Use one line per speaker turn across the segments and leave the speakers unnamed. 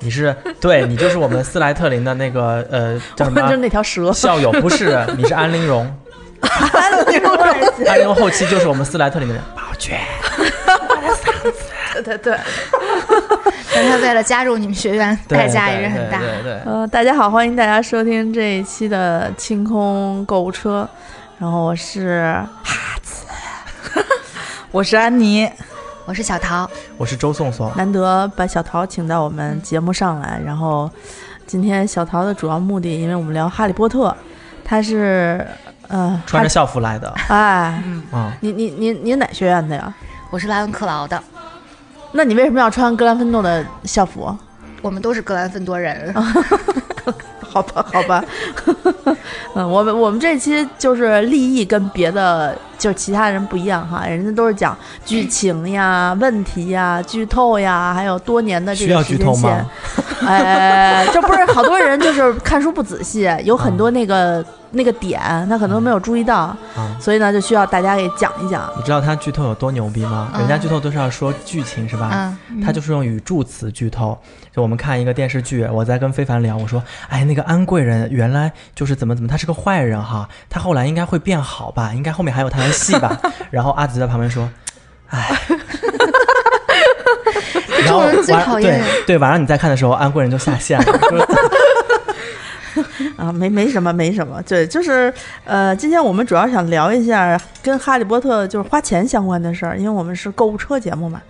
你是对你就是我们斯莱特林的那个呃 叫什
就
么
是
啊
那条蛇，
校友？不是，你是安陵容，
对
安陵容后期就是我们斯莱特林的人。宝娟，
对对，
但他为了加入你们学院，
对
代价也是很
对
大。
对对对
呃，大家好，欢迎大家收听这一期的清空购物车，然后我是
我是安妮，
我是小桃，
我是周颂颂，
难得把小桃请到我们节目上来，然后今天小桃的主要目的，因为我们聊《哈利波特》，她是呃
穿着校服来的
哈哎，
啊。
你你你你哪学院的呀？
我是莱文克劳的，
那你为什么要穿格兰芬诺的校服？
我们都是格兰芬多人。
哦好吧， 好吧，嗯，我们我们这期就是立意跟别的就是其他人不一样哈，人家都是讲剧情呀、问题呀、剧透呀，还有多年的这
需要
个时
剧
间
透
线
吗。？
哎，这不是好多人就是看书不仔细，有很多那个、那个点，他可能都没有注意到，
啊，
所以呢就需要大家给讲一讲。
你知道他剧透有多牛逼吗？人家
嗯
剧透都是要说剧情是吧？
嗯，
他就是用语助词剧透。就我们看一个电视剧，我在跟非凡聊，我说：“哎，那个安贵人原来就是怎么怎么，他是个坏人哈，他后来应该会变好吧？应该后面还有他的戏吧？” 然后阿紫在旁边说：“ 哎。”然后
这种人最
晚
讨厌
对对，晚上你再看的时候，安贵人就下线了。就是
啊，没没什么，没什么，对，就是呃，今天我们主要想聊一下跟《哈利波特》就是花钱相关的事儿，因为我们是购物车节目嘛，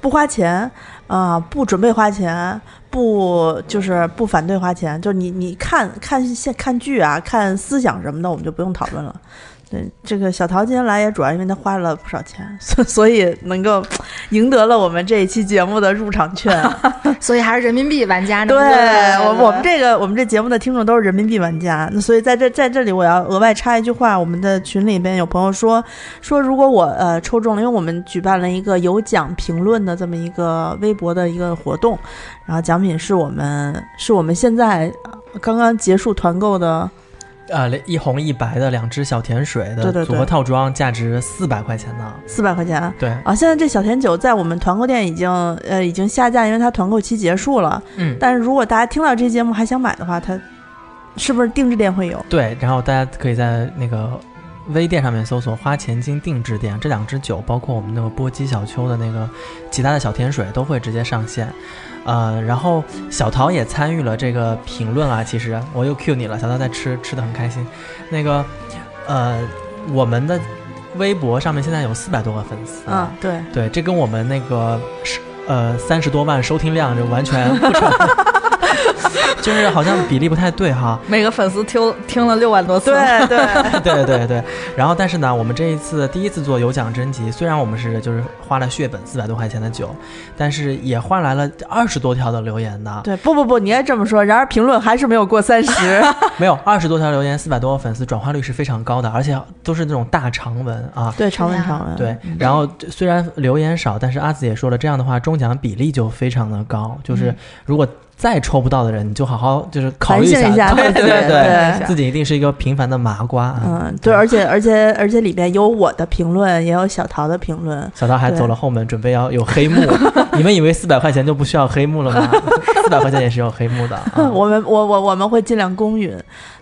不花钱啊、不准备花钱，不就是不反对花钱，就是你你看看现看剧啊，看思想什么的，我们就不用讨论了。对，这个小桃今天来也主要因为她花了不少钱，所所以能够赢得了我们这一期节目的入场券。啊
所以还是人民币玩家呢。
对我我们这个我们这节目的听众都是人民币玩家，那所以在这在这里我要额外插一句话，我们的群里边有朋友说说如果我呃抽中了，因为我们举办了一个有奖评论的这么一个微博的一个活动，然后奖品是我们是我们现在呃刚刚结束团购的，
呃，一红一白的两只小甜水
对对
的
对
组合套装，价值四百块钱呢。
四百块钱。
对，
啊，现在这小甜酒在我们团购店已经呃已经下架，因为它团购期结束了。
嗯，
但是如果大家听到这期节目还想买的话，它是不是定制店会有？
对，然后大家可以在那个微店上面搜索“花钱精定制店”，这两支酒，包括我们那个波姬小丘的那个其他的小甜水，都会直接上线。呃，然后小桃也参与了这个评论啊，其实我又 cue 你了，小桃在吃，吃的很开心。那个，呃，我们的微博上面现在有四百多个粉丝，啊
嗯，，对。
对，这跟我们那个是呃三十多万收听量就完全不成，就是好像比例不太对哈。
每个粉丝听听了六万多次，
对 对，
对对对，然后但是呢，我们这一次第一次做有奖征集，虽然我们是就是花了血本四百多块钱的酒，但是也换来了二十多条的留言呢。
对，不不不，你应该这么说。然而评论还是没有过三十，
没有二十多条留言，四百多个粉丝，转化率是非常高的，而且都是那种大长文啊。
对，长
对
文
呀
长文，
对，然后虽然留言少，但是阿紫也说了，这样的话中奖比例就非常的高，
嗯
就是如果再抽不到的人，你就好好就是考
反
虑
省
下，
一下，
对
对
对
对
自己一定是一个平凡的麻瓜啊。
嗯，对，而且而且而且里边有我的评论，也有小桃的评论，
小桃还走了后门，准备要有黑 幕。你们以为四百块钱就不需要黑幕了吗？ 四百块钱也是有黑幕 的。啊
我们我我我们会尽量公允。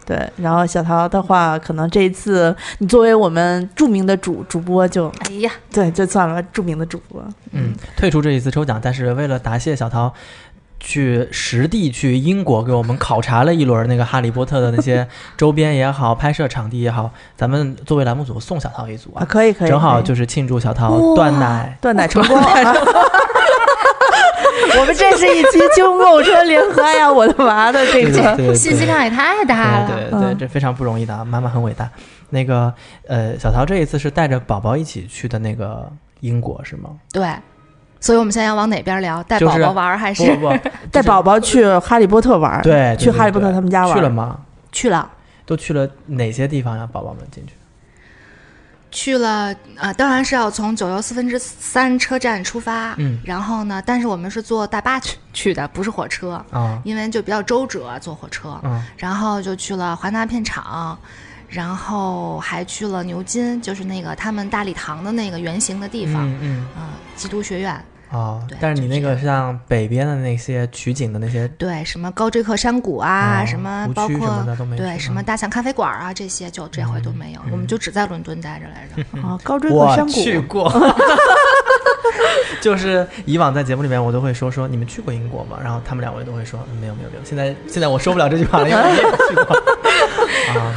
对，然后小桃的话，可能这一次你作为我们著名的主主播就，
哎呀，
对就算了，著名的主播，
嗯，退出这一次抽奖，但是为了答谢小桃，去实地去英国给我们考察了一轮那个《哈利波特》的那些 周边也好，拍摄场地也好，咱们作为栏目组送小桃一组
啊，
啊，
可以可以，
正
可
好
以
就是庆祝小桃
哇
断奶。
断奶 成功。 我们这是一期清购车联合哎呀，我的妈的这
对对
个。
对对，
信息量也太大了。
对对对，
嗯
这非常不容易的，啊，妈妈很伟大。那个呃，小桃这一次是带着宝宝一起去的那个英国是吗？
对所以我们现在要往哪边聊？带
就
宝
是
宝玩儿还
不
是
不不，
带宝宝去哈利波特玩儿，
对，对
去
对
哈利波特
对
他们家玩儿
去了吗？
去了？
都去了哪些地方让宝宝们进去？
去了，呃，当然是要从九又四分之三车站出发，
嗯
然后呢，但是我们是坐大巴去去的，不是火车，
啊
因为就比较周折啊坐火车，
嗯
然后就去了华纳片场，然后还去了牛津，就是那个他们大礼堂的那个原型的地方，
嗯
啊，基督学院，
嗯哦
对，
但是
就
你那
是这
个
样
像北边的那些取景的那些
对，什么高追克山谷啊，
哦
什么
湖
包
区
括
什么的都没
对
去嗯
什么大象咖啡馆啊，这些就这回都没有，我们就只在伦敦待着来
嗯
着。
啊，高追和
我
山谷
去 过，就是以往在节目里面我都会说说你们去过英国吗？然后他们两位都会说、嗯没有没有没有。现在现在我说不了这句话了，因为我没有去 过啊。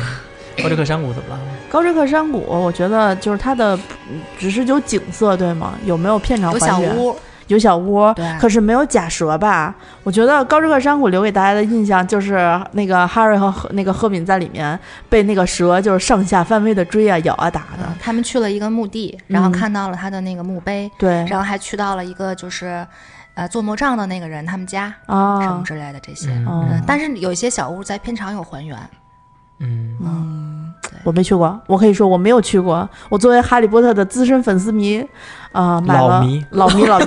波这克山谷怎么了？
高追克山谷，我觉得就是它的，嗯只是有景色对吗？有没有片场
有
还
小
原？
屋，
有小屋，
对
可是没有假蛇吧？我觉得高之克山谷留给大家的印象就是那个哈瑞和赫那个赫敏在里面被那个蛇就是上下翻飞的追啊、咬啊、打的。
嗯，他们去了一个墓地，然后
嗯
看到了他的那个墓碑，
嗯
对
然后还去到了一个就是，呃，做魔杖的那个人他们家什么
啊，
之类的这些。
嗯
哦
嗯，但是有一些小屋在片场有还原，
嗯，
我没去过，我可以说我没有去过。我作为哈利波特的资深粉丝迷，啊、买
老
了
迷
老迷 老迷。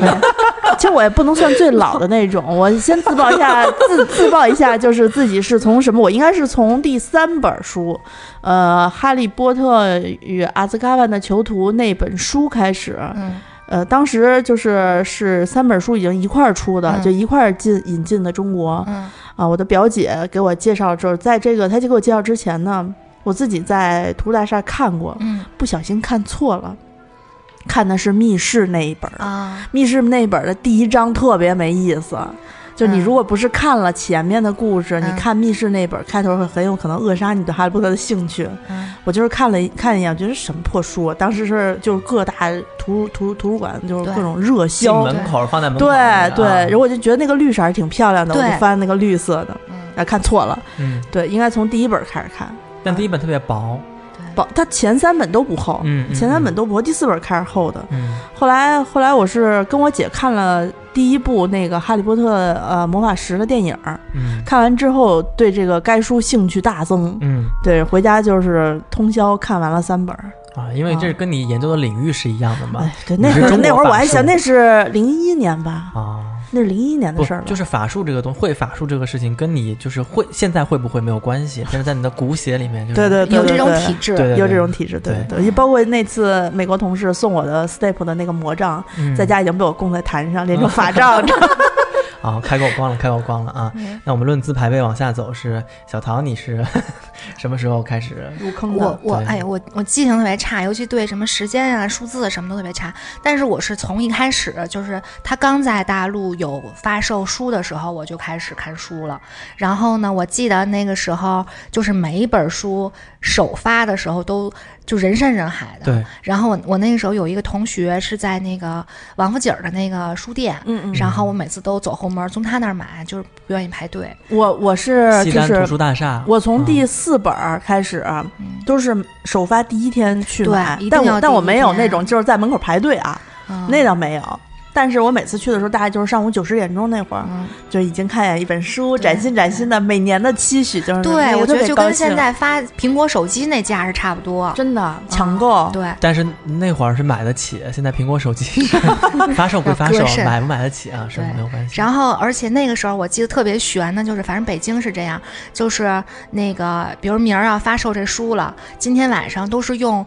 其实我也不能算最老的那种，我先自曝一 下，自自曝一下，就是自己是从什么？我应该是从第三本书，呃，《哈利波特与阿兹卡班的囚徒》那本书开始，
嗯，
呃，当时就是是三本书已经一块儿出的，
嗯
就一块儿进引进的中国。
嗯
啊，我的表姐给我介绍，就是在这个她就给我介绍之前呢，我自己在图书大厦看过，
嗯
不小心看错了，看的是密室那一本儿。
啊，
密室那本儿的第一章特别没意思，就你
嗯
如果不是看了前面的故事，你
嗯
看密室那本儿开头会很有可能扼杀你对哈利波特的兴趣。
嗯
我就是看了一看一眼，我觉得什么破书啊！当时是就是各大图图图书馆就是
对
各种热
进
销，
门口放在门口
对
那个啊，
对，然后我就觉得那个绿色儿挺漂亮的，我就
对
翻那个绿色的，
嗯，
啊，看错了，
嗯，
对，应该从第一本开始看，
但第一本特别薄，
对，
不，它前三本都不厚，
嗯，嗯
前三本，都不厚，第四本开始厚的。
嗯
后来后来我是跟我姐看了第一部那个《哈利波特》呃魔法石的电影儿，
嗯
看完之后对这个该书兴趣大增，
嗯
对，回家就是通宵看完了三本儿。
嗯啊，因为这是跟你研究的领域是一样的嘛
哎，对，
你
那
是
会儿
中
那
国
会儿我
法
还想
术
那是零一年吧，
啊。
那是零一年的
不
事儿了，
就是法术这个东会法术这个事情，跟你就是会现在会不会没有关系，但是在你的骨血里面，就是
对对对
有这种
对
体质，
对
有这种体质，对
对
对，包括那次美国同事送我的 Step 的那个魔杖，
嗯
在家已经被我供在坛上，连成法 杖。这样
啊，开够光了，开够光了啊！
嗯
那我们论资排辈往下走是小桃，你是 什么时候开始？
入坑
我
的，
我
对
哎我我记性特别差，尤其对什么时间啊、数字什么都特别差。但是我是从一开始，就是他刚在大陆有发售书的时候，我就开始看书了。然后呢，我记得那个时候就是每一本书首发的时候都就人山人海的。
对，
然后我我那个时候有一个同学是在那个王府井儿的那个书店。
嗯嗯，
然后我每次都走后门儿，从他那儿买，就是不愿意排队。
我我是
西
啊就
单图
是
书大厦。啊
我从第四本儿开始啊
嗯
都是首发第一天去
对
买
一，定
但
要
我但
第
我
一
没有
天
那种就是在门口排队啊，
嗯、
那倒没有。但是我每次去的时候，大概就是上午九十点钟那会儿，
嗯，
就已经看见一本书，
对
崭新崭新的，每年的期许就是嗯那
对，
个
我觉
特
得
别
就
高
跟
兴
现在发苹果手机那价是差不多。
真的哦抢购，
嗯对，
但是那会儿是买得起，现在苹果 手机发售归发
要
售
割，肾
买不买得起啊，是
对
没有关系。
然后而且那个时候我记得特别悬的，就是反正北京是这样，就是那个比如明儿要发售这书了，今天晚上都是用。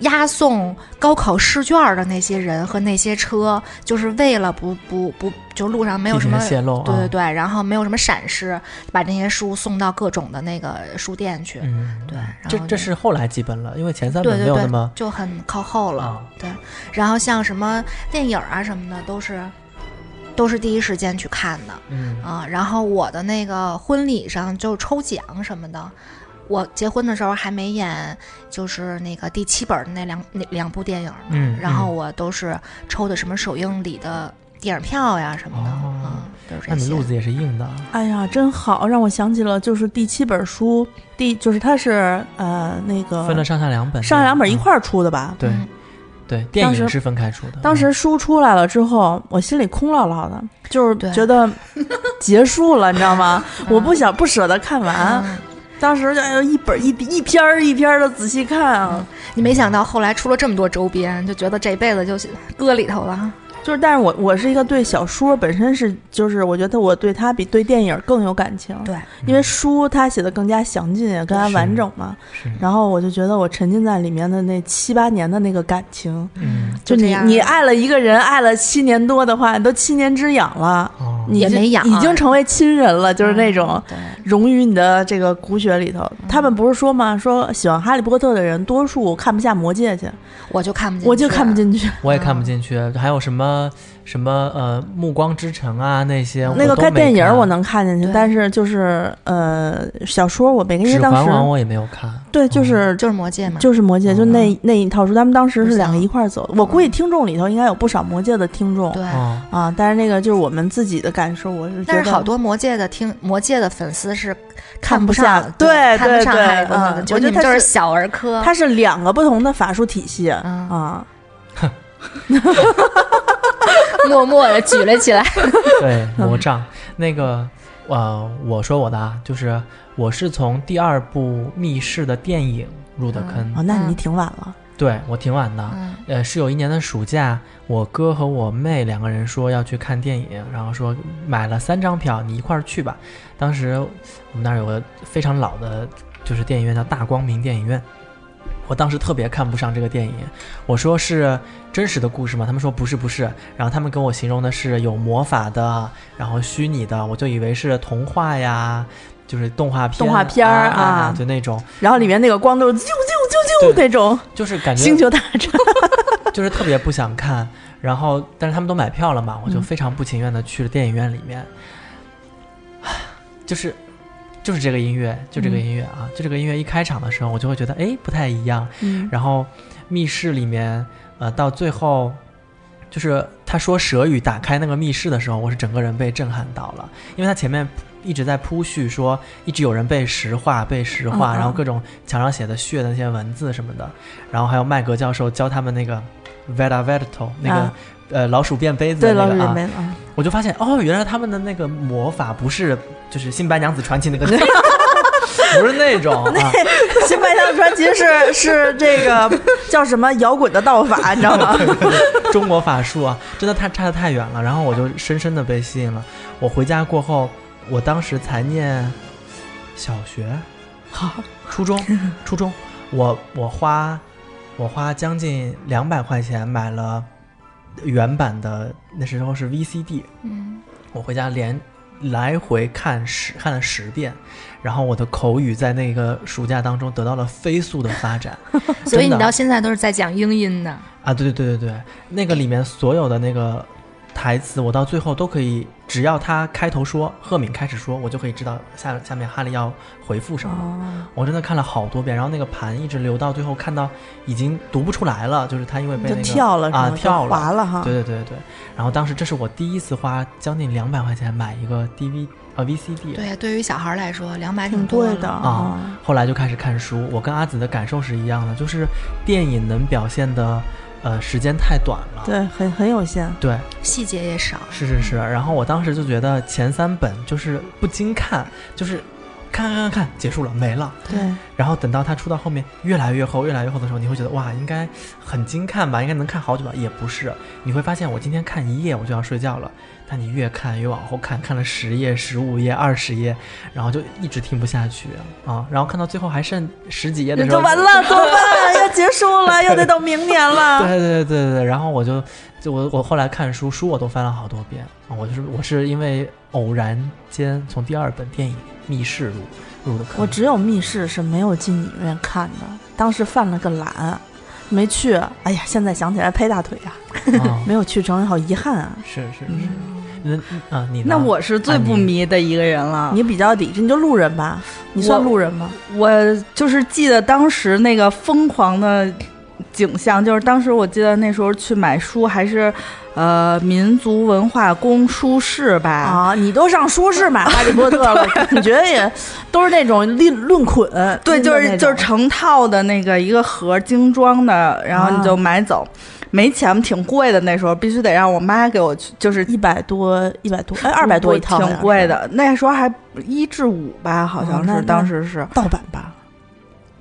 押送高考试卷儿的那些人和那些车，就是为了不不不，就路上没有
地
什
铁
么
泄露啊，
对对对，然后没有什么闪失，把那些书送到各种的那个书店去。
嗯，
对，然后
这这
就是
后来几本了，因为前三
对
本没
对
有
对
那么，
就很靠后了。
啊
对，然后像什么电影啊什么的，都是都是第一时间去看的
嗯
啊。然后我的那个婚礼上就抽奖什么的。我结婚的时候还没演，就是那个第七本儿的那两那两部电影呢，
嗯
然后
嗯
我都是抽的什么首映礼的电影票呀什么的，
哦
嗯，都是
那
这
你
些
路。子也是硬的啊，
哎呀，真好，让我想起了就是第七本书，第就是它是呃那个
分了上下两本，
上下两本一
嗯
块儿出的吧。
对
嗯
对，电
当
影
时
是分开出的。
当
嗯
时书出来了之后，我心里空落落的，就是
对
觉得结束了，你知道吗？我不想不舍得看
啊
完，
嗯
当时就哎呦一本一一篇儿一篇儿的仔细看啊，
你没想到后来出了这么多周边，就觉得这辈子就搁里头了。
就是，但是我我是一个对小说本身是，就是我觉得我对它比对电影更有感情，
对，
因为书它写的更加详尽，也更加
是
完整嘛。
是
然后我就觉得我沉浸在里面的那七八年的那个感情，
嗯嗯，
就
这
你
样
你爱了一个人，爱了七年多的话，你都七年之痒了，
哦，
你
也
就
没啊嗯痒
已经成为亲人了，就是那种
对，
融于你的这个骨血里头。他们不是说吗？说喜欢哈利波特的人，多数看不下魔戒去，
我就看不进去，啊
我就看不进去。
我也看不进去，还有什么什么呃《暮光之城》啊那些，
那个
我都没
看电影
看
我能看进去，
对
但是就是呃小说我没，因为
指环
当时
王》我嗯也没有看，
对就是。
就是魔戒嘛，
就是魔戒，就
嗯
那那一套书，他们当时
不
是
行
两个一块儿走的。我估计听众里头应该有不少魔戒的听众
对。
哦，
啊，但是那个就是我们自己的感受，我是觉
但
得
是好多魔戒的听魔戒的粉丝是
看不
不
下
上，
对
看
对
不上
对
哈利波特的，
嗯
就
我觉
你
得
们
他
就是
是
小儿科。
它是两个不同的法术体系
嗯
啊。
默默的举了 起来，
对，魔杖。那个，呃，我说我的啊，就是我是从第二部《密室》的电影入的坑，
哦，那你
嗯
挺晚了，
对我挺晚的。
嗯，
呃，是有一年的暑假，我哥和我妹两个人说要去看电影，然后说买了三张票，你一块儿去吧。当时我们那儿有个非常老的，就是电影院叫大光明电影院。我当时特别看不上这个电影，我说是真实的故事吗？他们说不是不是，然后他们跟我形容的是有魔法的，然后虚拟的，我就以为是童话呀，就是动画片，
动画片儿
啊
啊
就那种，
然后里面那个光都是啾啾啾啾
对
那种
就是感觉
星球大战。
就是特别不想看，然后但是他们都买票了嘛，我就
嗯
非常不情愿的去了电影院里面，唉就是就是这个音乐，就这个音乐啊，就这个音乐一开场的时候，我就会觉得哎不太一样。
嗯
然后密室里面，呃，到最后就是他说蛇语打开那个密室的时候，我是整个人被震撼到了，因为他前面。一直在铺叙说，一直有人被石化，被石化，
嗯嗯
然后各种墙上写的血的那些文字什么的，然后还有麦格教授教他们那个 Veda Vedato 那个、
啊
呃老鼠变杯子
对，
的那
老
个
鼠
啊
也，没了啊。
我就发现哦，原来他们的那个魔法不是就是《新白娘子传奇》那个， 不是那种啊，
新白娘子传奇是是这个叫什么摇滚的道法，你知道吗？
中国法术啊，真的太差的太远了。然后我就深深的被吸引了。我回家过后，我当时才念小学，
好，
初中，初中，我我花我花将近两百块钱买了原版的，那时候是 VCD，
嗯，。
我回家连来回看十看了十遍，然后我的口语在那个暑假当中得到了飞速的发展
所以
真
你
的
到现在都是在讲英音的，
啊，对对对对对，那个里面所有的那个台词，我到最后都可以，只要他开头说赫敏开始说，我就可以知道下下面哈利要回复什么。
哦，
我真的看了好多遍，然后那个盘一直留到最后，看到已经读不出来了，就是他因为被
就
那个
跳了是
啊
吗
跳
就
了。
滑了哈。
对对对对对，然后当时这是我第一次花将近两百块钱买一个 DV 呃 VCD，
对，对于小孩来说，两百
挺
多
贵
了
的。
啊
啊，
后来就开始看书。我跟阿紫的感受是一样的，就是电影能表现的呃时间太短了。
啊对，很很有限。
对，
细节也少，
是是是。然后我当时就觉得前三本就是不经看，就是看看看看结束了没了。
对，
然后等到它出到后面越来越厚、越来越厚的时候，你会觉得哇，应该很精看吧，应该能看好久吧？也不是，你会发现我今天看一页我就要睡觉了，但你越看越往后看，看了十页、十五页、二十页，然后就一直听不下去啊。然后看到最后还剩十几页的
那
时候
就，完了，怎么办？要结束了，又得等明年
对
了。
对对对对，然后我就就我我后来看书，书我都翻了好多遍啊。我就是我是因为偶然间从第二本电影《密室》入入的坑，
我只有密室是没有进影院看的，当时犯了个懒，没去。哎呀，现在想起来拍大腿啊，
啊
没有去成，好遗憾啊。
是是是
嗯，
那啊你呢
那我是最不迷的一个人了。
你比较理智，你就路人吧，你算
啊我
路人吗？
我就是记得当时那个疯狂的景象，就是当时我记得那时候去买书还是呃民族文化宫书市吧。
啊，你都上书市买《哈利波特》了，你觉得也都是那种论论捆，
对，
拎着
就是
那
就是
种
成套的那个一个盒精装的，然后你就买走，没钱挺贵的，那时候必须得让我妈给我去，就是
一百多，一百多，哎，二百多一套，
挺贵，的。那时候还一至五吧，好像
哦那
是，当时是
盗版吧，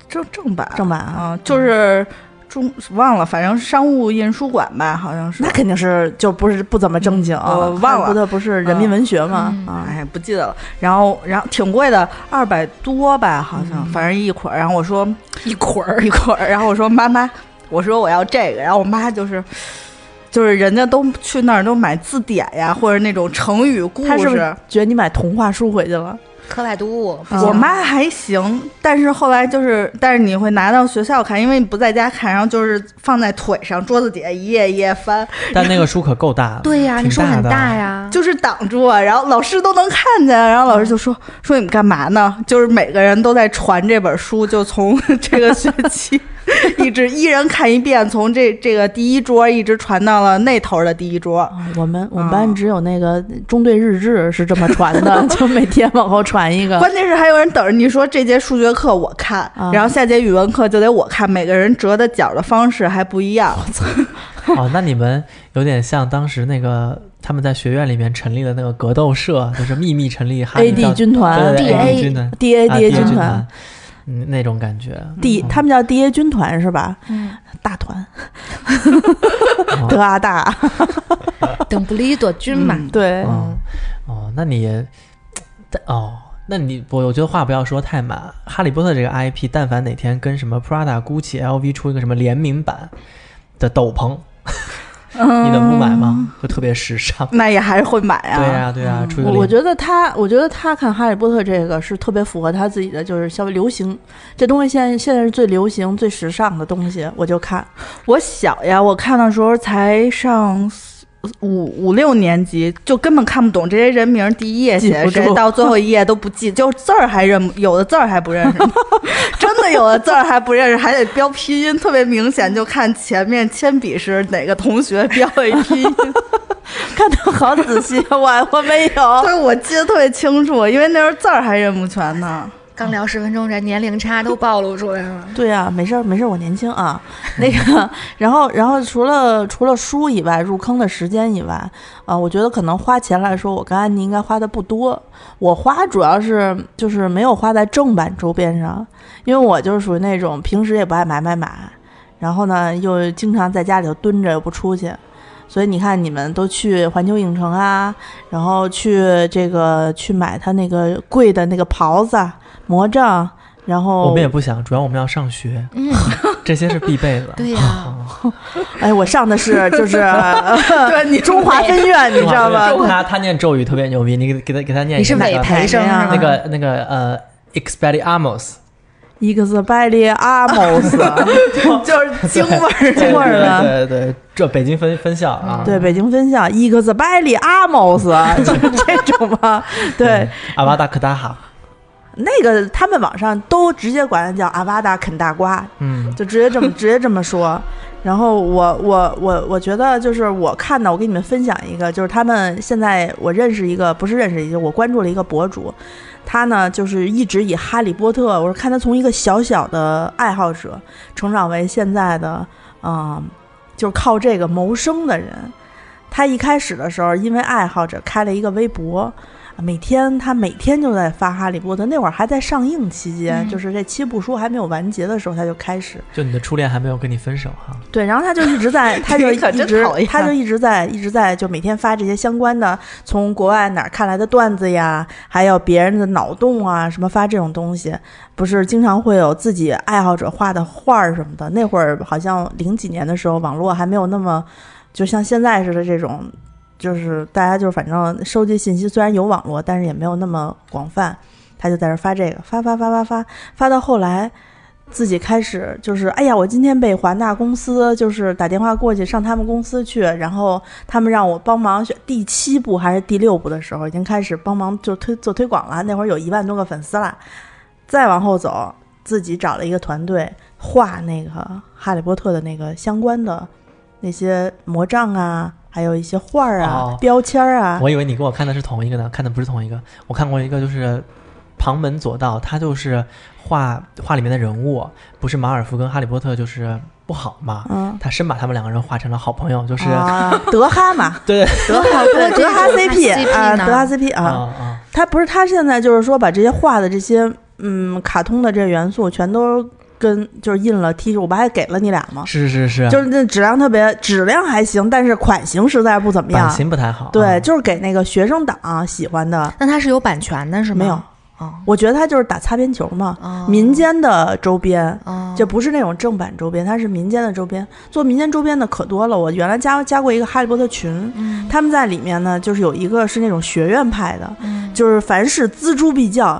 正正版
正版啊，
啊，就是中忘了，反正商务印书馆吧，好像是
那。肯定是就不是不怎么正经，
嗯我忘了
哈利波特不是人民文学吗？
嗯
啊，
哎，不记得了。然后，然后挺贵的，二百多吧，好像，反正一捆儿。然后我说
一捆儿
一捆儿，然后我说妈妈，我说我要这个，然后我妈就是。就是人家都去那儿都买字典呀，或者那种成语哎故
他是嗯不
事
是。觉得你买童话书回去了？
课外读物，不
啊
行
我妈还行，但是后来就是，但是你会拿到学校看，因为你不在家看，然后就是放在腿上，桌子底下一页一页翻，
但那个书可够大了，
对呀、
挺
你说很
的
大呀，
就是挡住啊，然后老师都能看见，啊然后老师就说说你们干嘛呢？就是每个人都在传这本书，就从 这个学期一直一人看一遍，从这这个第一桌一直传到了那头的第一桌。
啊我们我们班只有那个中队日志是这么传的，就每天往后传一个。
关键是还有人等着你说这节数学课我看，
啊
然后下节语文课就得我看，每个人折的角的方式还不一样。
哦，那你们有点像当时那个他们在学院里面成立的那个格斗社，就是秘密成立哈利
AD
道
军团
对对
DA
AD 军团
DA
啊
DA
军
军团
团，嗯，那种感觉。
D 他们叫 DA 军团是吧？
嗯，
大 团
哦
德阿大，
等不离朵
嗯
君嘛。
对，
哦，哦，那你也，但哦，那你我我觉得话不要说太满。哈利波特这个 IP，但凡哪天跟什么 Prada、GUCCI、LV 出一个什么联名版的斗篷，你能不买
嗯
吗？会特别时尚。
嗯那也还是会买啊。
对呀、对呀、出一个
我
联
我觉得他，我觉得他看《哈利波特》这个是特别符合他自己的，就是消费流行这东西现在现在是最流行、最时尚的东西，我就看。
我小呀，我看的时候才上四五五六年级，就根本看不懂这些人名，第一页写
记不
的
住
谁，到最后一页都不记，就字儿还认不，有的字儿还不认识，真的有的字儿还不认识，还得标拼音，特别明显，就看前面铅笔是哪个同学标了一拼音，
看的好仔细，我我没有。
所以我记得特别清楚，因为那时候字儿还认不全呢。
刚聊十分钟，这年龄差都暴露出来了。
对呀、没事儿，没事儿，我年轻啊。那个， 然后，然后除了除了书以外，入坑的时间以外，啊、我觉得可能花钱来说，我跟安妮应该花的不多。我花主要是就是没有花在正版周边上，因为我就是属于那种平时也不爱买买买，然后呢又经常在家里头蹲着又不出去。所以你看，你们都去环球影城啊，然后去这个去买他那个贵的那个袍子啊、魔杖，然后
我们也不想，主要我们要上学，
嗯，
这些是必备的。
对 呀
哎，我上的是就是呃
对，你
中
哎
华分院，你知道吗？
他他念咒语特别牛逼，你给给他给他念
你是
一个
伪培生是吗？
那
啊
个那个呃 e x p e d i a m o s
Expelliarmus，
就是京味儿，
对
中国人 啊
对对对，这北京分分校啊，
对，北京分校 Expelliarmus，就是这种嘛。对，，
嗯阿瓦达克达哈，
那个他们网上都直接管它叫阿瓦达啃大瓜，
嗯，
就直接这么直接这么说。然后我我我我觉得就是我看到我给你们分享一个，就是他们现在我认识一个不是认识一个，我关注了一个博主，他呢就是一直以哈利波特，我是看他从一个小小的爱好者成长为现在的嗯，就是靠这个谋生的人。他一开始的时候因为爱好者开了一个微博。每天他每天就在发《哈利波特》，那会儿还在上映期间，
嗯
就是这七部书还没有完结的时候，他就开始
就你的初恋还没有跟你分手哈，
对，然后他就一直在，他 就
你可
一
真
直
讨厌，
他就一直在，一直在，就每天发这些相关的从国外哪儿看来的段子呀，还有别人的脑洞啊，什么发这种东西，不是经常会有自己爱好者画的画儿什么的。那会儿好像零几年的时候，网络还没有那么，就像现在似的这种，就是大家就是反正收集信息虽然有网络，但是也没有那么广泛。他就在这儿发这个，发发发发发，发到后来，自己开始就是，哎呀，我今天被华纳公司就是打电话过去上他们公司去，然后他们让我帮忙选第七部还是第六部的时候，已经开始帮忙就推做推广了。那会儿有一万多个粉丝啦。再往后走，自己找了一个团队画那个哈利波特的那个相关的那些魔杖啊，还有一些画儿啊、
哦
标签儿啊。
我以为你跟我看的是同一个呢，看的不是同一个，我看过一个就是。旁门左道，他就是画画里面的人物，不是马尔福跟哈利波特就是不好嘛？
嗯，
他深把他们两个人画成了好朋友，就是啊
啊，德哈嘛，
对
德哈
对
德哈
这个
CP 啊，
呢
德哈 CP
啊
啊，
啊，
他不是他现在就是说把这些画的这些嗯卡通的这元素全都跟就是印了 T 恤，我不还给了你俩吗？
啊是是是，
就是那质量特别，质量还行，但是款型实在不怎么
版
样。
型不太好。
对，
啊
就是给那个学生党喜欢的，
那它是有版权的是吗？
没有。
哦
我觉得它就是打擦边球嘛，
哦，
民间的周边。
哦，
就不是那种正版周边，它是民间的周边。做民间周边的可多了，我原来加加过一个哈利波特群，
嗯
他们在里面呢，就是有一个是那种学院派的，
嗯
就是凡事锱铢必较，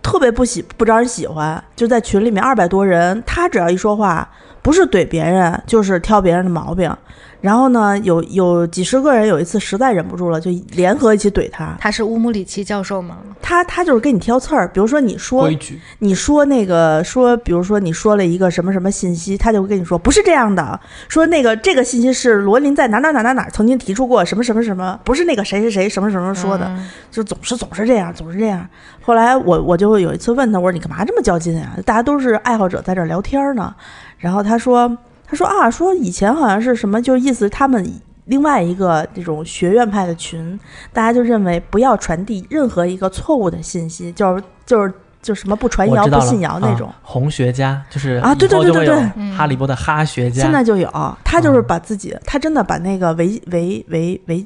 特别不喜不招人喜欢。就在群里面二百多人，他只要一说话，不是怼别人，就是挑别人的毛病。然后呢，有有几十个人，有一次实在忍不住了，就联合一起怼他。
他是乌姆里奇教授吗？
他他就是跟你挑刺儿，比如说你说
规矩，
你说那个说，比如说你说了一个什么什么信息，他就会跟你说不是这样的，说那个这个信息是罗琳在哪哪哪哪哪曾经提出过什么什么什么，不是那个谁谁谁什么什么说的，
嗯
就总是总是这样，总是这样。后来我我就有一次问他，我说你干嘛这么较劲啊？大家都是爱好者在这儿聊天呢。然后他说他说啊，说以前好像是什么，就意思他们另外一个这种学院派的群，大家就认为不要传递任何一个错误的信息，就是就是就什么不传
我
谣
知道
不
了
信谣那种
啊。红学家就是
啊对
以后
对对
就会
对
有
对
嗯
哈利波特哈学家，
现在就有，他就是
嗯
把自己，他真的把那个维维维维，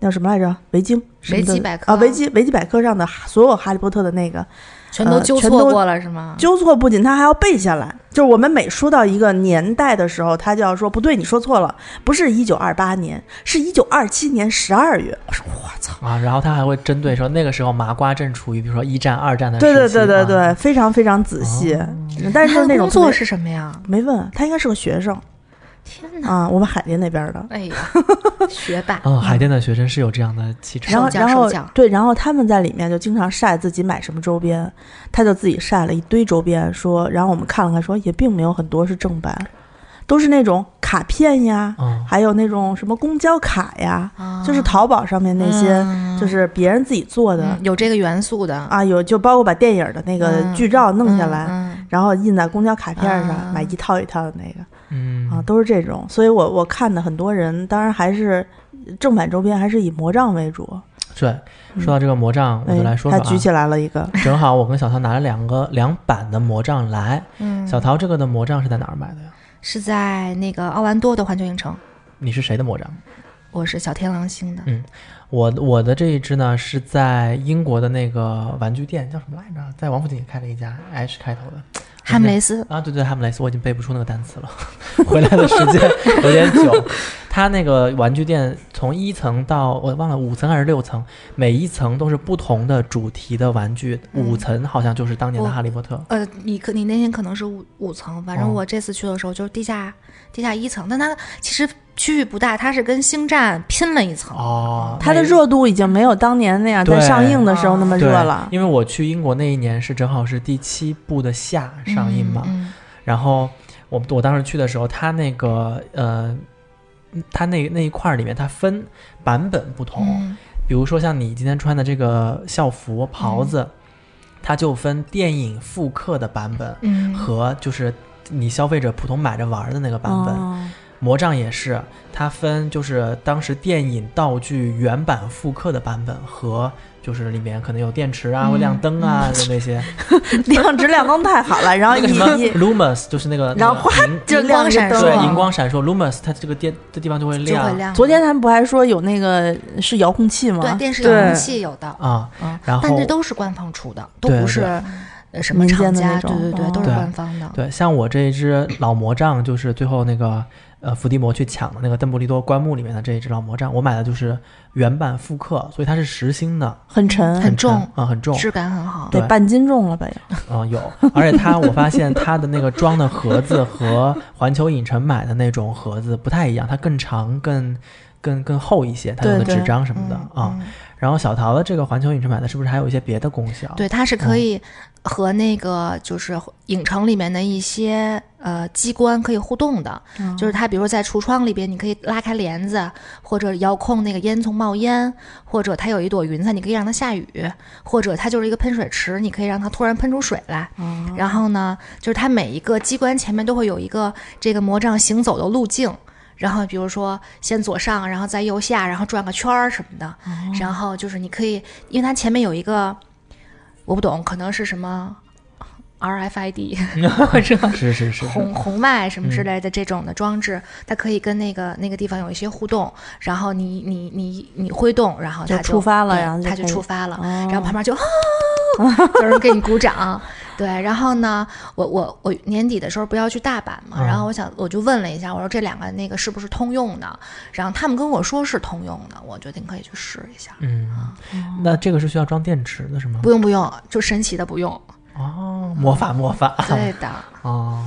那叫什么来着？维京什么的
维基百科
啊，维基维基百科上的所有哈利波特的那个
全都
呃
纠
全
错
都
过了是吗？
纠错不仅他还要背下来，就是我们每说到一个年代的时候，他就要说不对，你说错了，不是一九二八年，是一九二七年十二月。我说我操，
啊，然后他还会针对说那个时候麻瓜正处于比如说一战、二战的
对对
时期
对对
啊
对，非常非常仔细。嗯但是
他
就是那
的
种
工
特
作
别
是什么呀？
没问他应该是个学生
天哪！
啊，我们海淀那边的。
哎 呀，学霸，
嗯，海淀的学生是有这样的气质
然后，
手奖
然后
手奖
对，然后他们在里面就经常晒自己买什么周边，他就自己晒了一堆周边，说，然后我们看了看，说也并没有很多是正版，都是那种卡片呀，
嗯，
还有那种什么公交卡呀，
啊
就是淘宝上 面那些，
嗯
就是别人自己做的、
嗯有这个元素的
啊，有就包括把电影的那个
嗯
剧照弄下来，
嗯
然后印在公交卡片上，
啊
买一套一套的那个。
嗯
啊，都是这种，所以我我看的很多人，当然还是正版周边还是以魔杖为主。
对。说到这个魔杖，我
哎
就来说说
他
啊。
举起来了
嗯
一个，
正好我跟小桃拿了两个两版的魔杖来。
嗯
小桃这个的魔杖是在哪儿买的呀？
是在那个奥兰多的环球影城，
你是谁的魔杖？
我是小天狼星的
嗯我我的这一只呢是在英国的那个玩具店叫什么来着？在王府井也开了一家 H 开头的
哈姆雷斯，
啊，对对，哈姆雷斯，我已经背不出那个单词了， 回来的时间有点久。它那个玩具店从一层到我忘了五层还是六层，每一层都是不同的主题的玩具，五层好像就是当年的
我
哈利波特。
呃，你可你那天可能是五五层，反正
哦
我这次去的时候就是地下地下一层，但它其实区域不大，它是跟星战拼了一层。
哦，
它的
那
热度已经没有当年那样
对
在上映的时候那么
对
热了。
因为我去英国那一年是正好是第七部的夏上映嘛，
嗯
然后我我当时去的时候，它那个呃，它那那一块儿里面它分版本不同，
嗯
比如说像你今天穿的这个校服袍子，
嗯
它就分电影复刻的版本
嗯，
和就是你消费者普通买着玩儿的那个版本。
哦
魔杖也是，它分就是当时电影道具原版复刻的版本和就是里面可能有电池啊、
嗯
会亮灯啊的 那些，
亮质量灯太好了，然后
那个
一
什么
一
Lumos 就是那个
然后
那个荧
就
荧光
亮着
闪
灯
烁
对
了
荧光闪烁，Lumos 它这个电这地方就会
就会
亮
亮。
昨天他们不还说有那个是遥控器吗？
对电视
对
遥控器有的，
啊，
嗯，
然后
但这都是官方出的，都
对
不是
对
呃什么
民
厂
间
家，
的那
对
种
对对，
哦
都是
对
官方的。
对，像我这一只老魔杖，就是最后那个呃伏地魔去抢的那个邓布利多棺木里面的这一只老魔杖，我买的就是原版复刻，所以它是实心的，
很沉，
很重
啊、嗯很重，
质感很好。
对
得半斤重了吧？
嗯，有，而且它我发现它的那个装的盒子和环球影城买的那种盒子不太一样，它更长、更更更厚一些，它用的
对
纸
对
张什么的
嗯
啊。
嗯
然后小桃的这个环球影城买的是不是还有一些别的功效？
对，它是可以和那个就是影城里面的一些呃机关可以互动的，就是它比如在橱窗里边，你可以拉开帘子，或者遥控那个烟囱冒烟，或者它有一朵云彩，你可以让它下雨，或者它就是一个喷水池，你可以让它突然喷出水来。
哦
然后呢，就是它每一个机关前面都会有一个这个魔杖行走的路径。然后比如说先左上，然后再右下，然后转个圈儿什么的，然后就是你可以，因为它前面有一个我不懂，可能是什么 RFID 或者
是是是是，
红红外什么之
嗯
类的这种的装置，它可以跟那个那个地方有一些互动，然后你你你你挥动，然后它
就触发了
对
然后就
它就
可以
触发了，
哦
然后旁边就啊就是给你鼓掌。对，然后呢，我我我年底的时候不要去大阪嘛，
啊
嗯
然后我想我就问了一下，我说这两个那个是不是通用的？然后他们跟我说是通用的，我决定可以去试一下。
嗯，那这个是需要装电池的是吗？
啊不用不用，就神奇的不用。
哦，魔法魔法
啊
对的，
哦，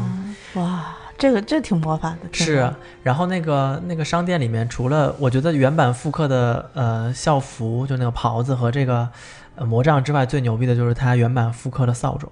哇，这个这挺魔法的，真的
是。啊然后那个那个商店里面，除了我觉得原版复刻的呃校服，就那个袍子和这个、呃魔杖之外，最牛逼的就是它原版复刻的扫帚，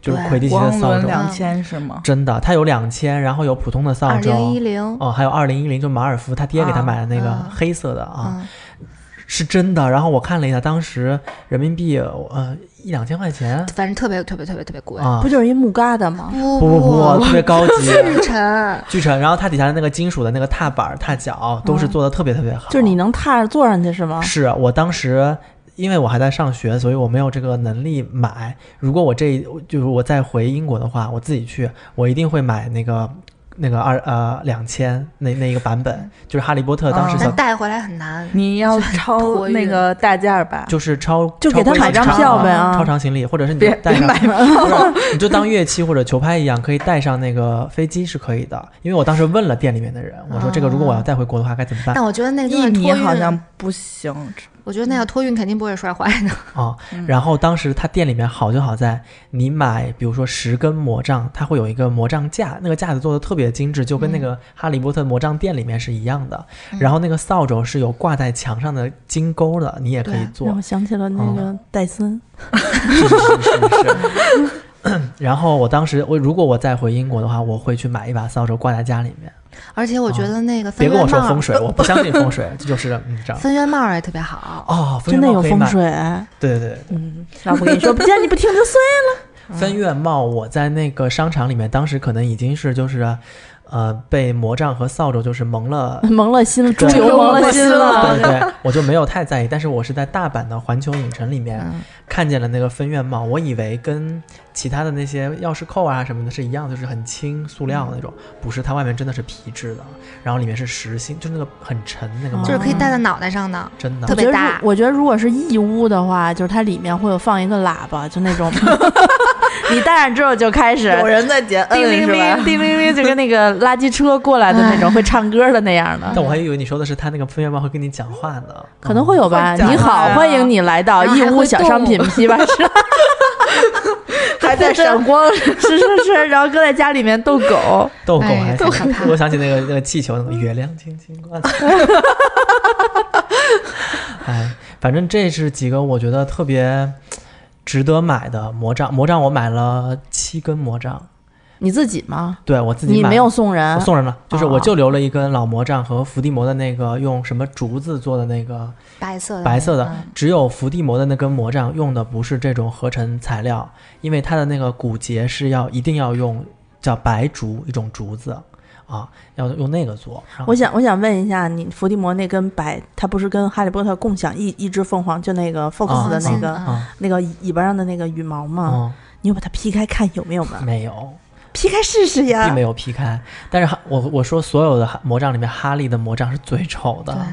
就是
对
魁地奇的
光
扫
轮
帚，
两千是 吗？
真的，它有两千，然后有普通的扫
二零一
帚。
零，
哦，还有二零一零，就马尔福他爹给他
啊
买的那个
嗯
黑色的啊，
嗯，
是真的。然后我看了一下，当时人民币呃一两千块钱
反正特别特别特别特别贵。
啊
不，就是一木疙瘩吗？
不
不不不，特别高级，
巨沉，
巨沉。然后它底下的那个金属的那个踏板、踏脚都是做的特别特别好。
嗯就是你能踏着坐上去是吗？
是我当时。因为我还在上学，所以我没有这个能力买。如果我这就是我再回英国的话，我自己去，我一定会买那个那个二呃两千那那一个版本，就是嗯哈利波特
哦
当时
嗯
小、
但带回来很难。
你要超
托运
那个大件儿吧？
就是超
就给他买张票呗啊
超长行李，或者是你
别
带
别
上
买
不是，你就当乐器或者球拍一样，可以带上那个飞机是可以的。因为我当时问了店里面的人，我说这个如果我
哦
要带回国的话该怎么办啊、
但我觉得那个
一
东西
米
托
好像
运，
不行，
我觉得那要托运肯定不会摔坏
哦
的。
啊
嗯
然后当时他店里面好就好在，你买比如说十根魔杖，它会有一个魔杖架，那个架子做的特别精致，就跟那个
嗯
哈利波特魔杖店里面是一样的。然后那个扫帚是有挂在墙上的金钩的，你也可以
对
做
让我。想起了那个戴森，
是是是是是。然后我当时我如果我再回英国的话，我会去买一把扫帚挂在家里面。
而且我觉得那个
别
分
跟
院
我说
帽
风， 水，我不相信风水，这就是你知道。
分院帽也特别好。
哦，分
真的
院帽
有
可以
风
买。
水。
对对对，
嗯，那我跟你说，不见你不听就碎。
分院帽，我在那个商场里面，当时可能已经是就是，呃，被魔杖和扫帚就是蒙 了。
蒙了心了，猪
对
油蒙了心了。
对对，对我就没有太在意，但是我是在大阪的环球影城里面
嗯
看见了那个分院帽，我以为跟其他的那些钥匙扣啊什么的是一样，就是很轻塑料的那
嗯
种，不是，它外面真的是皮质的，然后里面是实心，就是那个很沉那个帽
就
子，
是可以戴在脑袋上的，
真的
特别
我觉得
大
如我觉得如果是义乌的话，就是它里面会有放一个喇叭，就那种，你戴上之后就开始
有人在捡
叮
嗯
铃
是吧
铃、？叮铃铃，就跟那个垃圾车过来的那种会唱歌的那样的，
但我还以为你说的是他那个分院帽会跟你讲话呢，
可能会有吧。
会讲
你好
话，呀
欢迎你来到
然后
义
还
乌
会
小商品批发市场，
还在闪
光，是是是，然后搁在家里面逗狗。
逗狗
哎
还
逗
挺
狗
我想起那个那个气球，那个月亮轻轻挂在。 哎，反正这是几个我觉得特别值得买的魔杖。魔杖我买了七根魔杖，
你自己吗？
对我自己
你
买
没有送
我
人？
送人了，就是
哦
我就留了一根老魔杖和伏地魔的那个用什么竹子做的那个
白色的，
白色的
嗯，
只有伏地魔的那根魔杖用的不是这种合成材料，因为它的那个骨节是要一定要用叫白竹一种竹子啊，要用那个做。啊然后
我想，我想问一下，你伏地魔那根白，它不是跟哈利波特共享一一只凤凰，就那个 Fox
啊
的那个、
嗯
啊
那个尾巴上的那个羽毛吗？
嗯，
你有把它劈开看有没有吗？
没有，
劈开试
哎
试
并
呀
没！有劈开。但是哈我我说所有的哈魔杖里面，哈利的魔杖是最丑
对
的，，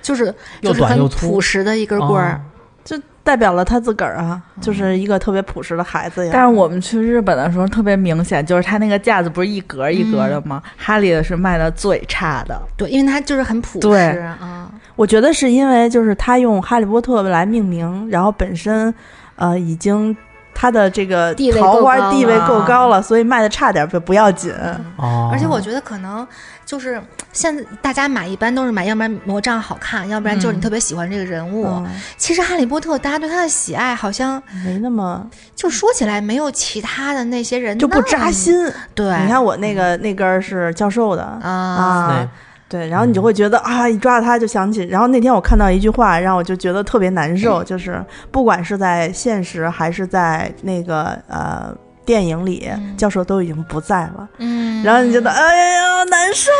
就是
哦又
就是
短
很
又粗
朴实的一根棍儿
哦。
就代表了他自个儿啊，就是一个特别朴实的孩子呀。
但是我们去日本的时候特别明显，就是它那个架子不是一格一格的吗？哈利的是卖的最差的，
对，因为它就是很朴实
对
哦
啊。
我觉得是因为就是他用哈利波特来命名，然后本身呃已经他的这个
地位够
桃
高
花
了
地位够高了，所以卖的差点不不要紧。
哦，
而且我觉得可能就是现在大家买一般都是买，要不然魔杖好看，要不然
嗯
就是你特别喜欢这个人物。其实哈利波特大家对他的喜爱好像
嗯没那么
就说起来没有其他的那些人
就不
那么
扎。心。
对，
你看我那个那根儿是教授的
啊，
对
啊，对，然后你就会觉
嗯
得啊，一抓着他就想起。然后那天我看到一句话，让我就觉得特别难
嗯
受，就是不管是在现实还是在那个呃电影里，
嗯
教授都已经不在了，
嗯，
然后你觉得哎呀难受。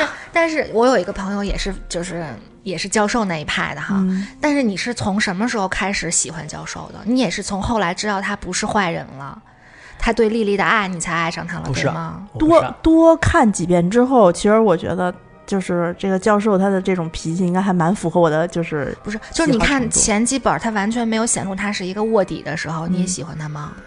但是但是我有一个朋友也是就是也是教授那一派的哈，
嗯
但是你是从什么时候开始喜欢教授的？你也是从后来知道他不是坏人了，他对
啊
莉莉的爱，你才爱上他了，
不是啊
对吗？
我不是
多多看几遍之后，其实我觉得就是这个教授他的这种脾气，应该还蛮符合我的，就是
不是，就是你
喜好
看
程度
前几本，他完全没有显出他是一个卧底的时候，你也喜欢他吗？
嗯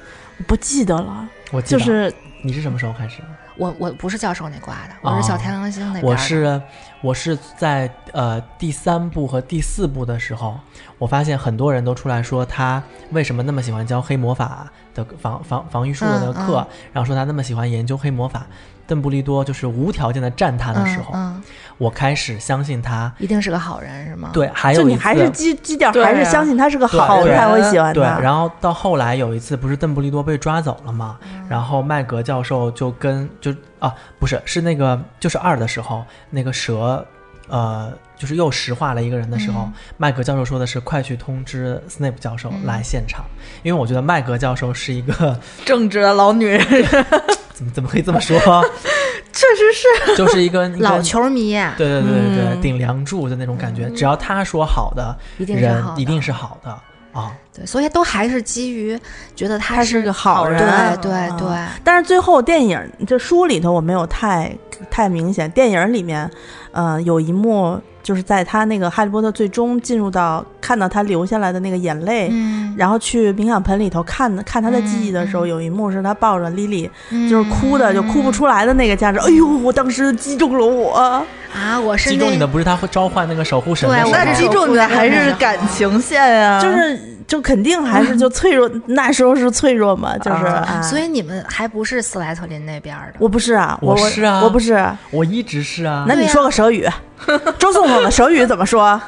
不记得了，
我记
就
得
是
你是什么时候开始？
我我不是教授那挂的，我
哦
啊
是小天狼星那边、
我，是我是在呃第三部和第四部的时候，我发现很多人都出来说他为什么那么喜欢教黑魔法的防防防御术的
嗯
课，然后说他那么喜欢研究黑魔法。邓布利多就是无条件的赞他的时候，
嗯嗯，
我开始相信他。
一定是个好人是吗？，
对，还有
就
一
你
次，
还是基基调，
对啊
还是相信他是个好
对啊
人，才会喜欢
对，
他。
然后到后来有一次，不是邓布利多被抓走了嘛，
嗯
然后麦格教授就跟就啊，不是是那个就是二的时候，那个蛇，呃，就是又石化了一个人的时
嗯
候，麦格教授说的是快去通知斯内普教授来现场，因为我觉得麦格教授是一个
正直的老女 人，
怎么怎么可以这么说，
确实是
就是一个一个
老球迷啊、
对对对对对，顶梁柱的那种感觉，只要他说好的，
一定是
人
好的，
一定是好的啊。
对，所以都还是基于觉得他
他是个好
对
人
对
啊
对，
但是最后电影这书里头我没有太太明显，电影里面，呃，有一幕就是在他那个哈利波特最终进入到看到他流下来的那个眼泪，
嗯，
然后去冥想盆里头看看他的记忆的时候，
嗯嗯
有一幕是他抱着莉莉，
嗯
就是哭的就哭不出来的那个架势，哎呦，我当时击中了我，
啊，我是
击
那
中你的不是他会召唤那个守护神的
对
时
我
候
那
是
击中你的还是感情线啊，
就是就肯定还是就脆弱，那时候是脆弱嘛，就是，
啊
哎
所以你们还不是斯莱特林那边的，
我不是啊，
我
我
是啊
我不是，
我一直是啊，
那你说个舌语， 周颂颂的舌语怎么说？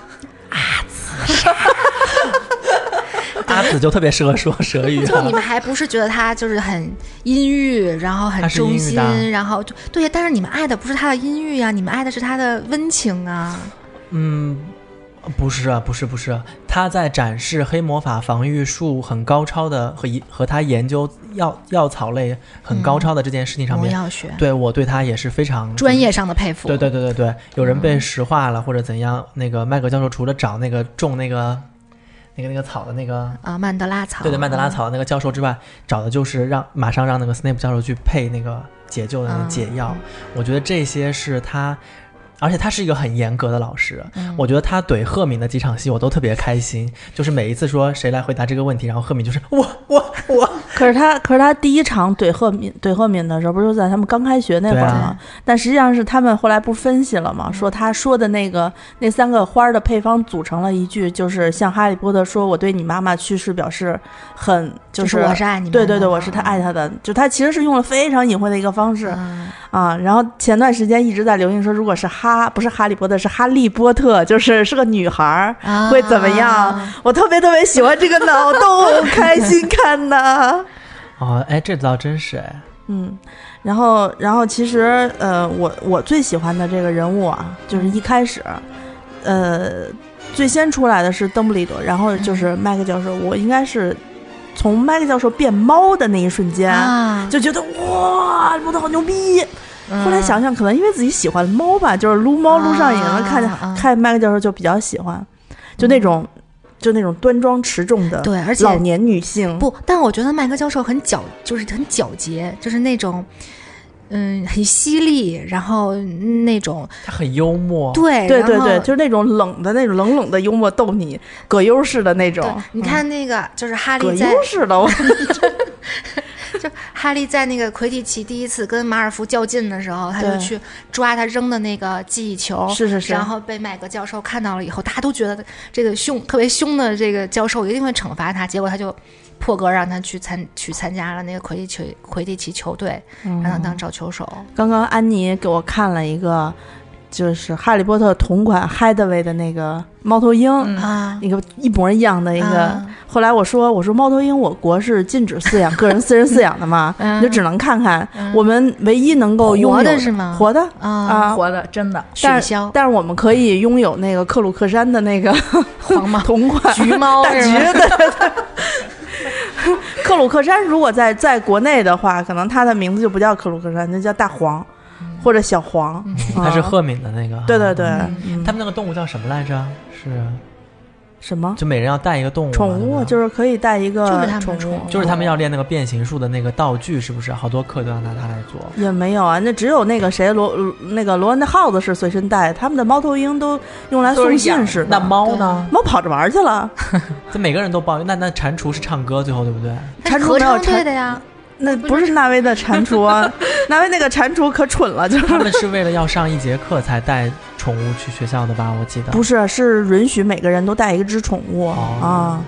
阿紫就特别适合说舌 语、
就
啊
你。们还不是觉得他就是很阴郁，然后很
他是
忠
阴郁
心
的啊，
然后就对，但是你们爱的不是他的阴郁啊，你们爱的是他的温情啊。
嗯，不是啊，不是不是啊，他在展示黑魔法防御术很高超的和一和他研究药药草类很高超的这件事情上
魔
面，
药学
对我对他也是非常
专。业嗯上的佩服，
对对对对对，有人被石化了或者怎样，那个麦格教授除了找那个种那个那个那个草的那个。
啊，曼德拉草，
对对，曼德拉草那个教授之外，找的就是让马上让那个 Snape 教授去配那个解救的
嗯
那个解药。我觉得这些是他，而且他是一个很严格的老师。
嗯
嗯
我觉得他怼赫敏的几场戏，我都特别开心。就是每一次说谁来回答这个问题，然后赫敏就是我我我，
可是他，可是他第一场怼赫敏怼赫敏的时候，不是在他们刚开学那会儿
对
吗？
啊
但实际上是他们后来不分析了吗？
嗯
说他说的那个那三个花儿的配方组成了一句，就是像哈利波特说：“我对你妈妈去世表示很
就
就是
我是爱你们的，
对对对，我是他爱他的。”就他其实是用了非常隐晦的一个方式、
嗯
啊。然后前段时间一直在流行说，如果是哈不是哈利波特是哈利波特，就是是个女孩儿。
啊
会怎么样？我特别特别喜欢这个脑洞，开心 看呐。
哦，哎，这倒真是哎，
嗯，然后，然后其实，呃，我我最喜欢的这个人物啊，就是一开始，呃，最先出来的是邓布利多，然后
嗯
就是麦克教授。我应该是从麦克教授变猫的那一瞬间，
啊？
就觉得哇，波特好牛逼。
嗯
后来想想，可能因为自己喜欢猫吧，就是撸猫撸上瘾了，
啊
看
啊
看麦克教授就比较喜欢，就那种、
嗯
就那种端庄持重的
对，而且
老年女性。
不，但我觉得麦克教授很狡，就是很皎洁，就是那种。嗯，很犀利，然后那种
他很幽默。
对
对
然
对
后
对，就是那种冷的那种冷冷的幽默逗你，葛优式的那
对
种。嗯
你看那个，就是哈
葛
利在
优式的，我
就哈利在那个魁地奇第一次跟马尔福较劲的时候，他就
对
去抓他扔的那个记忆球，
是是是
然后被麦格教授看到了以后，大家都觉得这个凶特别凶的这个教授一定会惩罚他，结果他就破格让他去参去参加了那个魁地奇魁地奇球队，
嗯
让他当找球手。
刚刚安妮给我看了一个，就是《哈利波特》同款 Hideaway 的那个猫头鹰，
嗯
啊，
一个一模一样的一个。
啊
后来我说我说猫头鹰，我国是禁止饲养个人私人饲养的 嘛，
嗯
你就只能看看。
嗯
我们唯一能够拥有
活的是吗？
活的
啊，
啊。
活的真的，
雪
但是
橇、
但是我们可以拥有那个克鲁克山的那个
黄毛、
同款
橘猫
大
是
橘
吗
对对对。哦 克鲁克山如果在在国内的话，可能它的名字就不叫克鲁克山，那叫大黄或者小黄。
嗯
他是
啊
赫敏的那个。
对对对，
嗯
嗯
他们那个动物叫什么来着？是
什么
就每人要带一个动物嘛。
宠物，
对吧
哦就是可以带一个
就是他们
宠
的
物
宠物，
啊就是他们要练那个变形术的那个道具，是不是？好多课都要拿它来做。
也没有啊，那只有那个谁罗那个罗恩的耗子是随身带，他们的猫头鹰都用来
都
送
是养
信使的。
那猫呢？
猫跑着玩去了，
这每个人都抱。那那蟾蜍是唱歌，最后对不 对？
它是合唱队的呀，
那
不
不是纳威的蟾蜍啊，纳威那个蟾蜍可蠢了，就
他们是为了要上一节课才带宠物去学校的吧？我记得
不是是允许每个人都带一只宠物、
哦
啊。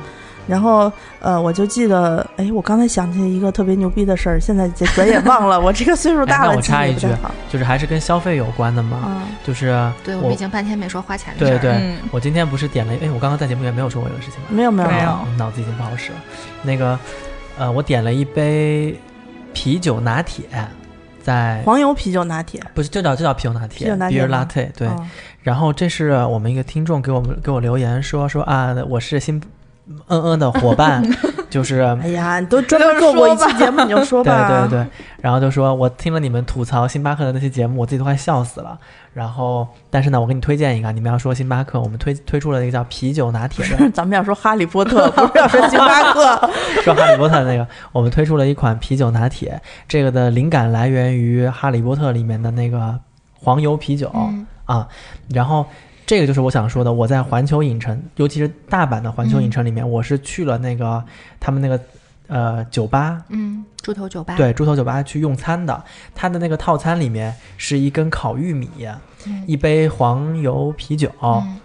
然后呃，我就记得，哎，我刚才想起一个特别牛逼的事儿，现在这转眼忘了，我这个岁数大
哎
了，
那我
记性
插一
也不太
句
好
就是还是跟消费有关的嘛。
啊。
就是
对我
我
们已经半天没说花钱的
对
事儿。
对，
嗯
我今天不是点了？哎，我刚刚在节目里面没有说过这个事情吧？
没有没有
没有
啊 脑子已经不好使了。那个呃，我点了一杯啤酒拿铁，在
黄油啤酒拿铁，
不是就叫就叫啤酒拿
啤
铁
酒拿
b e
铁
e r
吗
latte 对。
啊
然后这是我们一个听众给我们给我留言说说啊，我是新嗯嗯的伙 伴，就是
哎呀，你都专门做过一期节目，你就说
对对
吧。
对，然后就说我听了你们吐槽星巴克的那期节目，我自己都快笑死了。然后，但是呢，我给你推荐一个，你们要说星巴克，我们推推出了一个叫啤酒拿铁 的，
咱们要说《哈利波特》，不是要说星巴 克。
说哈利波特那个，我们推出了一款啤酒拿铁，这个的灵感来源于《哈利波特》里面的那个黄油啤酒、
嗯
啊，然后。这个就是我想说的，我在环球影城，尤其是大阪的环
嗯
球影城里面，我是去了那个他们那个呃酒吧，
嗯，猪头酒吧。
对，猪头酒吧去用餐的，它的那个套餐里面是一根烤玉米，
嗯
一杯黄油啤酒，
嗯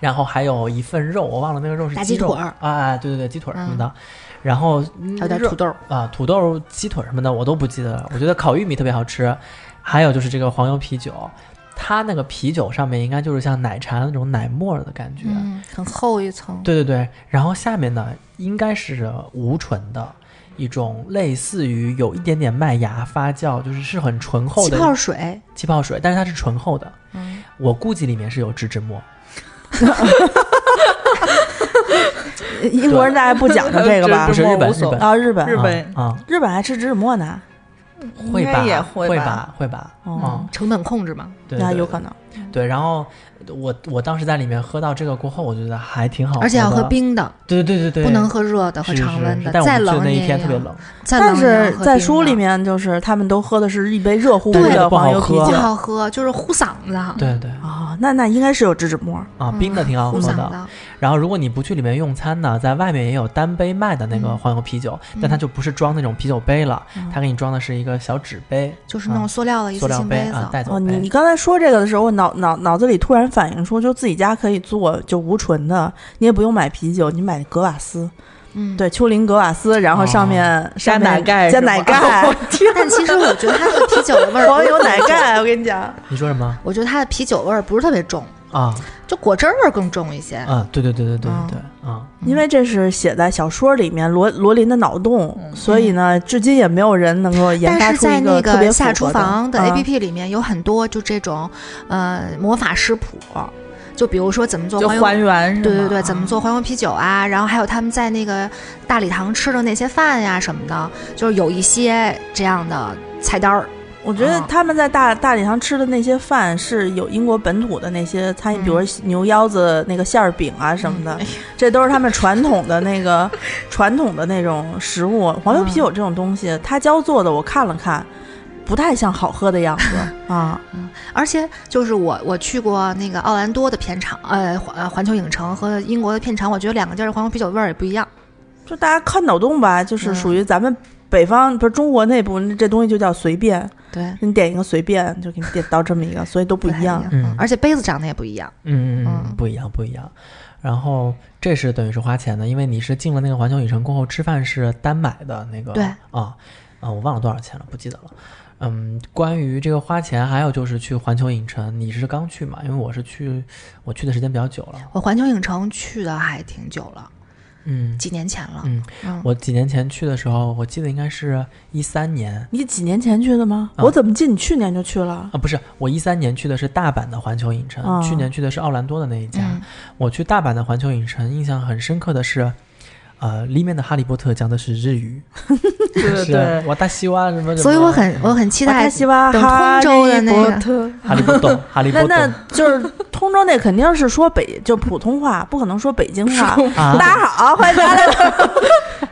然后还有一份肉，我忘了那个肉是
大
鸡
鸡
肉
腿儿嗯
啊啊，对对对，鸡腿儿什么的，然后
还有点
肉
土豆，
啊，土豆、鸡腿什么的我都不记得了。我觉得烤玉米特别好吃，还有就是这个黄油啤酒，它那个啤酒上面应该就是像奶茶那种奶沫儿的感觉，
嗯，很厚一层。
啊对对对，然后下面呢应该是无醇的一种类似于有一点点麦芽发酵，就是是很醇厚
气
的
泡水，
气泡水，但是它是醇厚的。
嗯，
我估计里面是有植脂末，
英国人大概不讲究这 个吧
不？是日本
无所
日本
啊，日本，
日本
啊、
日本还吃芝士沫呢。
嗯会吧
应该也
会
会
吧会吧，
哦
嗯，
成本控制嘛，
对，
那
对
有
对
可能。
对。然后我我当时在里面喝到这个过后，我觉得还挺哦好，
而且要喝，冰的，
对对对对，
不能喝热的和
是是
常温
是
的，
但我
再
们去的
冷
那
你
一
也
天特别
要
冷，
再冷
但
你也要
是
喝
在
冰
书里
的
面，就是他们都喝的是一杯热乎乎
对
的黄油啤
不
不
好
酒
好喝，啊就是糊嗓子，
对对
啊，那那应该是有芝士沫。
啊，
哦嗯
冰的挺好喝
糊嗓
的。
子。
然后，如果你不去里面用餐呢，在外面也有单杯卖的那个
嗯
黄油啤酒，但它就不是装那种啤酒杯了，它给你装的是一个小纸杯，
就是那种塑料的一
啊塑
次
料
性
杯
子
啊，，带走
哦，你
杯
你。刚才说这个的时候，我脑脑脑子里突然反映出，就自己家可以做就无醇的，你也不用买啤酒，你买格瓦斯，
嗯，。
对，丘陵格瓦斯，然后上面
加
上面
奶盖
加
是吗
奶盖，
但其实我觉得它的啤酒的味 儿，
黄油奶盖，我跟你讲，
你说什么
我觉得它的啤酒味儿不是特别重，
啊？
就果汁儿味儿更重一些。
啊，对对对对对对
嗯
对，啊，
因为这是写在小说里面罗罗琳的脑洞，所以呢，至今也没有人能够研发
但是
出
在
一
那
特别
个下
符
厨
合
房的
啊
APP 里面有很多就这种呃魔法食谱，就比如说怎么做
就
黄油
还原是吗？嗯
对对对，怎么做黄油啤酒啊？然后还有他们在那个大礼堂吃的那些饭呀、什么的，就是有一些这样的菜单儿。
我觉得
啊
他们在大大礼堂吃的那些饭是有英国本土的那些餐饮，
嗯
比如牛腰子那个馅儿饼啊什么的，
嗯
这都是他们传统的那个 传统的那种食物。黄油啤酒这种东
嗯
西，它浇做的，我看了看，不太像好喝的 样子啊。
而且就是我我去过那个奥兰多的片场，呃环呃环球影城和英国的片场，我觉得两个地儿的黄油啤酒味儿也不一样。
就大家看脑洞吧，就是
嗯
属于咱们北方不是中国内部，这东西就叫随便，
对，
你点一个随便就给你点到这么 一个，所以都不
不太
一样。
嗯
而且杯子长得也不一样。
嗯嗯嗯，
嗯
不一样不一样。然后这是等于是花钱的，因为你是进了那个环球影城过后，吃饭是单买的那个，
对
啊啊，我忘了多少钱了，不记得了。嗯，关于这个花钱，还有就是去环球影城，你是刚去嘛？因为我是去，我去的时间比较久了，
我环球影城去的还挺久了，
嗯。
几年前了。
嗯，
嗯，
我几年前去的时候，我记得应该是一三年
你几年前去的吗？
啊
嗯
我怎么记你去年就去了？
啊，不是，我一三年去的是大阪的环球影城，
哦
去年去的是奥兰多的那一家。
嗯
我去大阪的环球影城，印象很深刻的是，啊、呃，里面的《哈利波特》讲的是日语，
对
是啊
对。
我大西瓜什么什么，
所以我很我很期
我太
待
希望
等通
哈利
州的那
波
个
特
哈利波 特，哈利波
那
特
那就是通州那肯定是说北就普通话，不可能说北京话。
啊
大，家好，欢迎大家来到，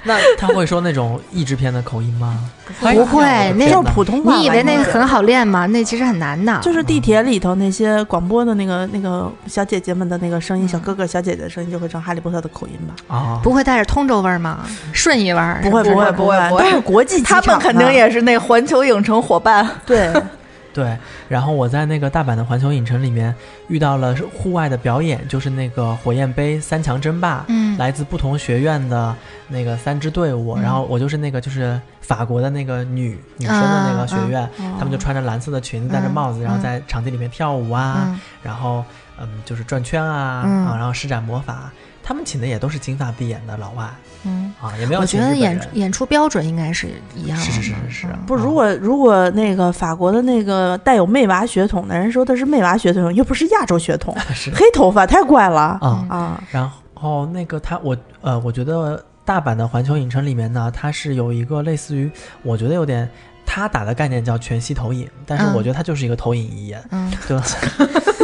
那他会说那种译制片的口音吗？
不会，那
就是普通话。
你以为那个
完全
很好练吗？那其实很难的。
就是地铁里头那些广播的那个那个小姐姐们的那个声音，小哥哥小姐姐的声音就会成哈利波特的口音吧？
啊，
不会带着通州味儿吗？顺义味儿？
不会
是
哎不会
不会不
都
会
是国际机
他
场
们肯定
呢
也是那环球影城伙伴，
对，
对，然后我在那个大阪的环球影城里面遇到了户外的表演，就是那个火焰杯三强争霸，
嗯
来自不同学院的那个三支队伍，
嗯
然后我就是那个就是法国的那个女女生的那个学院，她们就穿着蓝色的裙子，戴着帽子，
哦嗯
然后在场地里面跳舞啊，
嗯
然后嗯就是转圈啊、
嗯
啊，然后施展魔法，他们请的也都是金发碧眼的老外
嗯，
啊，也没有
我觉
请日
得
本
演
人。
演出标准应该是一样的。
是是是是是
嗯
不 是如果 如果那个法国的那个带有妹娃血统的人说他是妹娃血统，又不是亚洲血 统，
是
黑头发太怪了
啊、
啊！
然后那个他我呃，我觉得大阪的环球影城里面呢，它是有一个类似于，我觉得有点他打的概念叫全息投影，但是
嗯
我觉得它就是一个投影仪，
嗯
对吧？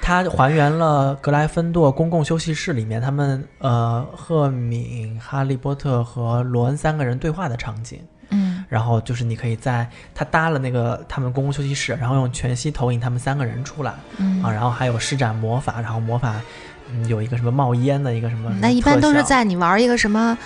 它还原了格莱芬多公共休息室里面他们呃赫敏、哈利波特和罗恩三个人对话的场景。
嗯
然后就是你可以在他搭了那个他们公共休息室，然后用全息投影他们三个人出来，
嗯
啊，然后还有施展魔法，然后魔法，嗯，有一个什么冒烟的一个什么，
那
什么
一
嗯
般
特
都是
效
在你玩一个什么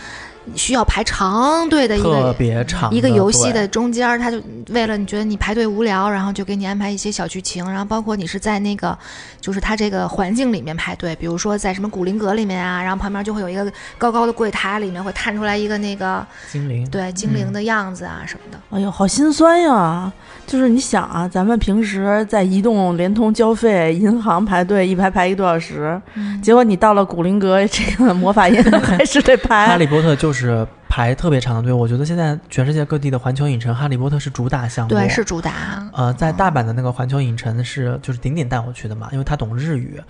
需要排长队的一
特
个
别长
一个游戏
对
的中间儿，他就为了你觉得你排队无聊，然后就给你安排一些小剧情，然后包括你是在那个就是它这个环境里面排队，比如说在什么古灵阁里面啊，然后旁边就会有一个高高的柜台，里面会探出来一个那个
精灵，
对精灵的样子啊什么的。
哎呦，好心酸呀！就是你想啊，咱们平时在移动、联通交费、银行排队一排排一个多小时，
嗯
结果你到了古灵阁，这个魔法银还是得
哈
排。
利波特就是排特别长的队，我觉得现在全世界各地的环球影城，哈利波特是主打项目，
对，是。主打。
呃，在大阪的那个环球影城是就是顶顶带我去的嘛，因为他懂日语。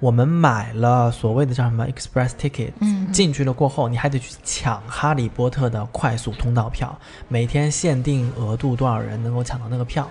我们买了所谓的叫什么 express ticket，
嗯，
进去了过后，你还得去抢《哈利波特》的快速通道票，每天限定额度多少人能够抢到那个票。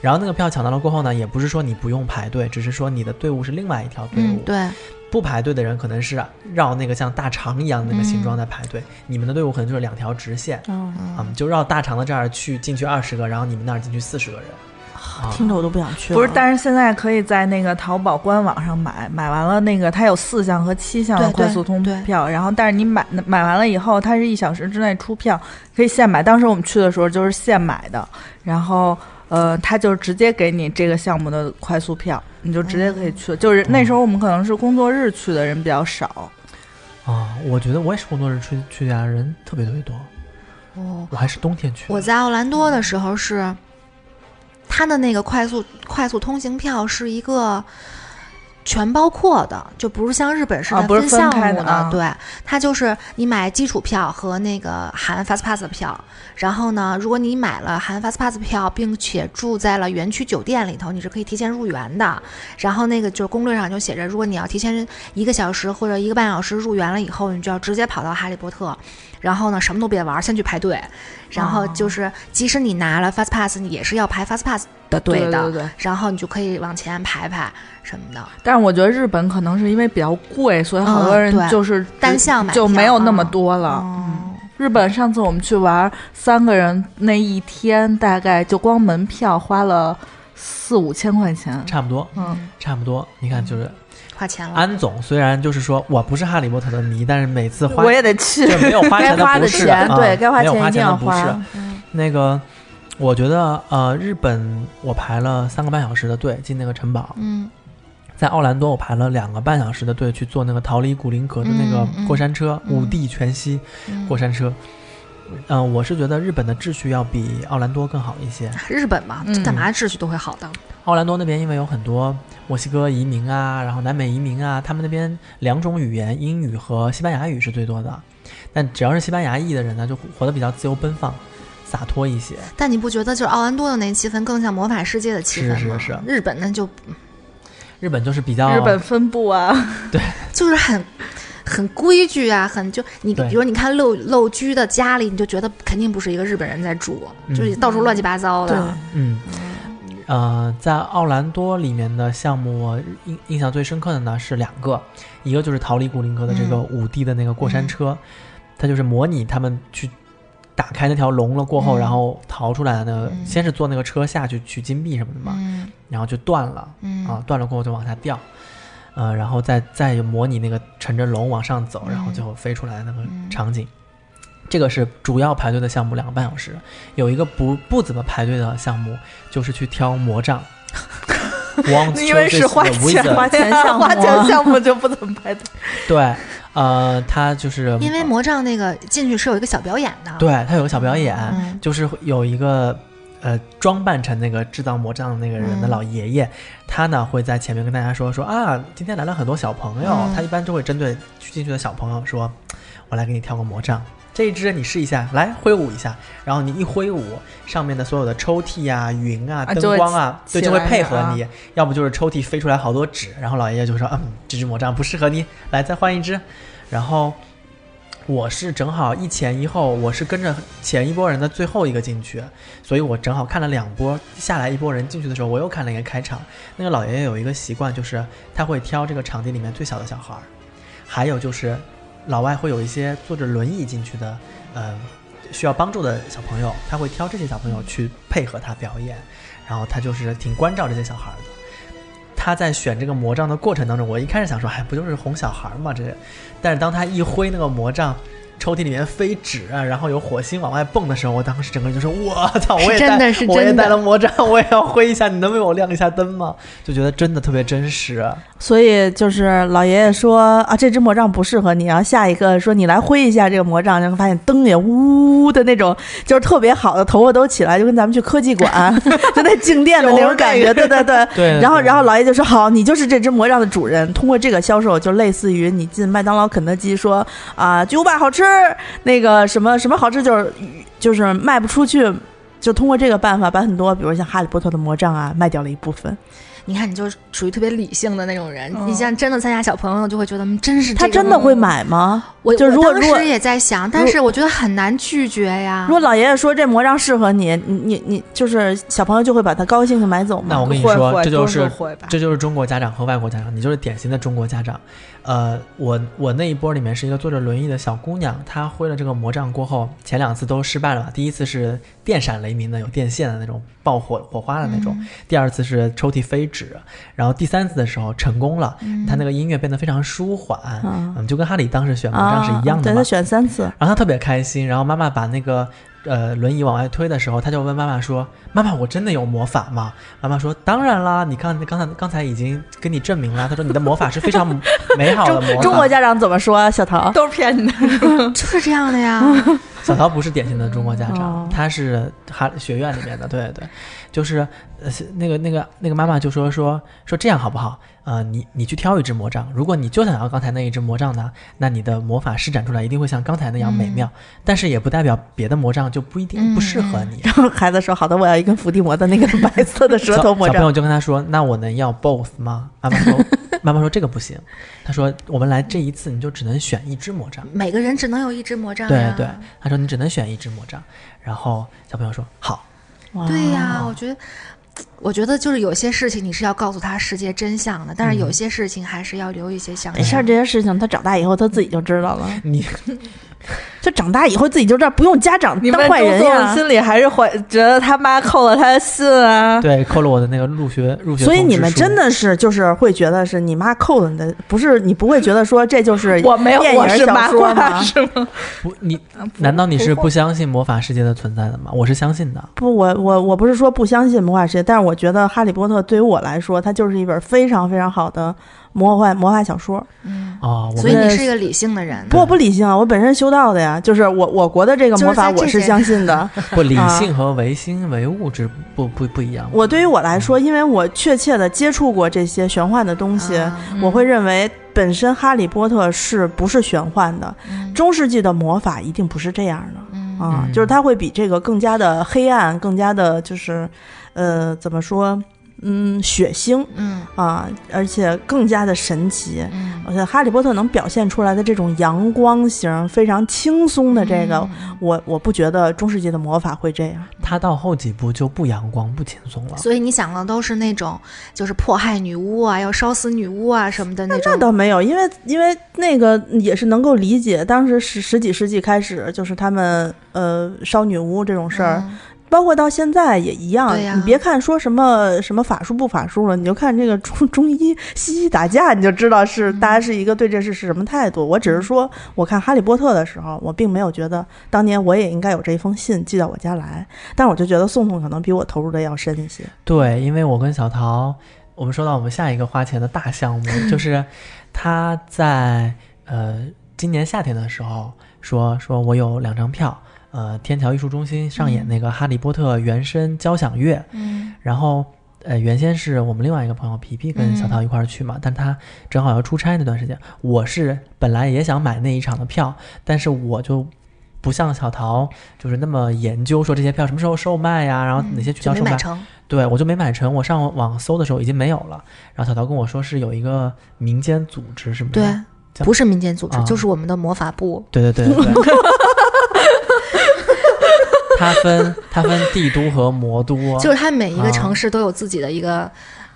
然后那个票抢到了过后呢，也不是说你不用排队，只是说你的队伍是另外一条队伍
嗯，。对，
不排队的人可能是绕那个像大肠一样的那个形状在排队，你们的队伍可能就是两条直线，
嗯，
嗯，就绕大肠的这儿去进去二十个，然后你们那儿进去四十个人。啊
听着我都不想去了。
不是？但是现在可以在那个淘宝官网上买，买完了那个它有四项和七项的
对
快
对
速通
对
票，然后但是你买买完了以后，它是一小时之内出票，可以现买。当时我们去的时候就是现买的，然后呃，它就直接给你这个项目的快速票，你就直接可以去。
嗯
就是那时候我们可能是工作日去的人比较少，
啊，我觉得我也是工作日去去的、啊，人特别特别多。
哦，
我还是冬天去的。
我在奥兰多的时候是，它的那个快速快速通行票是一个全包括的，就不是像日本似
啊
的
不是分
项
开
目
的啊
对，它就是你买基础票和那个含 Fast Pass 的票，然后呢，如果你买了含 Fast Pass 票，并且住在了园区酒店里头，你是可以提前入园的。然后那个就是攻略上就写着，如果你要提前一个小时或者一个半小时入园了以后，你就要直接跑到哈利波特，然后呢什么都别玩，先去排队。然
啊
后就是，即使你拿了 Fast Pass，你也是要排 Fast Pass 的队的。
对对对。
然后你就可以往前排排什么的，
但是我觉得日本可能是因为比较贵，所以好多
嗯
人
对
就是
单项买
就
票
没有那么
啊
多嗯了。
哦，
日本上次我们去玩，三个人那一天大概就光门票花了四五千块钱。
差不多，
嗯，
差不多。你看，就是
花钱
啊
了。
安总，虽然就是说我不是哈利波特的迷，但是每次花
我也得去
就。没有花钱
该花
不
的
是，
钱
啊
对该花
没有
钱
花
一定
的
要
不是
花
嗯
那个，我觉得呃，日本我排了三个半小时的队进那个城堡，
嗯
在奥兰多我排了两个半小时的队去坐那个逃离古灵阁的那个
嗯嗯
过山车，
嗯
五 D 全息
嗯
过山车。嗯、我是觉得日本的秩序要比奥兰多更好一些。
日本嘛，这
嗯
干嘛秩序都会好的。
奥兰多那边因为有很多墨西哥移民啊，然后南美移民啊，他们那边两种语言，英语和西班牙语是最多的。但只要是西班牙裔的人呢，就活得比较自由奔放、洒脱一些。
但你不觉得就是奥兰多的那气氛更像魔法世界的气氛吗？
是是是
日本那就
日本就是比 较
日本分部啊，
就是很很规矩啊，很就你
对
比如你看陋陋居的家里，你就觉得肯定不是一个日本人在住，
嗯
就是到处乱七八糟的。
嗯，呃，在奥兰多里面的项目，我印印象最深刻的呢是两个，一个就是逃离古林格的这个
嗯
五 D 的那个过山车，它就是模拟他们去打开那条龙了过后，
嗯
然后逃出来的，
嗯
先是坐那个车下去取金币什么的嘛，
嗯
然后就断了
嗯
啊，断了过后就往下掉。呃，然后再再模拟那个乘着龙往上走，然后
嗯
最后飞出来的那个
嗯
场景，这个是主要排队的项目，两个半小时。有一个不不怎么排队的项目，就是去挑魔杖。Wand
因为
chooses
是花
the
钱
wizard
花钱项目
花钱项目就啊嗯不怎么排队。
对，呃，他就是嗯
因为魔杖那个进去是有一个小表演的，，
对他有个小表演，
嗯
就是有一个呃装扮成那个制造魔杖的那个人的
嗯
老爷爷，他呢会在前面跟大家说说啊，今天来了很多小朋友，
嗯
他一般就会针对去进去的小朋友说，我来给你挑个魔杖。这一支你试一下，来挥舞一下，然后你一挥舞，上面的所有的抽屉啊、云啊、
啊
灯
就会
光啊，
起
对，就会
起来
配
了
合
啊
你。要不就是抽屉飞出来好多纸，然后老爷爷就会说，嗯，这支魔杖不适合你，来再换一支。然后我是正好一前一后，我是跟着前一波人的最后一个进去，所以我正好看了两波，下来一波人进去的时候，我又看了一个开场。那个老爷爷有一个习惯，就是他会挑这个场地里面最小的小孩儿，还有就是老外会有一些坐着轮椅进去的，呃，需要帮助的小朋友，他会挑这些小朋友去配合他表演，然后他就是挺关照这些小孩儿的。他在选这个魔杖的过程当中，我一开始想说，哎，不就是哄小孩儿嘛，这个。但是当他一挥那个魔杖，抽屉里面飞纸啊，然后有火星往外蹦的时候，我当时整个人就说：“我操！我也
是真
带
的是
我也
真的
带了魔杖，我也要挥一下，你能为我亮一下灯吗？”就觉得真的特别真实。啊
所以就是老爷爷说啊，这支魔杖不适合你，然后下一个说你来挥一下这个魔杖，就会发现灯也呜呜的那种，就是特别好的，头发都起来，就跟咱们去科技馆 就那静电的那种感觉，对对对。
对
然后，然后老爷就说：“好，你就是这只魔杖的主人。”通过这个销售，就类似于你进麦当劳、肯德基说啊，巨无霸好吃，那个什么什么好吃，就是就是卖不出去，就通过这个办法把很多，比如像哈利波特的魔杖啊，卖掉了一部分。
你看你就属于特别理性的那种人，
嗯
你像真的参加小朋友就会觉得，嗯真是
他
这个
真的
吗
会。买吗？
我
就是如果
我当
如果
时也在想，但是我觉得很难拒绝呀
如。果老爷爷说这魔杖适合你，你你你就是小朋友就会把它高兴的买走
那
吗？
我跟你
会
说，
会
这就
都
是
会吧。
这就是中国家长和外国家长，你就是典型的中国家长。呃，我我那一波里面是一个坐着轮椅的小姑娘，她挥了这个魔杖过后，前两次都失败了嘛。第一次是电闪雷鸣的，有电线的那种爆火火花的那
嗯
种；第二次是抽屉飞纸，然后第三次的时候成功了，她那个音乐变得非常舒缓，
嗯
嗯，就跟哈里当时选魔杖
啊，
是一样的
对
嘛。
他选三次，
然后他特别开心，然后妈妈把那个呃轮椅往外推的时候，他就问妈妈说：“妈妈，我真的有魔法吗？”妈妈说：“当然啦，你看刚才刚才已经跟你证明了。”他说：“你的魔法是非常美好的魔法。”
中国家长怎么说啊？小桃
都是骗你的，
就是这样的呀。
小桃不是典型的中国家长
哦，
她是哈学院里面的，对对，就是呃那个那个那个妈妈就说说说这样好不好？呃，你你去挑一只魔杖，如果你就想要刚才那一只魔杖呢，那你的魔法施展出来一定会像刚才那样美妙，
嗯
但是也不代表别的魔杖就不一定
嗯
不适合你。
孩子说好的，我要一根伏地魔的那个白色的舌
小
头魔
小朋
杖。
友就跟他说：“那我能要 both 吗？”妈妈 说：“妈妈说这个不行。”他说：“我们来这一次，你就只能选一只魔杖。”
每个人只能有一支魔
啊
杖
对
呀。
对，他说：“你只能选一只魔杖。”然后小朋友说：“好。”
哇
对呀，我觉得。我觉得就是有些事情你是要告诉他世界真相的，但是有些事情还是要留一些想
没事
象。
啊儿，这些事情他长大以后他自己就知道了。
你
就长大以后自己就知道，不用家长
你
当
们
坏人
周总
呀。
心里还是怀觉得他妈扣了他的信啊。
对扣了我的那个入学入学，
所以你们真。的是就是会觉得是你妈扣的你的，不是你不会觉得说这就是
我没有，
电影
我
儿
是
小
麻
说
瓜
吗
是吗？
不，你难道你是不相信魔法世界的存在的吗？我是相信的。
不，我我我不是说不相信魔法世界，但是我觉得《哈利波特》对于我来说，它就是一本非常非常好的魔幻魔法小说。
嗯，
哦，我
所以
们
你是一个理性的人。嗯
不，我不理性啊，我本身修道的呀，就是我我国的这个
就是
魔法
在这
我是
些
相 信的。
不理
啊
性和唯心唯物之不不不一样。
我对于我来说，因为我确切的接触过这些玄幻的东西，
啊
我会认为本身《哈利波特》是不是玄幻的？
嗯
中世纪的魔法一定不是这样的。
嗯
啊，
嗯
就是它会比这个更加的黑暗，更加的，就是，呃，怎么说，嗯，血腥
嗯
啊，而且更加的神奇。
嗯
我觉得《哈利波特》能表现出来的这种阳光型、非常轻松的这
嗯
个，我我不觉得中世纪的魔法会这样。
他到后几部就不阳光、不轻松了。
所以你想的都是那种就是迫害女巫啊，要烧死女巫啊什么的那种。
那倒没有，因为因为那个也是能够理解，当时十十几世纪开始，就是他们呃烧女巫这种事儿，
嗯
包括到现在也一样。
对呀
你别看说什么什么法术不法术了，你就看这个 中中医西医打架，你就知道是大家是一个对这事是什么态度。我只是
嗯
说，我看《哈利波特》的时候，我并没有觉得当年我也应该有这一封信寄到我家来，但我就觉得宋宋可能比我投入的要深一些。
对，因为我跟小桃，我们说到我们下一个花钱的大项目， 就是他在呃今年夏天的时候说说我有两张票，呃天桥艺术中心上演那个《哈利波特》原声交响乐，
嗯
然后呃原先是我们另外一个朋友皮皮跟
嗯
小桃一块儿去嘛，但他正好要出差那段时间，我是本来也想买那一场的票，但是我
嗯
就。不像小桃，就是那么研究说这些票什么时候售卖呀、然后哪些渠
嗯就
道
没
售卖
买，成。
对我就没买成，我上网搜的时候已经没有了。然后小桃跟我说是有一个民间组织什么的，
对，
叫
不是民间组织
啊，
就是我们的魔法部。
对对对对对。它分它分帝都和魔都，
就是它每一
啊
个城市都有自己的一个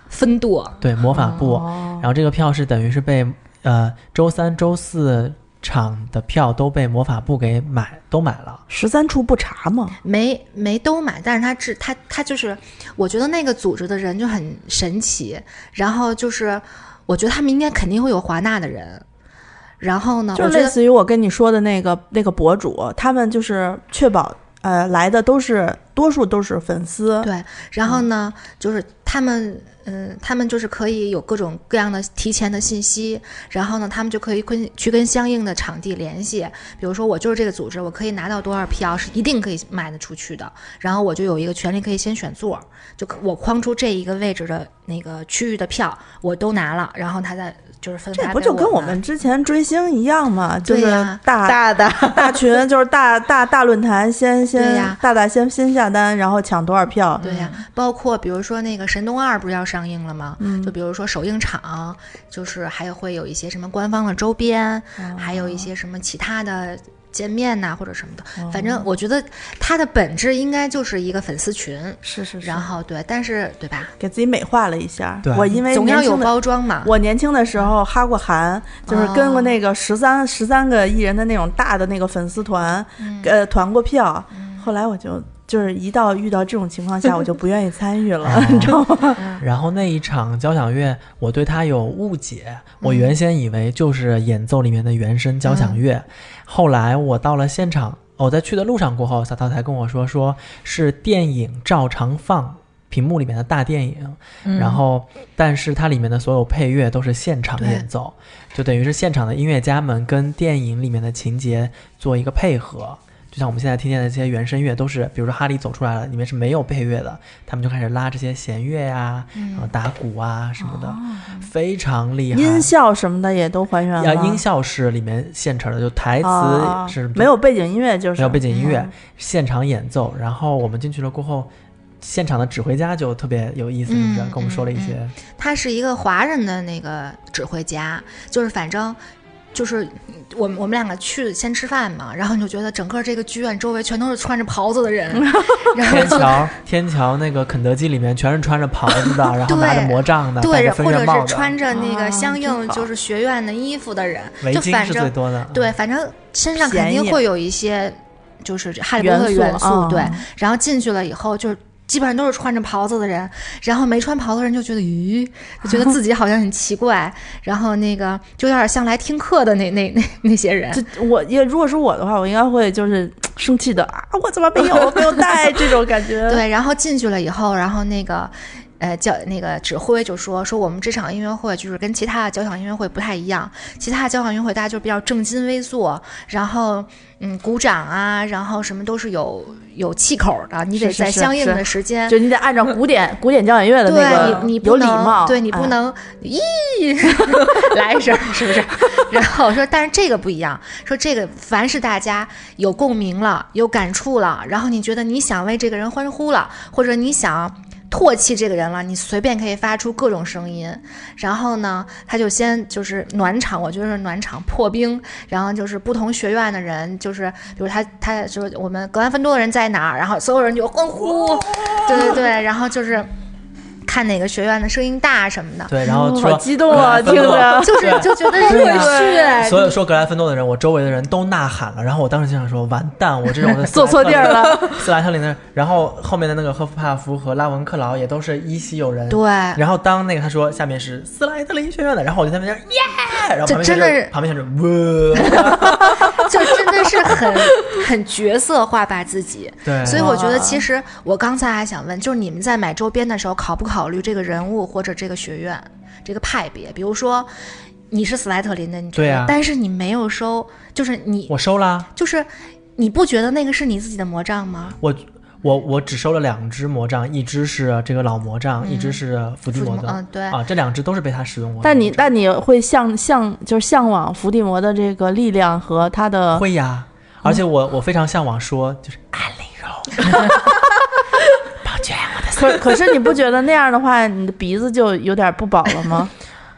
分舵。
对魔法部。然后这个票是等于是被呃周三、周四场的票都被魔法部给买都买了。
十三处不查嘛，
没没都买，但是他只他他就是，我觉得那个组织的人就很神奇，然后就是，我觉得他们应该肯定会有华纳的人，然后呢，
就
我觉
类
得
似于我跟你说的那个那个博主，他们就是确保呃来的都是多数都是粉丝，
对，然
嗯
后呢，就是他们，嗯，他们就是可以有各种各样的提前的信息，然后呢，他们就可以跟去跟相应的场地联系，比如说我就是这个组织，我可以拿到多少票是一定可以卖得出去的，然后我就有一个权利可以先选座儿，就可我框出这一个位置的那个区域的票我都拿了，然后他再就是分
这
发
不
给
就跟我
我
们之前追星一样吗？就
对
是
呀
大、
大 的，
大群，就是大大大论坛先
对
先
呀
大大先先下单，然后抢多少票，
对呀、包括比如说那个《神东二》不是要上映了吗？
嗯
就比如说首映场，就是还会有一些什么官方的周边，
哦
还有一些什么其他的见面呐、或者什么的。
哦
反正我觉得它的本质应该就是一个粉丝群，
是是
然后对，但是对吧？
给自己美化了一下
对。
我因为
总要
哎年轻
有
的
包哦装嘛。
我年轻的时候哈过韩，就是跟过那个十三十三个艺人的那种大的那个粉丝团，
嗯
呃，团过票。后来我就就是一到遇到这种情 况下，我就不愿意参与
哎
了，你知道吗？
然后那一场交响乐，我对它有误解，我原先以为就是演奏里面的原声交响乐，后来我到了现场，我在去的路上过后，小涛才跟我说，说是电影照常放。屏幕里面的大电影，然后，但是它里面的所有配乐都是现场
对
演奏，就等于是现场的音乐家们跟电影里面的情节做一个配合。就像我们现在听见的这些原声乐，都是比如说哈利走出来了，里面是没有配乐的，他们就开始拉这些弦乐呀、
嗯
然后打鼓啊什么
哦
的，非常厉害。
音效什么的也都还
啊
原
呀，
了。
音效是里面现成的，就台词
哦
啊
是、
没有背景音乐，就是
没有背景音乐，
嗯
现场演奏。然后我们进去了过后，现场的指挥家就特别有意思，是不是？
嗯
跟我们说了一些，
他是一个华人的那个指挥家，就是反正。就是我们我们两个去先吃饭嘛，然后你就觉得整个这个剧院周围全都是穿着袍子的人， 然后
天
就
桥 天桥那个肯德基里面全是穿着袍子的， 然后拿着
对
魔杖的，戴
对，
着分
或
院
者
帽的，
是穿着那
啊
个相
真
应
好
就是学院的衣服的人，
围
就
巾
反
是最
正
多的。
对，反正身上肯
便
定
宜
会有一些就是哈利波特元素，
啊
对。然后进去了以后就是。基本上都是穿着袍子的人，然后没穿袍子的人就觉得，咦，就觉得自己好像很奇怪， 然后那个就有点像来听课的那那那那些人，
就我也如果是我的话，我应该会就是生气的啊，我怎么没有没有 带这种感觉？
对，然后进去了以后，然后那个。呃，教那个指挥就说说我们这场音乐会就是跟其他的交响音乐会不太一样，其他的交响音乐会大家就比较正襟危坐，然后嗯鼓掌啊，然后什么都是有有气口的，你得
是是
在
是
相应
是
的时间，
就你得按照古典古典交响乐的那
对
个
你你不
有礼
能
貌，
对你不
哎
能咦 来一声是不是？ 然后我说，但是这个不一样，说这个凡是大家有共鸣了，有感触了，然后你觉得你想为这个人欢呼了，或者你想。唾弃这个人了，你随便可以发出各种声音。然后呢，他就先就是暖场，我觉得是暖场破冰。然后就是不同学院的人，就是比如他他就是我们格兰芬多的人在哪儿，然后所有人就欢呼，对对对，然后就是看哪个学院的声音大什么的。
对，然后
好
说
激 动啊，
格兰芬
听
多
着。
嗯就是就觉得
对
热
啊
血，
所有说格兰芬多的人，我周围的人都呐喊了，然后我当时就想说，完蛋，我这种的
坐错地儿了，
斯莱特林的人。然后后面的那个赫夫帕夫和拉文克劳也都是依稀有人。
对
然后当那个他说下面是斯莱特林学院的，然后我就在那边耶，然后旁边
这真的
就是旁边就是哇，
就真的是很很角色化把自己。
对，
所以我觉得，其实我刚才还想问，就是你们在买周边的时候，考不考虑这个人物或者这个学院、这个派别？比如说，你是斯莱特林的，你觉得
对啊
但是你没有收，就是你
我收啦，
就是你不觉得那个是你自己的魔杖吗？
我我我只收了两只魔杖，一只是这个老魔杖，一只是伏地魔
伏地
的。
魔嗯对
啊，这两只都是被他使用过的魔杖。
但你但你会向向就是向往伏地魔的这个力量和他的
会呀，而且我我非常向往说，就是
可可是你不觉得那样的话，你的鼻子就有点不保了 吗？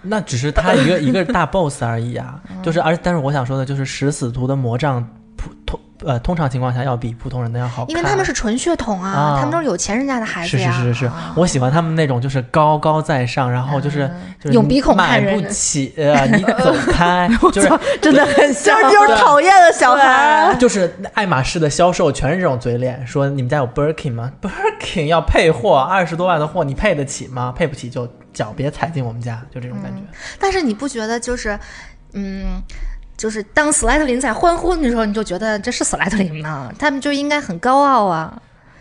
那只是他一个一个大 boss 而已啊，
嗯
就是而但是我想说的就是食死徒的魔杖普通呃通常情况下要比普通人的要好看，
因为他们是纯血统啊，
啊
他们都是有钱人家的孩
是是
子呀。
是是是
啊，嗯
我喜欢他们那种就是高高在上，然后就是就是
用鼻孔看人
买不起，呃，你走 开，就是
真的很像
就是就是讨厌的小孩，
就是爱马仕的销售全是这种嘴脸，说你们家有 Birkin 吗？Birkin 要配货，二十多万的货你配得起吗？配不起就脚别踩进我们家，就这种感觉。
但是你不觉得就是，嗯，就是当斯莱特林在欢呼的时候，你就觉得这是斯莱特林吗？他们就应该很高傲啊。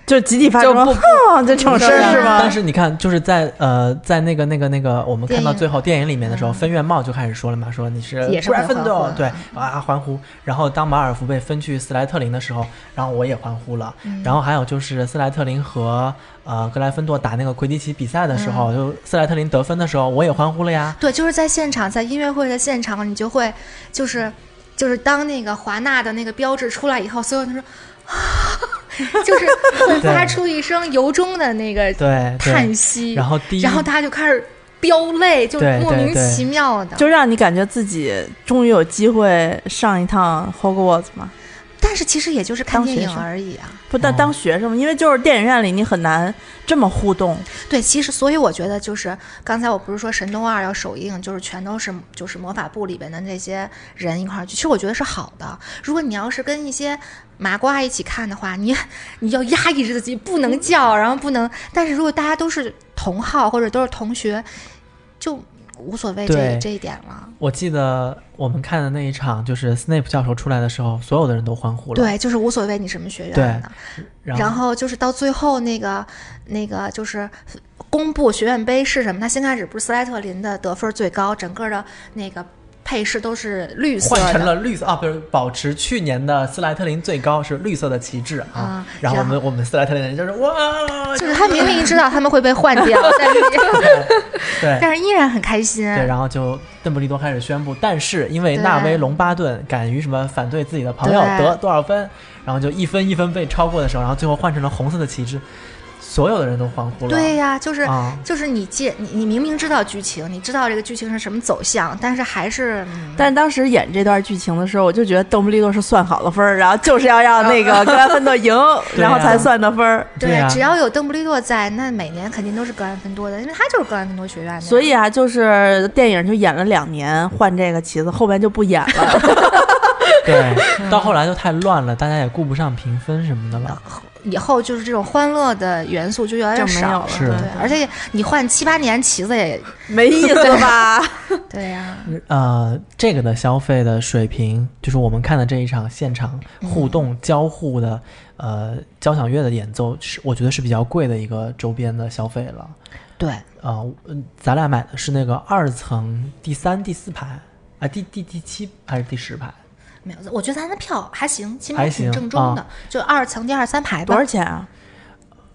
就是集体发
就
出
不
哼这种
不
声
是
儿是
但
吗？
是你看，就是在呃，在那个那个那个，我们看到
电影
最后电影里面的时
嗯
候，分院帽就开始说了嘛，说你是
也是会
Gryffindor，
欢呼
对啊欢呼。然后当马尔福被分去斯莱特林的时候，然后我也欢呼了。
嗯
然后还有就是斯莱特林和呃格莱芬多打那个魁地奇比赛的时
嗯
候，就斯莱特林得分的时候，我也欢呼了呀。
对，就是在现场，在音乐会的现场，你就会就是就是当那个华纳的那个标志出来以后，所有人都说 啊，就是会发
对
出一声由衷的那个
对，对
叹息，
然后第一，
然后大家就开始飙泪，就
对
莫
对
名
对
其妙的。
就让你感觉自己终于有机会上一趟 Hogwarts 嘛？
但是其实也就是看
当
电
学
影
生
而已啊。
不但
哦
当学生嘛，因为就是电影院里你很难这么互动，
对，其实所以我觉得就是刚才我不是说《神东二》要首映，就是全都是就是魔法部里边的那些人一块儿去，其实我觉得是好的。如果你要是跟一些麻瓜一起看的话，你你要压抑着自己，不能叫，然后不能。但是如果大家都是同好或者都是同学，就无所谓这
对
这一点了。
我记得我们看的那一场，就是 Snape 教授出来的时候，所有的人都欢呼了。
对，就是无所谓你什么学院的。
然后
然后就是到最后那个那个就是公布学院杯是什么？他先开始不是斯莱特林的得分最高，整个的那个配饰都是绿色
换成
的。
了绿色啊，不是保持去年的斯莱特林最高是绿色的旗帜啊
啊。
然后我
然
们我们斯莱特林人就是哇，
就是他明明知道他们会被换掉， 但是
对
但是依然很开心。
对，然后就邓布利多开始宣布，但是因为
对
纳威龙巴顿敢于什么反对自己的朋友
对
得多少分，然后就一分一分被超过的时候，然后最后换成了红色的旗帜，所有的人都欢呼了。
对呀、就是、
啊，
就是你借你你明明知道剧情，你知道这个剧情是什么走向，但是还是、嗯
但是当时演这段剧情的时候，我就觉得邓布利多是算好了分儿，然后就是要让那个格兰芬多赢，
对啊
然后才算的分儿。
对，
呀，
只要有邓布利多在，那每年肯定都是格兰芬多的，因为他就是格兰芬多学院的。
所以啊，就是电影就演了两年，换这个旗子，后面就不演了。
对，到后来就太乱了，大家也顾不上评分什么的了。
以后就是这种欢乐的元素就越来
就
越
没有
少
了
是
嗯对
对，
而且你换七八年旗 子也
没意思吧？
对呀、
呃，这个的消费的水平，就是我们看的这一场现场
嗯
互动交互的，呃，交响乐的演奏是，我觉得是比较贵的一个周边的消费了。
对，
呃，嗯咱俩买的是那个二层第三、第四排啊，第第第七还是第十排？
没有，我觉得咱的票还行，起码
还行
挺正宗的，
啊
就二层第二三排吧
多少，钱啊？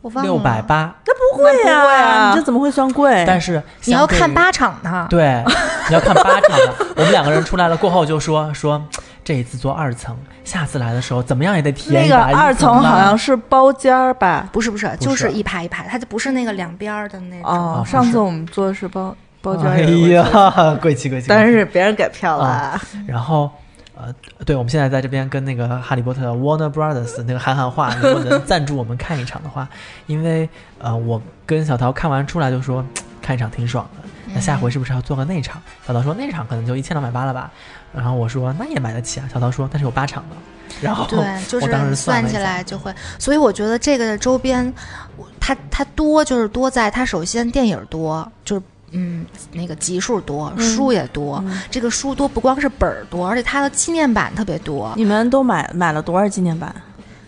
我忘了
六百。八，
不贵啊
呀
你这怎么会算贵？
但是
你要
相对于
看八场呢，
对，你要看八场的。我们两个人出来了过后就说说，这一次做二层，下次来的时候怎么样也得体
那
验一啊
个
把一
二层
吧
好像是包间儿吧？
不是不是，
不
就是是一排一排，它就不是那个两边儿的那种。
哦
啊，
上
不是
次我们做的是包包间儿
哎
有一个，
呀， 贵气贵气！
但是别人给票了啊。
然后。呃，对，我们现在在这边跟那个《哈利波特》Warner Brothers 那个韩寒话，如果 能赞助我们看一场的话，因为呃，我跟小桃看完出来就说嘖看一场挺爽的，那下回是不是要做个内场？小桃说内场可能就一千两百八了吧，然后我说那也买得起啊，小桃说但是有八场的，然后
对，就
我当时
是
算了一
起
下
来就会，所以我觉得这个的周边，我它它多就是多在它首先电影多，就是嗯那个集数多，
嗯
书也多。这个书多不光是本儿多，而且它的纪念版特别多。
你们都买买了多少纪念版？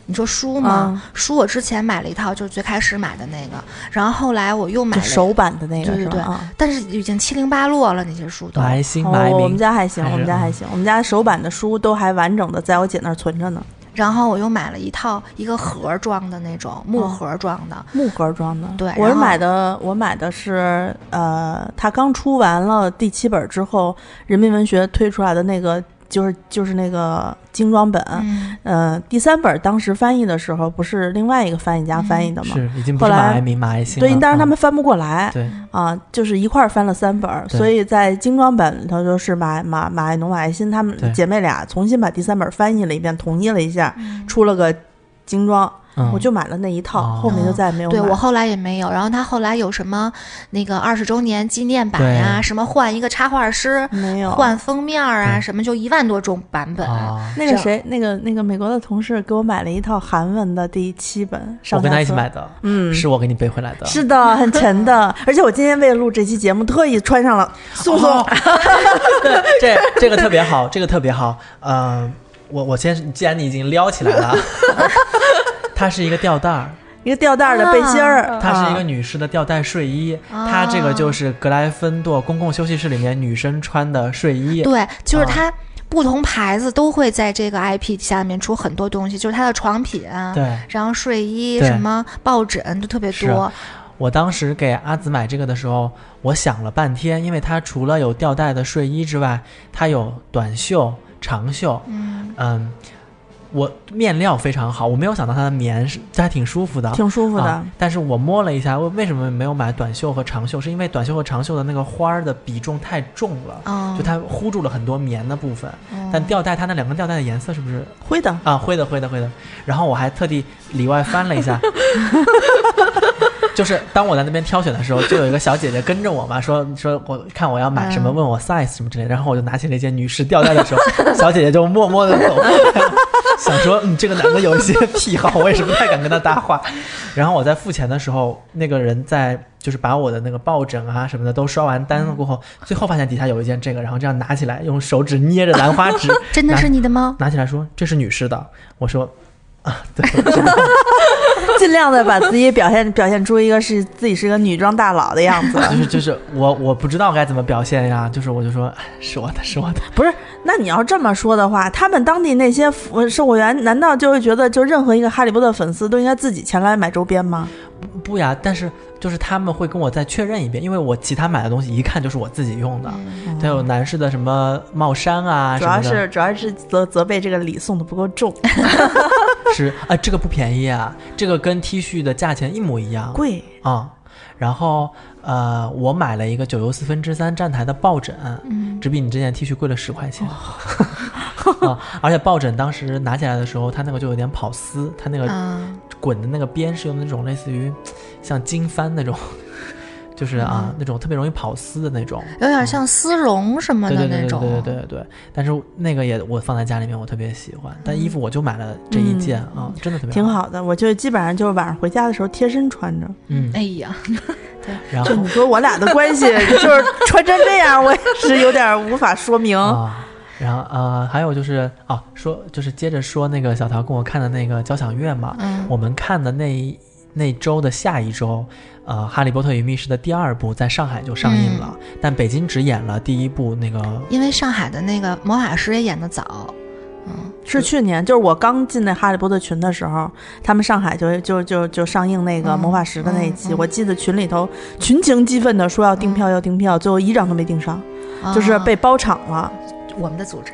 你说书
啊
吗？书我之前买了一套，就是最开始买的那个，然后后来我又买
就
了，
首版的那个
对
是
对
吧？啊
但是已经七零八落了那些书都。
来新买
哦，我们
名，
家还行，
还是
我们家还行，我们家首版的书都还完整的，在我姐那儿存着呢，
然后我又买了一套一个盒儿装的那种木
哦
盒儿装的，
木盒装的。
对
我
然
是
后
买的，我买的是呃，他刚出完了第七本之后，人民文学推出来的那个，就是就是那个精装本。
嗯，
呃，第三本当时翻译的时候，不是另外一个翻译
嗯
家翻译的吗？
是已经不是
后来
马来明马来新了，
对，但是他
嗯
们翻不过来、
对
啊，就是一块儿翻了三本儿，
对
所以在精装版里头就是马马马爱农、马爱新他们
对
姐妹俩重新把第三本翻译了一遍，统一了一下，出了个精装，
嗯
我就买了那一套，
哦
后面就再也没有买。
对我后来也没有。然后他后来有什么那个二十周年纪念版
对
呀，什么换一个插画师，
嗯没有哦
换封面儿啊，
对
什么就一万多种版本。
啊，
那
这
个
样
谁，那个那个美国的同事给我买了一套韩文的第七本，上
我跟他
下
一起
册
买，的，
嗯。
是我给你背回来的，
是的，很沉 的，而且我今天为了录这期节目，特意穿上了素素，
哦 这这个特别好，这个特别好。呃，我我先，既然你已经撩起来 了，它是一个吊带儿，
一个吊带儿的背心儿，
它是一
啊
个女士的吊带睡衣，它这个就是格莱芬多公共休息室里面女生穿的睡衣。
对，就是
啊
它不同牌子都会在这个 IP 下面出很多东西，就是它的床品，啊
对
然后睡衣
对
什么抱枕都特别
是
啊
多。
我当时给阿紫买这个的时候，我想了半天，因为它除了有吊带的睡衣之外，它有短袖、长袖，
嗯，
嗯，我面料非常好，我没有想到它的棉是它还挺舒服的，
挺舒服的
啊。但是我摸了一下，我为什么没有买短袖和长袖？是因为短袖和长袖的那个花儿的比重太重了，
哦
就它糊住了很多棉的部分。
哦
但吊带它那两根吊带的颜色是不是
灰的，
啊？灰的，灰的，灰的。然后我还特地里外翻了一 下。就是当我在那边挑选的时候，就有一个小姐姐跟着我嘛，说说我看我要买什么，
嗯，
问我 size 什么之类的。然后我就拿起了一件女士吊带的时候，小姐姐就默默的走过来了，想说嗯，这个男的有一些癖好，我也是不太敢跟他搭话。然后我在付钱的时候，那个人在就是把我的那个抱枕啊什么的都刷完单了过后，最后发现底下有一件这个，然后这样拿起来，用手指捏着兰花指
真的
拿
是你的吗？
拿起来说这是女士的，我说啊， 对，
尽量的把自己表现表现出一个是自己是个女装大佬的样 子。
就是就是我我不知道该怎么表现呀，就是我就说哎是我的是我的，
不是，那你要这么说的话，他们当地那些服呃售货员难道就会觉得，就任何一个哈利波特粉丝都应该自己前来买周边吗？
不呀，但是就是他们会跟我再确认一遍，因为我其他买的东西一看就是我自己用的，它有男士的什么帽衫啊
嗯主
什
要
么的啊
是，主要是责责备这个礼送的不够重，
是啊这个不便宜啊，这个跟 T 恤的价钱一模一样，
贵。
啊、然后呃，我买了一个九又四分之三站台的抱枕，
嗯
只比你这件 T 恤贵了十块钱。
哦
啊，而且抱枕当时拿起来的时候，它那个就有点跑丝，它那个
啊，
嗯
滚的那个边是用那种类似于像经幡那种， 就是啊、
嗯
那种特别容易跑丝的那种。
有点像丝绒什么
对
的
对对
那
对
种。
对对对对，但是那个也我放在家里面，我特别喜欢。但
嗯
衣服我就买了这一件啊、真的特别
挺。好的，我就基本上就是晚上回家的时候贴身穿着。
嗯，
哎呀，
然
就
后
你说我俩的 关系就是穿成这样，我也是有点无法说明。
哦
啊。然后呃，还有就是啊，说就是接着说那个小桃跟我看的那个交响乐嘛，
嗯
我们看的那一那周的下一周，呃，《哈利波特与密室》的第二部在上海就上映了，
嗯
但北京只演了第一部那个
因为上海的那个魔法师也演得早，嗯，
是去年，就是我刚进那哈利波特群的时候，他们上海就就就就上映那个
嗯
魔法石的那一
嗯
期，
嗯嗯
我记得群里头群情激愤的说要订票要订票，最后一张都没订上，就是
啊
被包场了。
我们的组织。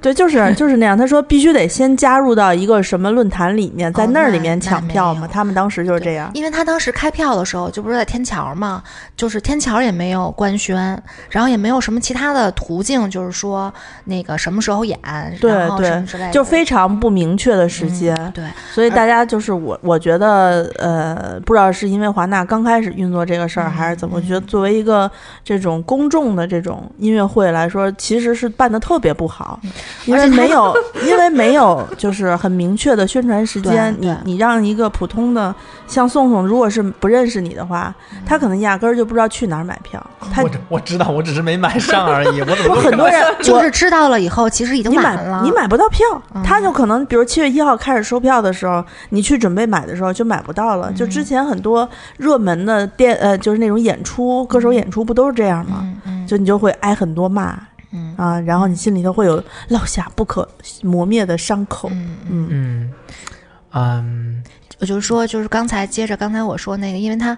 对，就是就是那样。他说必须得先加入到一个什么论坛里面，在
哦
那儿
那
里面
那
抢
没
票
有
嘛。他们当时就是这样。
因为他当时开票的时候，就不是在天桥嘛，就是天桥也没有官宣，然后也没有什么其他的途径，就是说那个什么时候演，
对
然后
对
什么之类的，
就非常不明确的时间，
嗯对，
所以大家就是我，我觉得，呃，不知道是因为华纳刚开始运作这个事儿，
嗯
还是怎么，我
嗯
觉得作为一个这种公众的这种音乐会来说，其实是办的特别不好，因为
嗯而且它
没有，因为没有就是很明确的宣传时间，
对
你
对
你让一个普通的像宋宋，如果是不认识你的话，
嗯
他可能压根儿就不知道去哪儿买票，
哦
他
我知我知道，我只是没买上而已。我怎么
有
都
很多人
就
我
是知道了以后，其实已经
你
晚
买
了，
你买不到票，
嗯
他就可能比如七月一号开始售票的时候，你去准备买的时候就买不到了。就
嗯
之前很多热门的电呃，就是那种演出歌手演出不都是这样吗？
嗯嗯
就你就会挨很多骂
嗯
啊，然后你心里头会有落下不可磨灭的伤口。
嗯嗯，
嗯，
嗯嗯，
我就说就是刚才接着刚才我说那个，因为他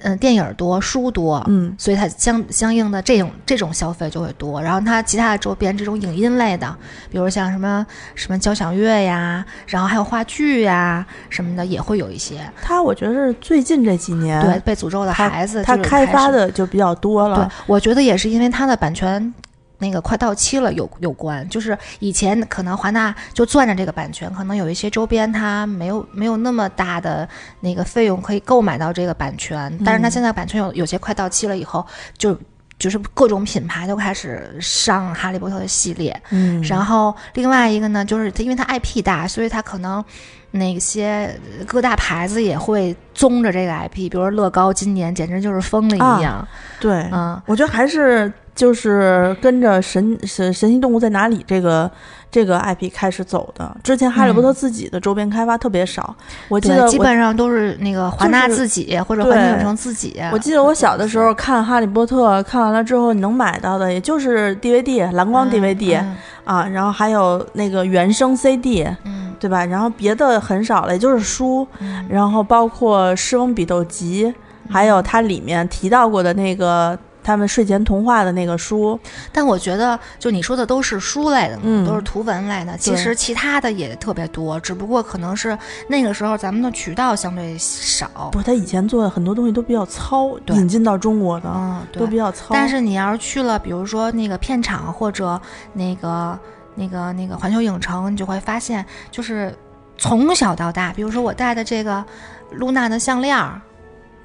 嗯、电影多，书多，
嗯
所以它相相应的这种这种消费就会多，然后它其他的周边这种影音类的，比如像什么什么交响乐呀，然后还有话剧呀什么的也会有一些。
他我觉得是最近这几年
对，被诅咒的
他
孩子
他
这种
开发
始，
的就比较多
对
了。，
我觉得也是因为它的版权。那个快到期了有，有关，就是以前可能华纳就攥着这个版权，可能有一些周边它没有没有那么大的那个费用可以购买到这个版权，但是它
嗯
现在版权有有些快到期了以后，就就是各种品牌就开始上哈利波特的系列，
嗯，
然后另外一个呢，就是它因为它 IP 大，所以它可能那些各大牌子也会宗着这个 IP，比如说乐高今年简直就是疯了一样，
对，
嗯，
我觉得还是就是跟着神神神奇动物在哪里这个这个 IP 开始走的。之前哈利波特自己的周边开发特别少，我记得
对，基
我
本上都是那个华
就
纳
是
自己、或者
对
环球影城自己。
我记得我小的时候看哈利波特，看完了之后你能买到的也就是 DVD 蓝光
嗯
DVD、
嗯
啊，然后还有那个原声 CD，
嗯
对吧？然后别的很少了，也就是书，
嗯
然后包括《诗翁比斗集》，还有它里面提到过的那个他们睡前童话的那个书，
但我觉得，就你说的都是书类的嘛，
嗯
都是图文类的。其实其他的也特别多，只不过可能是那个时候咱们的渠道相对少
不。是，他以前做的很多东西都比较糙，
对
引进到中国的、啊
嗯，对
都。比较糙。
但是你要是去了，比如说那个片场或者那个那个那个环球影城，你就会发现，就是从小到大，比如说我戴的这个露娜的项链儿，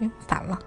哎，反 了，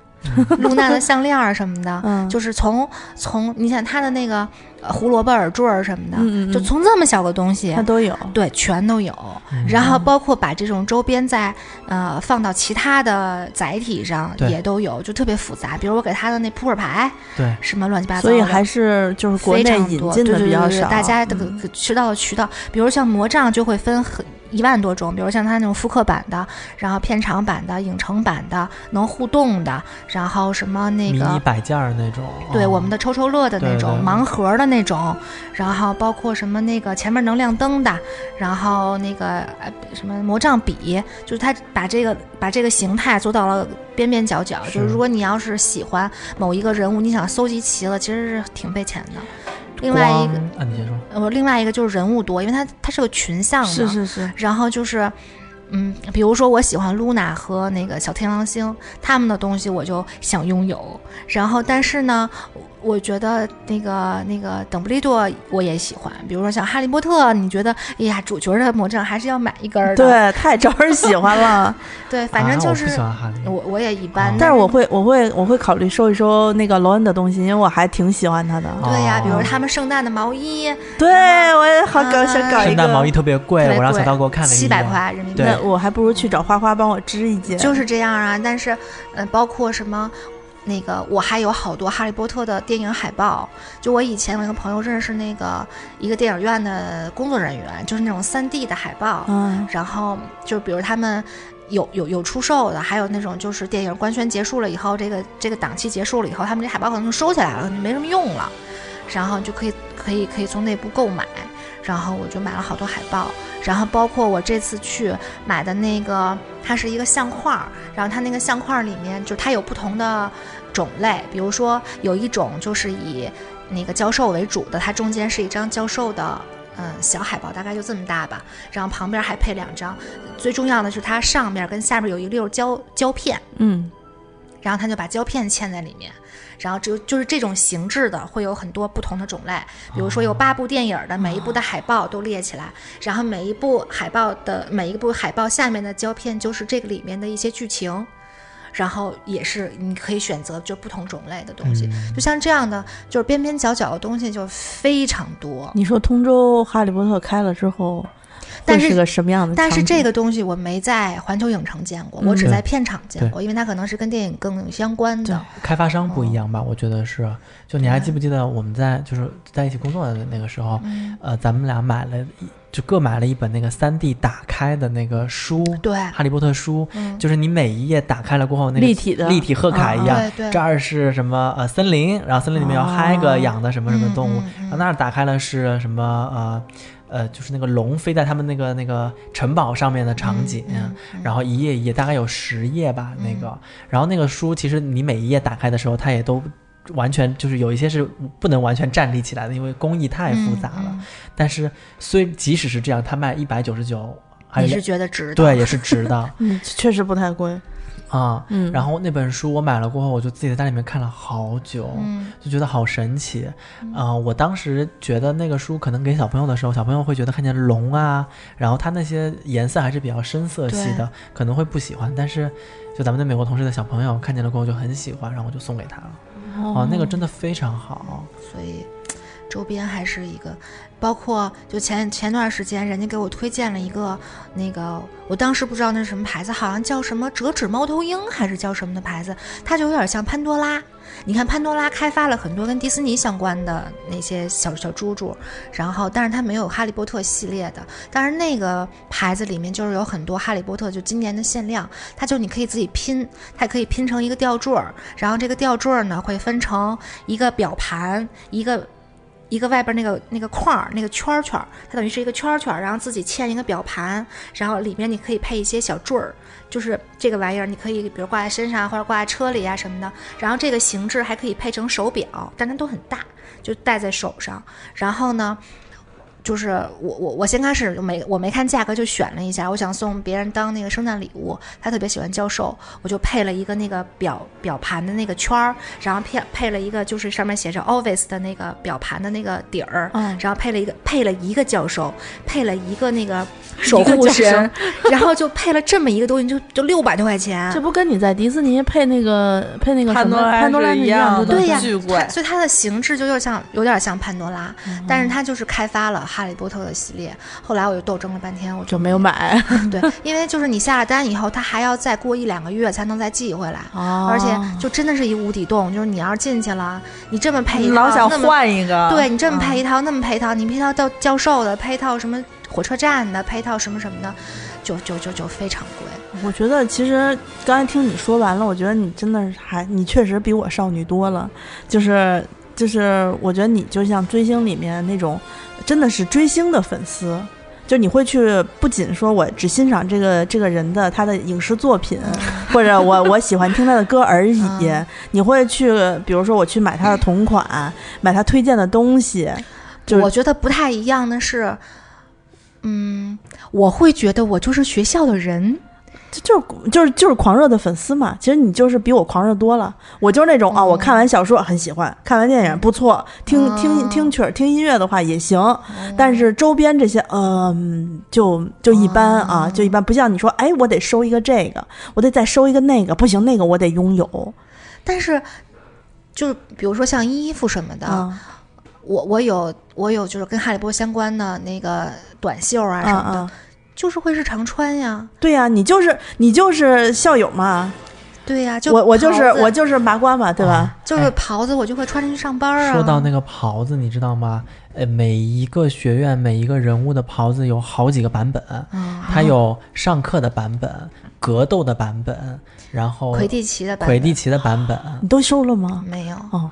露娜的项链儿什么的，
嗯，
就是从从你想她的那个呃胡萝卜耳坠儿什么的，
嗯嗯嗯嗯
就从这么小个东西
它，都有。
对，全都有。
嗯
然后包括把这种周边再呃放到其他的载体上
对
也都有，就特别复杂。比如我给他的那扑克牌，
对，
什么乱七八糟
所
的，
以还是就是国
非
内
常
引
多
进的
对对
比较
对对
少，
大家的
嗯
渠道的渠道，比如像魔杖就会分很。一万多种，比如像它那种复刻版的，然后片场版的、影城版的、能互动的，然后什么那
迷
个
你摆件儿那种。
对，
哦
我们的抽抽乐的那
对
种
对
盲盒的那种，然后包括什么那个前面能亮灯的，然后那个呃什么魔杖笔，就是它把这个把这个形态做到了边边角角。就
是
是如果你要是喜欢某一个人物，你想搜集齐了，其实是挺费钱的。另外一个，
光啊，你先说。
呃，另外一个就是人物多，因为它它是个群像嘛，
是是是，
然后就是，嗯，比如说我喜欢露娜和那个小天狼星，他们的东西我就想拥有。然后，但是呢，我我觉得那个那个邓布利多我也喜欢，比如说像哈利波特，你觉得，哎呀，主角的魔杖还是要买一根儿的。
对，太招人喜欢 了。
对对，反正
啊
就
我
是
不喜、欢哈利。
我我也一般
哦，
但是
是
我。会我会我会考虑收一收那个罗恩的东西，因为我还挺喜欢他的。
哦
对呀、比如
哦
他们圣诞的毛衣，
对，我也好搞
啊
想搞一个
圣诞毛衣特别贵
特，别
我让
贵
小道给我看了一眼。
七百块人民币
对，
那我还不如去找花花帮我织一件。
就是这样啊。但是，呃，包括什么，那个我还有好多《哈利波特》的电影海报。就我以前有一个朋友认识那个一个电影院的工作人员，就是那种3 D 的海报，
嗯，
然后就比如他们。有有有出售的，还有那种就是电影官宣结束了以后，这个这个档期结束了以后，他们这海报可能就收起来了，就没什么用了，然后就可以可以可以从内部购买，然后我就买了好多海报，然后包括我这次去买的那个，它是一个相框儿，然后它那个相框儿里面就它有不同的种类，比如说有一种就是以那个教授为主的，它中间是一张教授的嗯，小海报大概就这么大吧，然后旁边还配两张，最重要的是它上面跟下面有一溜胶胶片，
嗯，
然后他就把胶片嵌在里面，然后就就是这种形制的会有很多不同的种类，比如说有八部电影的，每一部的海报都列起来，然后每一部海报的每一部海报下面的胶片就是这个里面的一些剧情。然后也是你可以选择就不同种类的东西，就像这样的就是边边角角的东西就非常多。
你说通州哈利波特开了之后，
但
会
是
是个什么样的场景？
但是这个东西我没在环球影城见过，我只
嗯对
在片场见过，因为它可能是跟电影更相关的。
开发商不一样
哦
吧？我觉得是。就你还记不记得我们在就是在一起工作的那个时候，
嗯
呃，咱们俩买了一就各买了一本那个三 D 打开的那个书，
嗯
对嗯
哈利波特书，就是你每一页打开了过后，那个
立体的哦
立体贺卡一样
啊对，对
这儿是什么呃森林，然后森林里面有嗨个养的什么什么动物
嗯
啊
嗯，
然后那儿打开了是什么呃。呃，就是那个龙飞在他们那个那个城堡上面的场景，
嗯
嗯然后一页一页大概有十页吧，那个，然后那个书其实你每一页打开的时候，它也都完全就是有一些是不能完全站立起来的，因为工艺太复杂了。
嗯
但是虽即使是这样，它卖一百九十九，还
你
有
是觉得值得？
对也是值的 啊、
嗯，确实不太贵。嗯
然后那本书我买了过后，我就自己在家里面看了好久，
嗯
就觉得好神奇。啊、我当时觉得那个书可能给小朋友的时候，小朋友会觉得看见龙啊，然后它那些颜色还是比较深色系的，可能会不喜欢。但是就咱们的美国同事的小朋友看见了过后就很喜欢，然后我就送给他了。哦，那个真的非常好。
所以周边还是一个，包括就前前段时间人家给我推荐了一个那个，我当时不知道那是什么牌子，好像叫什么折纸猫头鹰还是叫什么的牌子，它就有点像潘多拉。你看潘多拉开发了很多跟迪士尼相关的那些小小猪猪，然后但是它没有哈利波特系列的，但是那个牌子里面就是有很多哈利波特就今年的限量，它就你可以自己拼，它可以拼成一个吊坠儿，然后这个吊坠儿呢会分成一个表盘，一个。一个外边那个那个框儿那个圈儿圈儿，它等于是一个圈儿圈儿，然后自己嵌一个表盘，然后里面你可以配一些小坠儿，就是这个玩意儿，你可以比如挂在身上或者挂在车里啊什么的。然后这个形制还可以配成手表，但它都很大，就戴在手上。然后呢，就是我我我先开始就没我没看价格就选了一下，我想送别人当那个圣诞礼物，他特别喜欢教授，我就配了一个那个表表盘的那个圈儿，然后配配了一个就是上面写着 Office 的那个表盘的那个底儿，
嗯
然后配了一个配了一个教授，配了一个那个守护
教授
神，然后就配了这么一个东西，就就六百多块钱，
这不跟你在迪士尼配那个配那个什么潘多拉
是
是
一
一样
的，
的，
对呀
巨贵
它。所以它的形制就又像有点像潘多拉，但是它就是开发了哈利波特的系列。后来我就斗争了半天，我
就没有买。
对，因为就是你下了单以后，它还要再过一两个月才能再寄回来，
哦
而且就真的是一无底洞，就是你要是进去了，你这么配一套，
老想
那么
换啊一个，
对你这么配一套，那么配一套，你配一套到教授的，配一套什么火车站的，配一套什么什么的，就就就就非常贵。
我觉得其实刚才听你说完了，我觉得你真的是还你确实比我少女多了，就是就是我觉得你就像追星里面那种真的是追星的粉丝。就你会去，不仅说我只欣赏这个这个人的他的影视作品，或者我我喜欢听他的歌而已，
嗯
你会去，比如说我去买他的同款，买他推荐的东西，就是
我觉得不太一样的是，嗯，我会觉得我就是学校的人，
就就是就是就是狂热的粉丝嘛。其实你就是比我狂热多了。我就是那种啊，
哦
我看完小说很喜欢，看完电影不错，听听听曲儿、听音乐的话也行。
哦
但是周边这些，嗯，就就一般
哦
啊，就一般。不像你说，哎，我得收一个这个，我得再收一个那个，不行，那个我得拥有
但是就是比如说像衣服什么的，
啊。
我我有我有就是跟哈利波特相关的那个短袖啊
啊
什么的，
啊！
就是会日常穿呀，
对呀、你就是你就是校友嘛，
对呀、就
我我就是哎
袍子啊
我就是麻瓜嘛，对吧？
就是袍子，我就会穿着去上班啊。
啊说到那个袍子，你知道吗？呃，每一个学院每一个人物的袍子有好几个版本，
哦
它有上课的版本、格斗的版本，然后
魁地奇的版本
魁地奇的版本。
你都收了吗？
没有，
哦，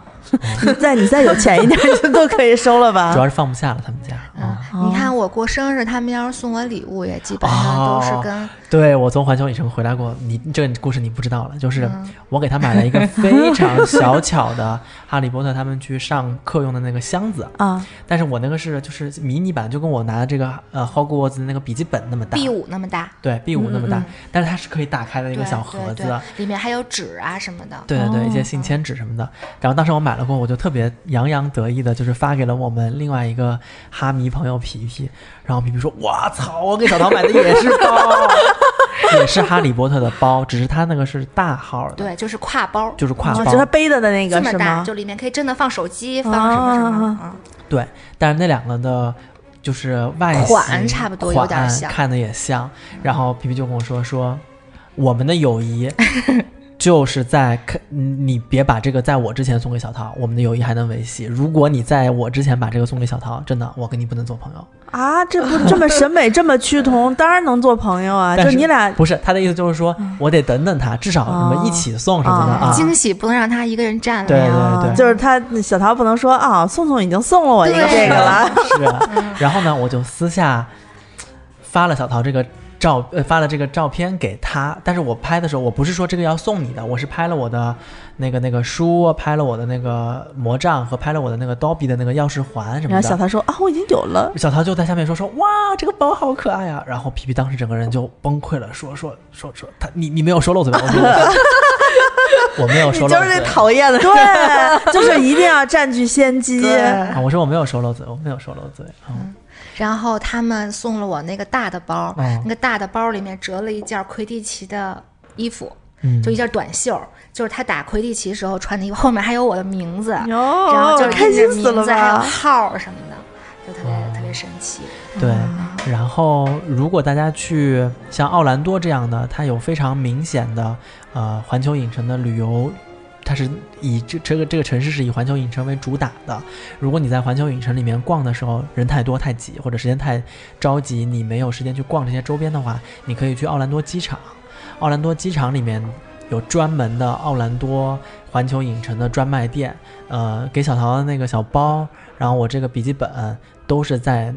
你再你再有钱一点 就都可以收了
啊
主要
吧。
是放不下了他们家
嗯
啊。，
哦
你看我过生日，他们要是送我礼物，也基本上
哦
都是跟
对我从环球影城回来过，你这个故事你不知道了，就是
嗯
我给他买了一个非常小巧的哈利波特他们去上课用的那个箱子，
啊，
但是我那个是就是迷你版，就跟我拿的这个呃 Hogwarts 的那个笔记本那么大，
B 五那么大
对 B 五那么大，
嗯嗯
但是它是可以打开的一个
对
小盒子
对，对，里面还有纸啊什么的。
对对对，一些
哦
信签纸什么的。然后当时我买了过后，我就特别洋洋得意的，就是发给了我们另外一个哈迷朋友皮皮。然后皮皮说：“我操，我给小桃买的也是包，也是哈利波特的包，只是它那个是大号的，
对，就是挎包，
就是挎
啊就
包
是。他背的的那
这
个
么
是
大，
吗？
就里面可以真的放手机，放什么什么
啊
的。嗯
对，但是那两个的。”就是外形
款差不多有点
款
像
看的也像。然后皮皮就跟我说说，我们的友 谊就是在看你别把这个在我之前送给小桃，我们的友谊还能维系。如果你在我之前把这个送给小桃，真的我跟你不能做朋友。
啊，这不 这么审美这么趋同，当然能做朋友啊。
但
就是你俩嗯
不是他的意思，就是说我得等等他，至少你们一起送什么的
哦
啊。
惊喜不能让他一个人占
对
了呀。
啊
对对
就是他小桃不能说啊，宋宋已经送了我一个
对
这个了。
是，啊然后呢，我就私下发了小桃这个照，呃，发了这个照片给他。但是我拍的时候，我不是说这个要送你的，我是拍了我的那个那个书，拍了我的那个魔杖和拍了我的那个 Dobby 的那个钥匙环什
然
么
后小
的。
桃说啊，我已经有了。
小桃就在下面说说哇，这个包好可爱呀、啊然后皮皮当时整个人就崩溃了，说说说说他你你没有说漏嘴吧？我说我我没有
你
说
就
漏
是
嘴
那，讨厌的，
对，就是一定要占据先机。
啊，我说我没有说漏嘴，我没有说漏嘴。嗯，
然后他们送了我那个大的包，
嗯
那个大的包里面折了一件魁地奇的衣服，
嗯
就一件短袖，就是他打魁地奇时候穿的衣服，后面还有我的名字，
哟
然后就是
哦开心
印
死
着名
了
字还有
吧！哦
号儿什么的，就特别、特别神奇。
对，然后如果大家去像奥兰多这样的，它有非常明显的呃环球影城的旅游，它是以这这个这个城市是以环球影城为主打的。如果你在环球影城里面逛的时候人太多太挤，或者时间太着急，你没有时间去逛这些周边的话，你可以去奥兰多机场。奥兰多机场里面有专门的奥兰多环球影城的专卖店，呃，给小桃的那个小包，然后我这个笔记本都是在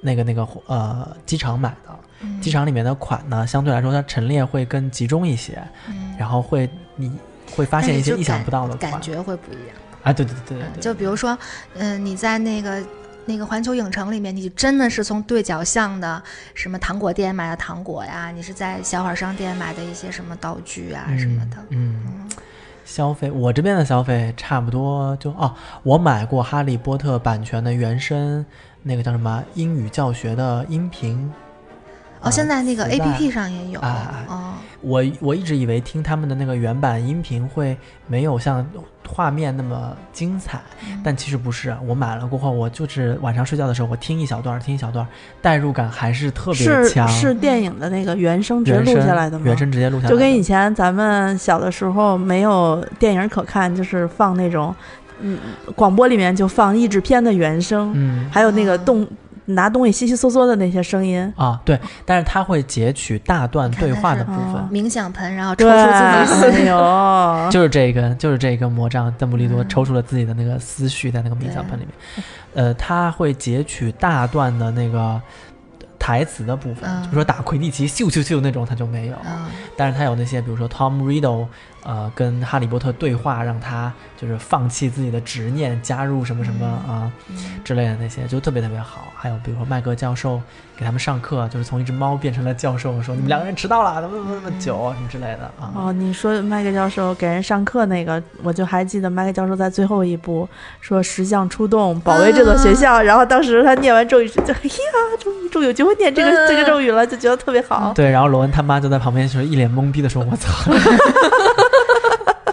那个那个呃机场买的。
嗯
机场里面的款呢，相对来说它陈列会更集中一些，
嗯，
然后会你会发现一些意想不到的款
感觉会不一样。
啊，对对对对
嗯，
对，
就比如说，嗯、你在那个那个环球影城里面，你真的是从对角巷的什么糖果店买的糖果呀，你是在小贩商店买的一些什么道具啊什么的。
嗯，嗯
嗯
消费我这边的消费差不多就哦，我买过《哈利波特》版权的原声那个叫什么英语教学的音频，啊
哦，现在那个
磁带
A P P 上也有。
啊啊
哦，
我我一直以为听他们的那个原版音频会没有像画面那么精彩，
嗯
但其实不是。啊我买了过后，我就是晚上睡觉的时候，我听一小段儿，听一小段儿，代入感还是特别
是
强。
是电影的那个原声直接
原
录
声
下来的吗？
原声直接录下来的，
就跟以前咱们小的时候没有电影可看，就是放那种，嗯，广播里面就放译制片的原声，
嗯
还有那个
嗯
动拿东西悉悉嗦嗦的那些声音。
啊对，但是它会截取大段对话的部
你看它
分
是，
冥想盆，然后抽
对，
出自己
哎
的啊
呦，
就是这一根，就是这一根魔杖，邓布利多
嗯
抽出了自己的那个思绪，在那个冥想盆里面，呃，他会截取大段的那个台词的部分，
嗯
就比如说打魁地奇咻咻咻那种，他就没有，
嗯，
但是他有那些，比如说 Tom Riddle，呃，跟哈利波特对话，让他就是放弃自己的执念，加入什么什么啊、
嗯
之类的那些，就特别特别好。还有比如说麦格教授给他们上课，就是从一只猫变成了教授，说你们两个人迟到了，怎么怎么怎么久什么之类的啊。
哦，你说麦克教授给人上课那个，我就还记得麦克教授在最后一步说十项出动保卫这座学校，然后当时他念完咒语就哎呀，终于终于有机会念这个、 这个咒语了，就觉得特别好。
对，然后罗恩他妈就在旁边就是一脸懵逼的说：“我操，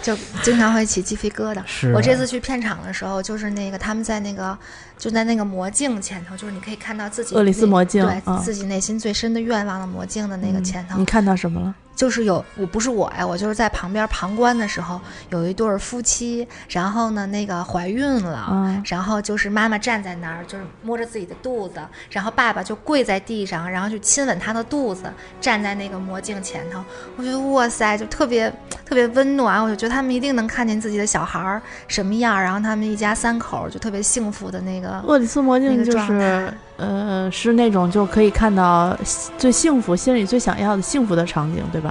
就经常会起鸡皮疙瘩。
是
我这次去片场的时候，就是那个他们在那个就在那个魔镜前头，就是你可以看到自己
厄里斯
内
魔镜
对、
嗯
自己内心最深的愿望的魔镜的那个前头，
你看到什么了？
就是有我不是我呀，我就是在旁边旁观的时候，有一对儿夫妻，然后呢那个怀孕了，
嗯
然后就是妈妈站在那儿，就是摸着自己的肚子，然后爸爸就跪在地上，然后去亲吻她的肚子，站在那个魔镜前头，我觉得哇塞，就特别特别温暖，我就觉得他们一定能看见自己的小孩儿什么样儿，然后他们一家三口儿就特别幸福的那个
厄里斯魔
那
镜
个
就
状
是
态，
呃，是那种就可以看到最幸福、心里最想要的幸福的场景，对吧？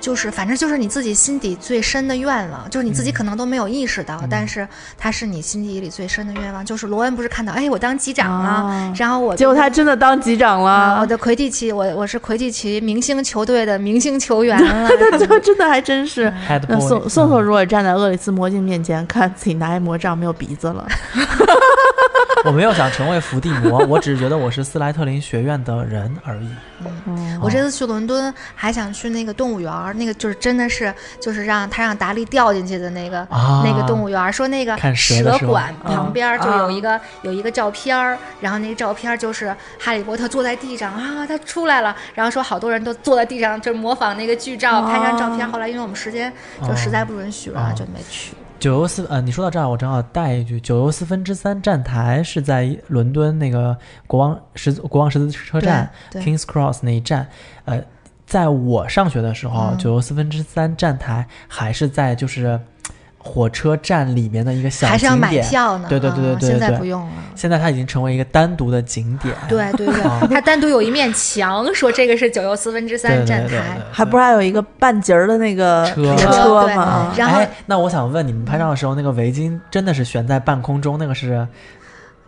就是反正就是你自己心底最深的愿望，就是你自己
嗯
可能都没有意识到，
嗯
但是它是你心底里最深的愿望。就是罗恩不是看到，哎，我当机长了，
啊
然后我
结果他真的当机长
啊，我
了，
的魁地奇，我我是魁地奇明星球队的明星球 员了，
这、真的还真是。
嗯
Head
那
boy，
宋宋宋
嗯
如果站在厄里斯魔镜面前，看自己拿一魔杖没有鼻子了，
我没有想成为伏地魔，我只是觉得我是斯莱特林学院的人而 已。
嗯
我这次去伦敦还想去那个动物园儿，那个就是真的是就是让他让达利掉进去的那个、
啊
那个动物园儿，说那个
看蛇的
蛇
时候
馆
嗯
旁边儿就有
啊
一个、有一个照片儿，然后那个照片儿就是哈利波特坐在地上啊，他出来了，然后说好多人都坐在地上就是模仿那个剧照、拍张照片儿，后来因为我们时间就实在不允许了，
哦
就没去。
九又四，呃，你说到这儿，我正好带一句，九又四分之三站台是在伦敦那个国王十字国王十字车站
对对
Kings Cross 那一站，呃，在我上学的时候，
嗯
九又四分之三站台还是在就是火车站里面的一个小景点，
还是要买票呢，
对对对对
嗯
对
现在
对
不用了。
现在它已经成为一个单独的景点，
对对
哦
对，它单独有一面墙，说这个是九又四分之
对
三
对
站
对对
台。
还不是还有一个半截儿的那个
车
车
对
吗？
对
然后
哎那我想问你们拍照的时候，那个围巾真的是悬在半空中，那个 是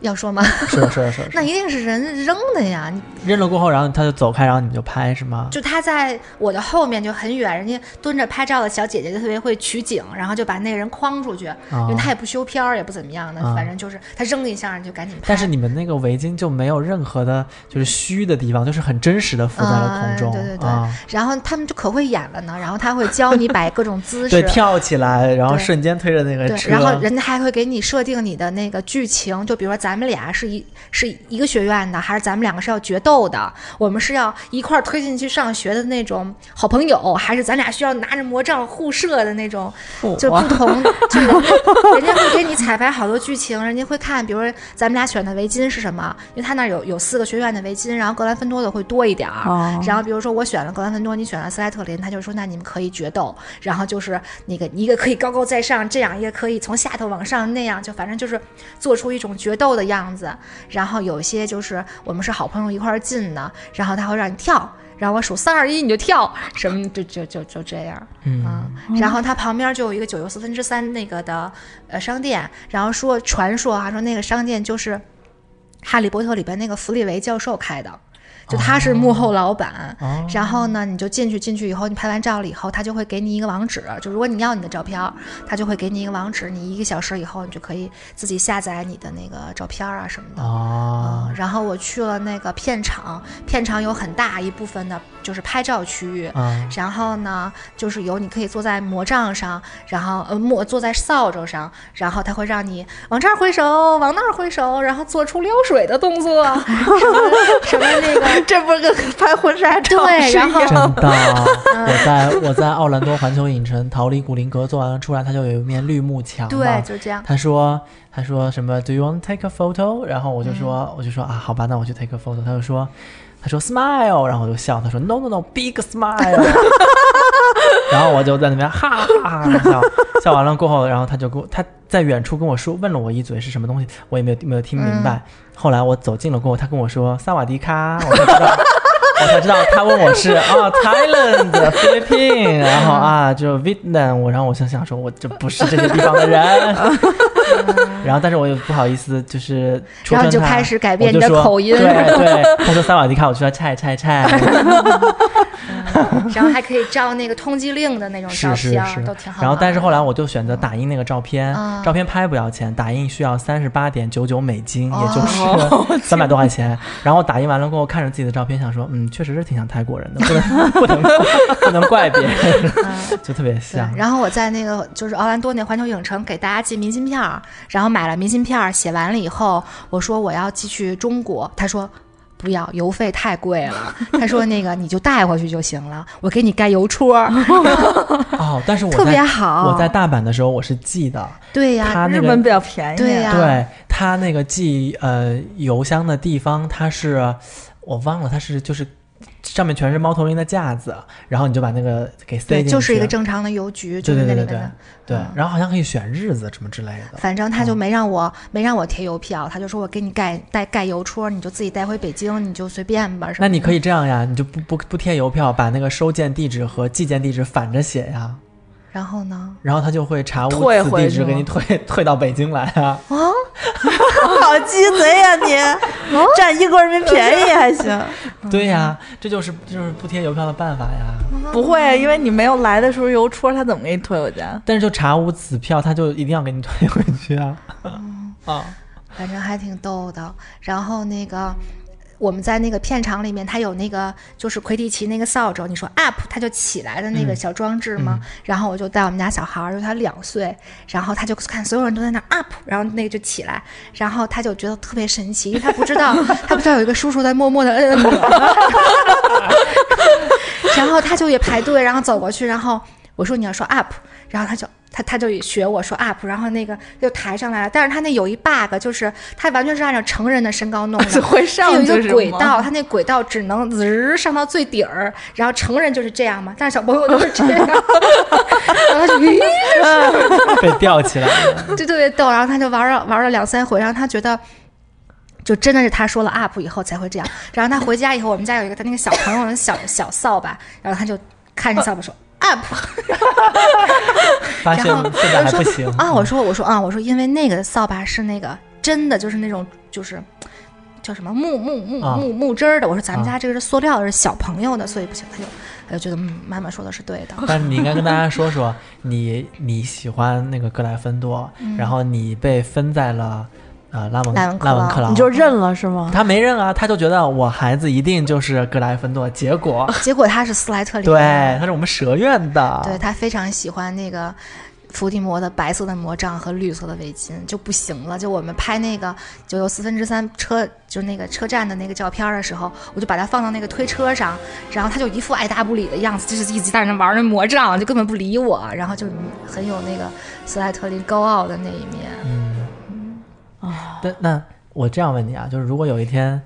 要说吗？
是的是的是的是
那
的
一定是人扔的呀！你
扔了过后，然后他就走开，然后你们就拍是吗？
就他在我的后面就很远，人家蹲着拍照的小姐姐就特别会取景，然后就把那个人框出去，因为他也不修片儿，也不怎么样的，
啊
反正就是他扔一下你就赶紧拍。
但是你们那个围巾就没有任何的，就是虚的地方，就是很真实的浮在了空中。
嗯对对对
啊
然后他们就可会演了呢，然后他会教你摆各种姿势，
对跳起来，然后
对
瞬间推着那个
对，
车，
然后人家还会给你设定你的那个剧情，就比如说咱们俩是一是一个学院的，还是咱们两个是要决斗的，我们是要一块儿推进去上学的那种好朋友，还是咱俩需要拿着魔杖互射的那种，就不同，就人家人家会给你彩排好多剧情，人家会看，比如说咱们俩选的围巾是什么，因为他那儿有有四个学院的围巾，然后格兰芬多的会多一点儿，
嗯
哦
然后比如说我选了格兰芬多，你选了斯莱特林，他就说那你们可以决斗，然后就是那个一个可以高高在上这样，一个可以从下头往上那样，就反正就是做出一种决斗的样子。然后有些就是我们是好朋友一块儿进的，然后他会让你跳。然后我数三二一你就跳，什么就就就就这样，嗯，然后它旁边就有一个九又四分之三那个的呃商店，然后说传说啊说那个商店就是《哈利波特》里边那个弗利维教授开的，就他是幕后老板，
哦
然后呢，你就进去，进去以后，你拍完照了以后，他就会给你一个网址，就如果你要你的照片儿，他就会给你一个网址，你一个小时以后，你就可以自己下载你的那个照片儿啊什么的。
啊
嗯，，然后我去了那个片场，片场有很大一部分的就是拍照区域，
啊
然后呢，就是有你可以坐在魔杖上，然后呃魔坐在扫帚上，然后他会让你往这儿挥手，往那儿挥手，然后做出撩水的 动作，什么什么那个。
这不是跟拍婚纱照
对
是一样
然后
真的，啊 我在我在奥兰多环球影城逃离古灵阁做完了出来，它就有一面绿幕墙嘛
对，就这样。
他说他说什么 Do you want to take a photo？然后我就说、
嗯
我就说啊，好吧，那我去 take a photo。他就说他说 smile，然后我就笑。他说 no no no big smile。然后我就在那边哈哈哈哈笑， 笑完了过后，然后他就跟我他在远处跟我说，问了我一嘴是什么东西，我也没有没有听明
嗯
白。后来我走近了过后，他跟我说萨瓦迪卡，我才知道。我才知道他问我是啊、Thailand 菲律宾，然后啊就 Vietnam，我然后我想想说，我这不是这些地方的 人，然后但是我也不好意思，就是戳
然
穿
后就
他
开始改
我
变
就
你的
说
口音嗯
对对，他说萨瓦迪卡，我去他菜菜菜，
然后还可以照那个通缉令的那种照
是是
片儿，
是
都挺好玩的。
然后但是后来我就选择打印那个照片，
嗯
照片拍不要钱，打印需要三十八点九九美金，
哦
也就是三百多块钱。然后打印完了过后，看着自己的照片，想说，嗯，确实是挺像泰国人的，不能不能不能怪别人，
嗯
就特别
对
像，。
然后我在那个就是奥兰多那环球影城给大家寄明信片儿，然后买了明信片儿，写完了以后，我说我要寄去中国，他说不要，邮费太贵了。 他说那个你就带回去就行了，我给你盖邮戳儿，
哦，但是我
特别
在
好。
我在大阪的时候我是寄的，
对呀、
他那
日
个
本比较便宜，
对呀、
对他那个寄呃邮箱的地方，它是我忘了，它是就是上面全是猫头鹰的架子，然后你就把那个给塞
对，
进去，
就是一个正常的邮局，就
对
是
对
那
对
里
对对
面的。
对
嗯，
然后好像可以选日子什么之类的。
反正他就没让
嗯
我、没让我贴邮票，他就说我给你盖带盖邮戳，你就自己带回北京，你就随便吧。什么
那你
的
可以这样呀，你就不不不贴邮票，把那个收件地址和寄件地址反着写呀，
然后呢？
然后他就会查无
退
此
回
地
去
址给
吗
你退退到北京来啊。
哦，
好鸡贼呀、 你，
哦
占一国人民便宜 还行？
嗯
对呀，这就是这就是不贴邮票的办法呀。
不会，因为你没有来的时候邮戳，他怎么给你退回去啊？
但是就查无此票，他就一定要给你退回去啊。
哦
啊，
反正还挺逗的。然后那个我们在那个片场里面，它有那个就是魁地奇那个扫帚，你说 up 它就起来的那个
嗯
小装置吗？然后我就带我们家小孩儿，就他两岁，然后他就看所有人都在那儿 up，然后那个就起来，然后他就觉得特别神奇，因为他不知道 他不知道有一个叔叔在默默的摁摁 我，然后他就也排队，然后走过去，然后我说你要说 up，然后他就。他他就学我说 up，然后那个就抬上来了，但是他那有一 bug，就是他完全是按照成人的身高弄 的，
会
它有
上
一
去
个
是
轨
吗？
道，它那轨道只能滋儿上到最底儿，然后成人就是这样嘛，但是小朋友都是这样，然后 他就咦，
被吊起来了。
就特别逗，然后他就玩了玩了两三回，然后他觉得。就真的是他说了 up 以后才会这样，然后他回家以后，我们家有一个他那个小朋友的小小扫把，然后他就看着扫把说 up，
发现
然后
现在还不行
啊，我说我说啊，我说因为那个扫把是那个真的，就是那种就是叫什么木木木
啊
木木汁儿的。我说咱们
啊
家这个是塑料的，是小朋友的，所以不行。他就他就觉得嗯，妈妈说的是对的。
但是你应该跟大家说说，你你喜欢那个格莱芬多，然后你被分在了呃拉蒙
嗯拉文克
拉
劳
文克劳，
你就认了是吗？
他没认啊，他就觉得我孩子一定就是格莱芬多，结果
结果他是斯莱特里，
对，他是我们蛇院
啊
的，
对他非常喜欢那个。伏地魔的白色的魔杖和绿色的围巾就不行了。就我们拍那个就有四分之三车，就是那个车站的那个照片的时候，我就把它放到那个推车上，然后他就一副爱答不理的样子，就是一直在那玩那魔杖，就根本不理我。然后就很有那个斯莱特林高傲的那一面。
嗯，但那我这样问你啊，就是如果有一天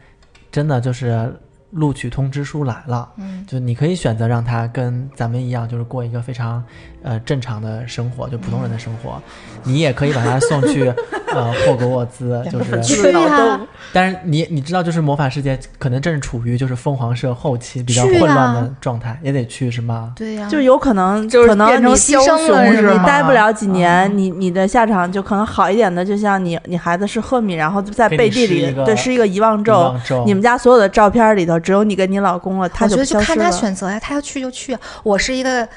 真的就是录取通知书来了，
嗯，
就你可以选择让他跟咱们一样，就是过一个非常呃正常的生活，就普通人的生活。
嗯
你也可以把他送 去呃霍格沃兹，就是，
去啊，
但是你你知道，就是魔法世界可能正处于就是凤凰社后期比较
去
混
啊
乱的状态，也得去是吗？
对呀、
就有可能，
嗯就是
可能
变成
你
枭
枭
雄
雄
是
你
吗嗯
待不了几年，你你的下场就可能好一点的，就像你你孩子是赫敏，然后在
给你
背地
施
里
一个
对是一个遗忘
遗
咒
忘咒，
你们家所有的照片里头只有你跟你老公了，他
我觉
就
得就
消失
看他
了。
选择呀，他要去就去。我是一个，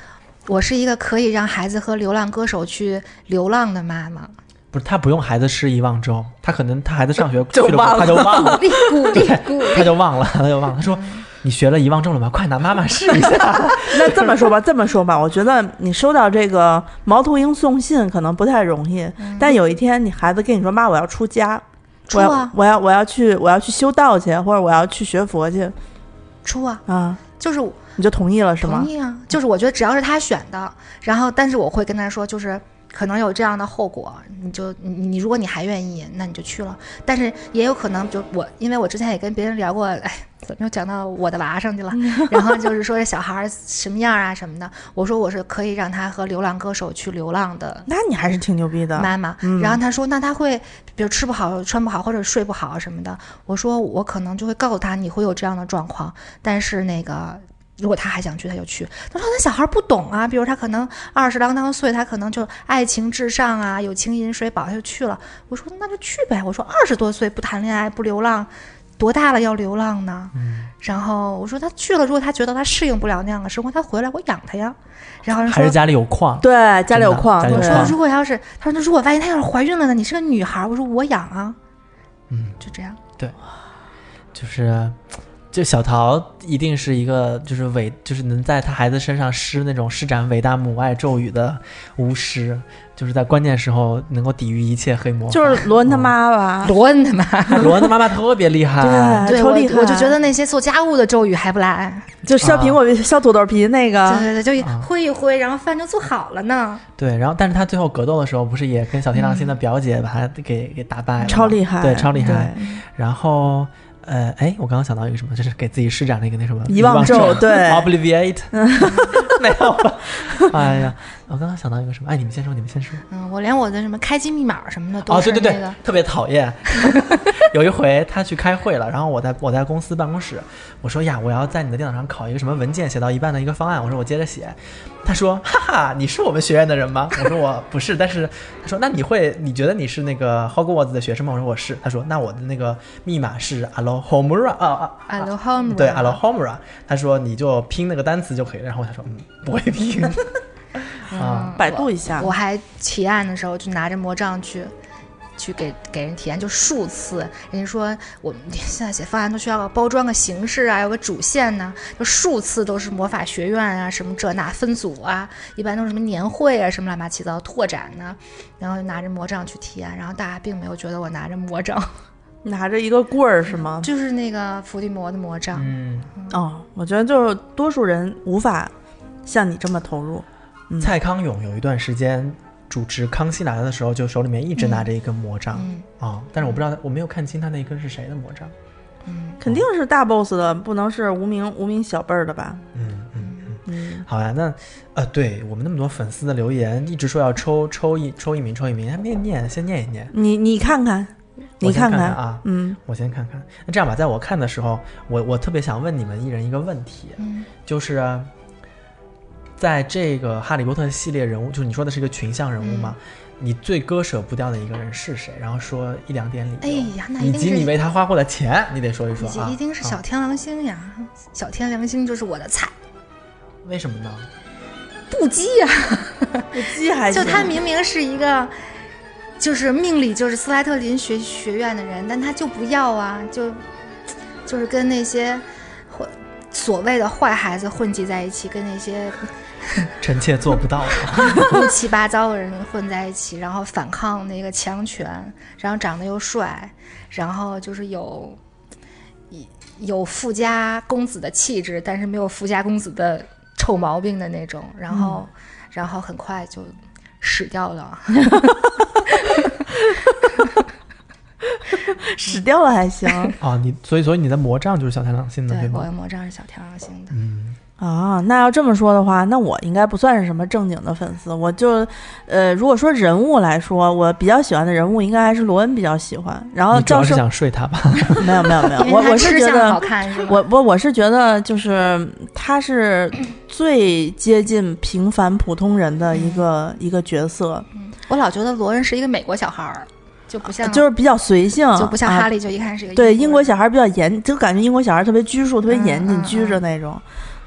我是一个可以让孩子和流浪歌手去流浪的妈 妈，
不是，他不用孩子吃遗忘粥，他可能他孩子上学去
就
了，
忘
他就忘了
鼓，励鼓励
对
鼓
他
励。
就忘了，他就忘了。他说：“你学了遗忘症了吗？快拿妈妈 试一下。
那这么说吧，这么说吧，我觉得你收到这个猫头鹰送信可能不太容易，但有一天你孩子跟你说：“妈，我要出家，
嗯出
我要、
啊
我要我要去我要去修道去，或者我要去学佛去
出啊，
啊。
就是”
你就同意了是吗
同？意啊，就是我觉得只要是他选的，然后但是我会跟他说，就是可能有这样的后果，你就你你如果你还愿意，那你就去了，但是也有可能就我，因为我之前也跟别人聊过，哎，怎么又讲到我的娃上去了？
嗯
然后就是说这小孩儿什么样啊什么的，我说我是可以让他和流浪歌手去流浪的
那你还是挺牛逼的。
妈妈。然后他说，那他会比如吃不好、穿不好或者睡不好什么的。我说我可能就会告诉他你会有这样的状况，但是那个。如果他还想去，他就去。他说：“那小孩不懂啊，比如他可能二十郎当岁，他可能就爱情至上啊，友情饮水饱，他就去了。”我说：“那就去呗。”我说：“二十多岁不谈恋爱不流浪，多大了要流浪呢？”然后我说：“他去了，如果他觉得他适应不了那样的生活，他回来我养他呀。”然后人
还
说
是家里有矿？
对，家里有矿，
真的
我
家
对
里有
说
矿
如果要是，他说那如果万一她要是怀孕了呢？你是个女孩儿，我说我养啊，
嗯，
就这样。
就是就小桃一定是一个就是伟，就是能在他孩子身上施那种施展伟大母爱咒语的巫师，就是在关键时候能够抵御一切黑魔法。
就是罗恩
嗯
他妈吧，
罗恩他妈！
罗恩的妈妈特别厉害，
对
对
超
我
厉害
我就觉得那些做家务的咒语还不来，
就削苹果、削土豆皮那个，
对对对，啊就
啊
挥一挥，然后饭就做好了呢。
对。然后，但是他最后格斗的时候，不是也跟小天狼星的表姐把他给给打败了吗，
嗯超厉害，
对，超厉害。
对，
然后，呃，哎，我刚刚想到一个什么，就是给自己施展了一个那什么
遗忘咒对
，Obliviate，没有吧？哎呀，我刚刚想到一个什么，哎，你们先说，你们先说。
嗯，我连我的什么开机密码什么的都
哦，
是
对
那
对
个。
对，特别讨 厌。有一回他去开会了，然后我在我在公司办公室，我说呀，我要在你的电脑上拷一个什么文件，写到一半的一个方案，我说我接着写。他说哈哈，你是我们学院的人吗？ 我说我不是，但是他说那你会，你觉得你是那个 Hogwarts 的学生吗？我说我是。他说那我的那个密码是 Alohomora 啊啊。
a l o h o m
对 Alohomora，他说你就拼那个单词就可以了。然后我想说，嗯，不会拼 啊。
百度一下
我，还提案的时候就拿着魔杖去。去给给人提案，就数次，人家说我们 现在写方案都需要包装个形式啊，有个主线呐、就数次都是魔法学院啊，什么这那分组啊，一般都是什么年会啊，什么乱八七糟拓展呐、然后就拿着魔杖去提案，然后大家并没有觉得我拿着魔杖，
拿着一个棍儿是吗？
就是那个伏地魔的魔杖，
嗯，
哦，我觉得就是多数人无法像你这么投入，嗯
蔡康永有一段时间主持《康熙来了》的时候，就手里面一直拿着一根魔杖啊、
嗯
但是我不知道，我没有看清他那一根是谁的魔杖。
嗯，
肯定是大 boss 的，不能是无名无名小辈儿的吧？
嗯嗯嗯，
嗯，
好呀、那呃，对我们那么多粉丝的留言，一直说要抽抽一抽一名抽一名，还没念，先念一念，
你你看看，
我
你
先看
看
啊。
嗯，
我先看看，那这样吧，在我看的时候，我我特别想问你们一人一个问题，
嗯
就是啊在这个《哈利波特》系列人物，就是你说的是一个群像人物嘛，
嗯
你最割舍不掉的一个人是谁？然后说一两点理由。
哎呀，那一
以
定
及
是
你为他花过的钱，你得说一
以
说
及
啊。
一定是
啊
小天狼星呀，小天狼星就是我的菜，
为什么呢？
不羁呀、
我鸡还
就
行
他明明是一个，就是命里就是斯莱特林学学院的人，但他就不要啊，就就是跟那些混所谓的坏孩子混迹在一起，跟那些
臣妾做不 到。
乱七八糟的人混在一起，然后反抗那个强权，然后长得又帅，然后就是有有富家公子的气质，但是没有富家公子的臭毛病的那种，然后、然后很快就死掉了。
死掉了 还行
啊，你所以所以你的魔杖就是小太郎星的
对，我
吗
的？魔杖是小天狼星的。
嗯，
啊。那要这么说的话，那我应该不算是什么正经的粉丝。我就，呃，如果说人物来说，我比较喜欢的人物应该还是罗恩比较喜欢。然后
你主要
教
是
授
想睡他吧？
没有没有没有，
因为
我
他
我是
吃
觉
相
得
好看是吗？
我我我是觉得，就是他是最接近平凡普通人的一个、一个角色，
我老觉得罗恩是一个美国小孩儿，就不像
啊就是比较随性，
嗯就不像哈
啊、
利，就一看是个
对英
英
国
人
小孩比较严，就感觉英国小孩特别拘束，特别严谨、
嗯嗯
拘着那种。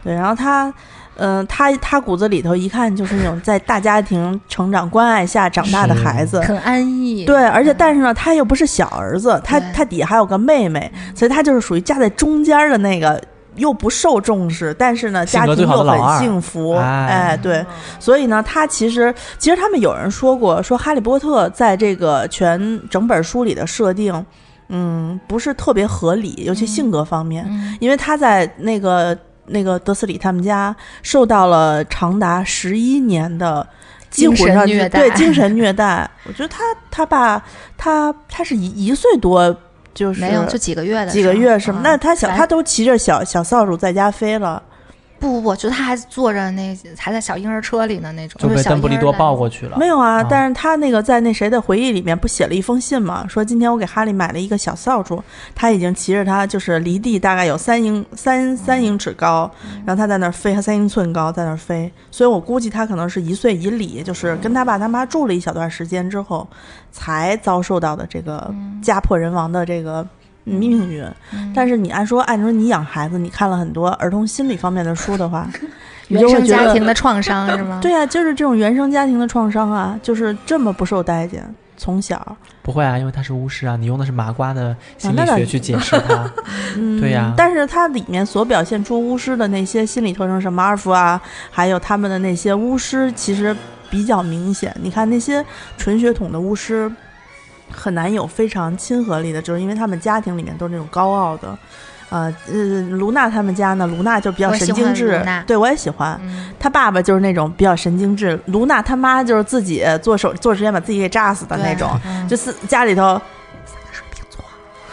对，然后他，嗯、他他骨子里头一看就是那种在大家庭成长、关爱下长大的
是
孩子。
很安逸。
对，而且但是呢，他又不是小儿子，他
对
他底下还有个妹妹，所以他就是属于夹在中间儿的那个，又不受重视，但是呢，
性
家
格最
庭
好的
又
老二
很幸福，
哎
哎，
嗯
对，所以呢，他其实其实他们有人说过，说哈利波特在这个全整本书里的设定，嗯，不是特别合理，尤其性格方面，
嗯，
因为他在那个那个德斯里他们家受到了长达十一年的几乎
精神
上
虐
是
待
对精神虐待。我觉得他他爸他他是一一岁多，就是
没有就几个月的
几个
时候
月什么，
嗯
那他小
反
他都骑着小小扫帚在家飞了。
不不不，就他还坐着那还在小婴儿车里呢那种，
就
就是
被
小
邓布利多抱
去。
过去了。
没有啊，
啊
但是他那个在那谁的回忆里面不写了一封信吗？说今天我给哈利买了一个小扫帚，他已经骑着它，就是离地大概有三英三三英尺高，然后他在那儿飞，他三英寸高在那儿飞，所以我估计他可能是一岁以里，就是跟他爸他妈住了一小段时间之后，才遭受到的这个家破人亡的这个。
嗯
命运，但是你按说按说你养孩子，你看了很多儿童心理方面的书 的话，你
原
就会
生
觉
家
得
庭的创伤是吗？
对啊，就是这种原生家庭的创伤啊，就是这么不受待见，从小
不会啊，因为他是巫师啊，你用的是麻瓜的心
啊
理
那 倒
学去解释他。
嗯
对呀
但是它里面所表现出巫师的那些心理特征，什么阿尔弗啊，还有他们的那些巫师，其实比较明显。你看那些纯血统的巫师，很难有非常亲和力的，就是因为他们家庭里面都是那种高傲的。呃，呃，卢娜他们家呢，卢娜就比较
我
神
喜欢
经质
卢娜，
对我也喜欢。
嗯，
他爸爸就是那种比较神经质，卢娜他妈就是自己做手做实验把自己给炸死的那
对
种，，
嗯
就是家里头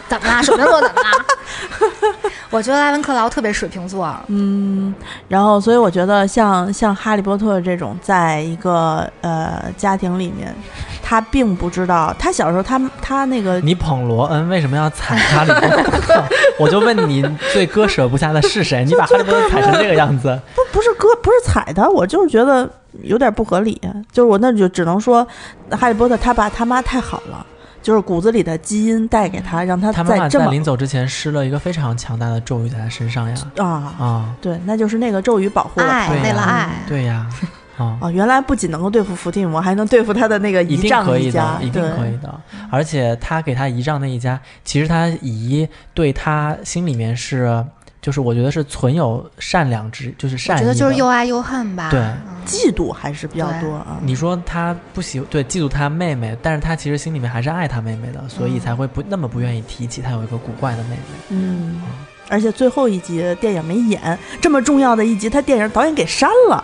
怎么啦？水瓶座怎么啦？ 我觉得拉文克劳特别水瓶座，
嗯，然后所以我觉得像像哈利波特这种，在一个呃家庭里面，他并不知道他小时候他他那个
你捧罗恩为什么要踩哈利波 特？我就问你，最割舍不下的是谁？你把哈利波特踩成这个样子，
不不是割不是踩他，我就是觉得有点不合理，就是我那就只能说哈利波特他爸他妈太好了。就是骨子里的基因带给他，让他
他妈
在
妈
这
在
么
临走之前施了一个非常强大的咒语在他身 上呀！
啊，
啊，
对，那就是那个咒语保护了啊
爱
他
对呀
为了
嗯
爱，
对呀，啊，
哦，原来不仅能够对付伏地魔，还能对付他的那个
一定
丈
可以
一家
的，，一定
对
可以的。而且他给他姨丈那一家，其实他姨对他心里面是，就是我觉得是存有善良之，就是
我
善
觉
意
得
的。
就是又爱又恨吧。
对
嗯
嫉妒还是比较
对
多啊。
你说他不喜对嫉妒他妹妹，但是他其实心里面还是爱他妹妹的，所以
嗯
才会不那么不愿意提起他有一个古怪的妹妹。
嗯，而且最后一集电影没演，这么重要的一集，他电影导演给删了。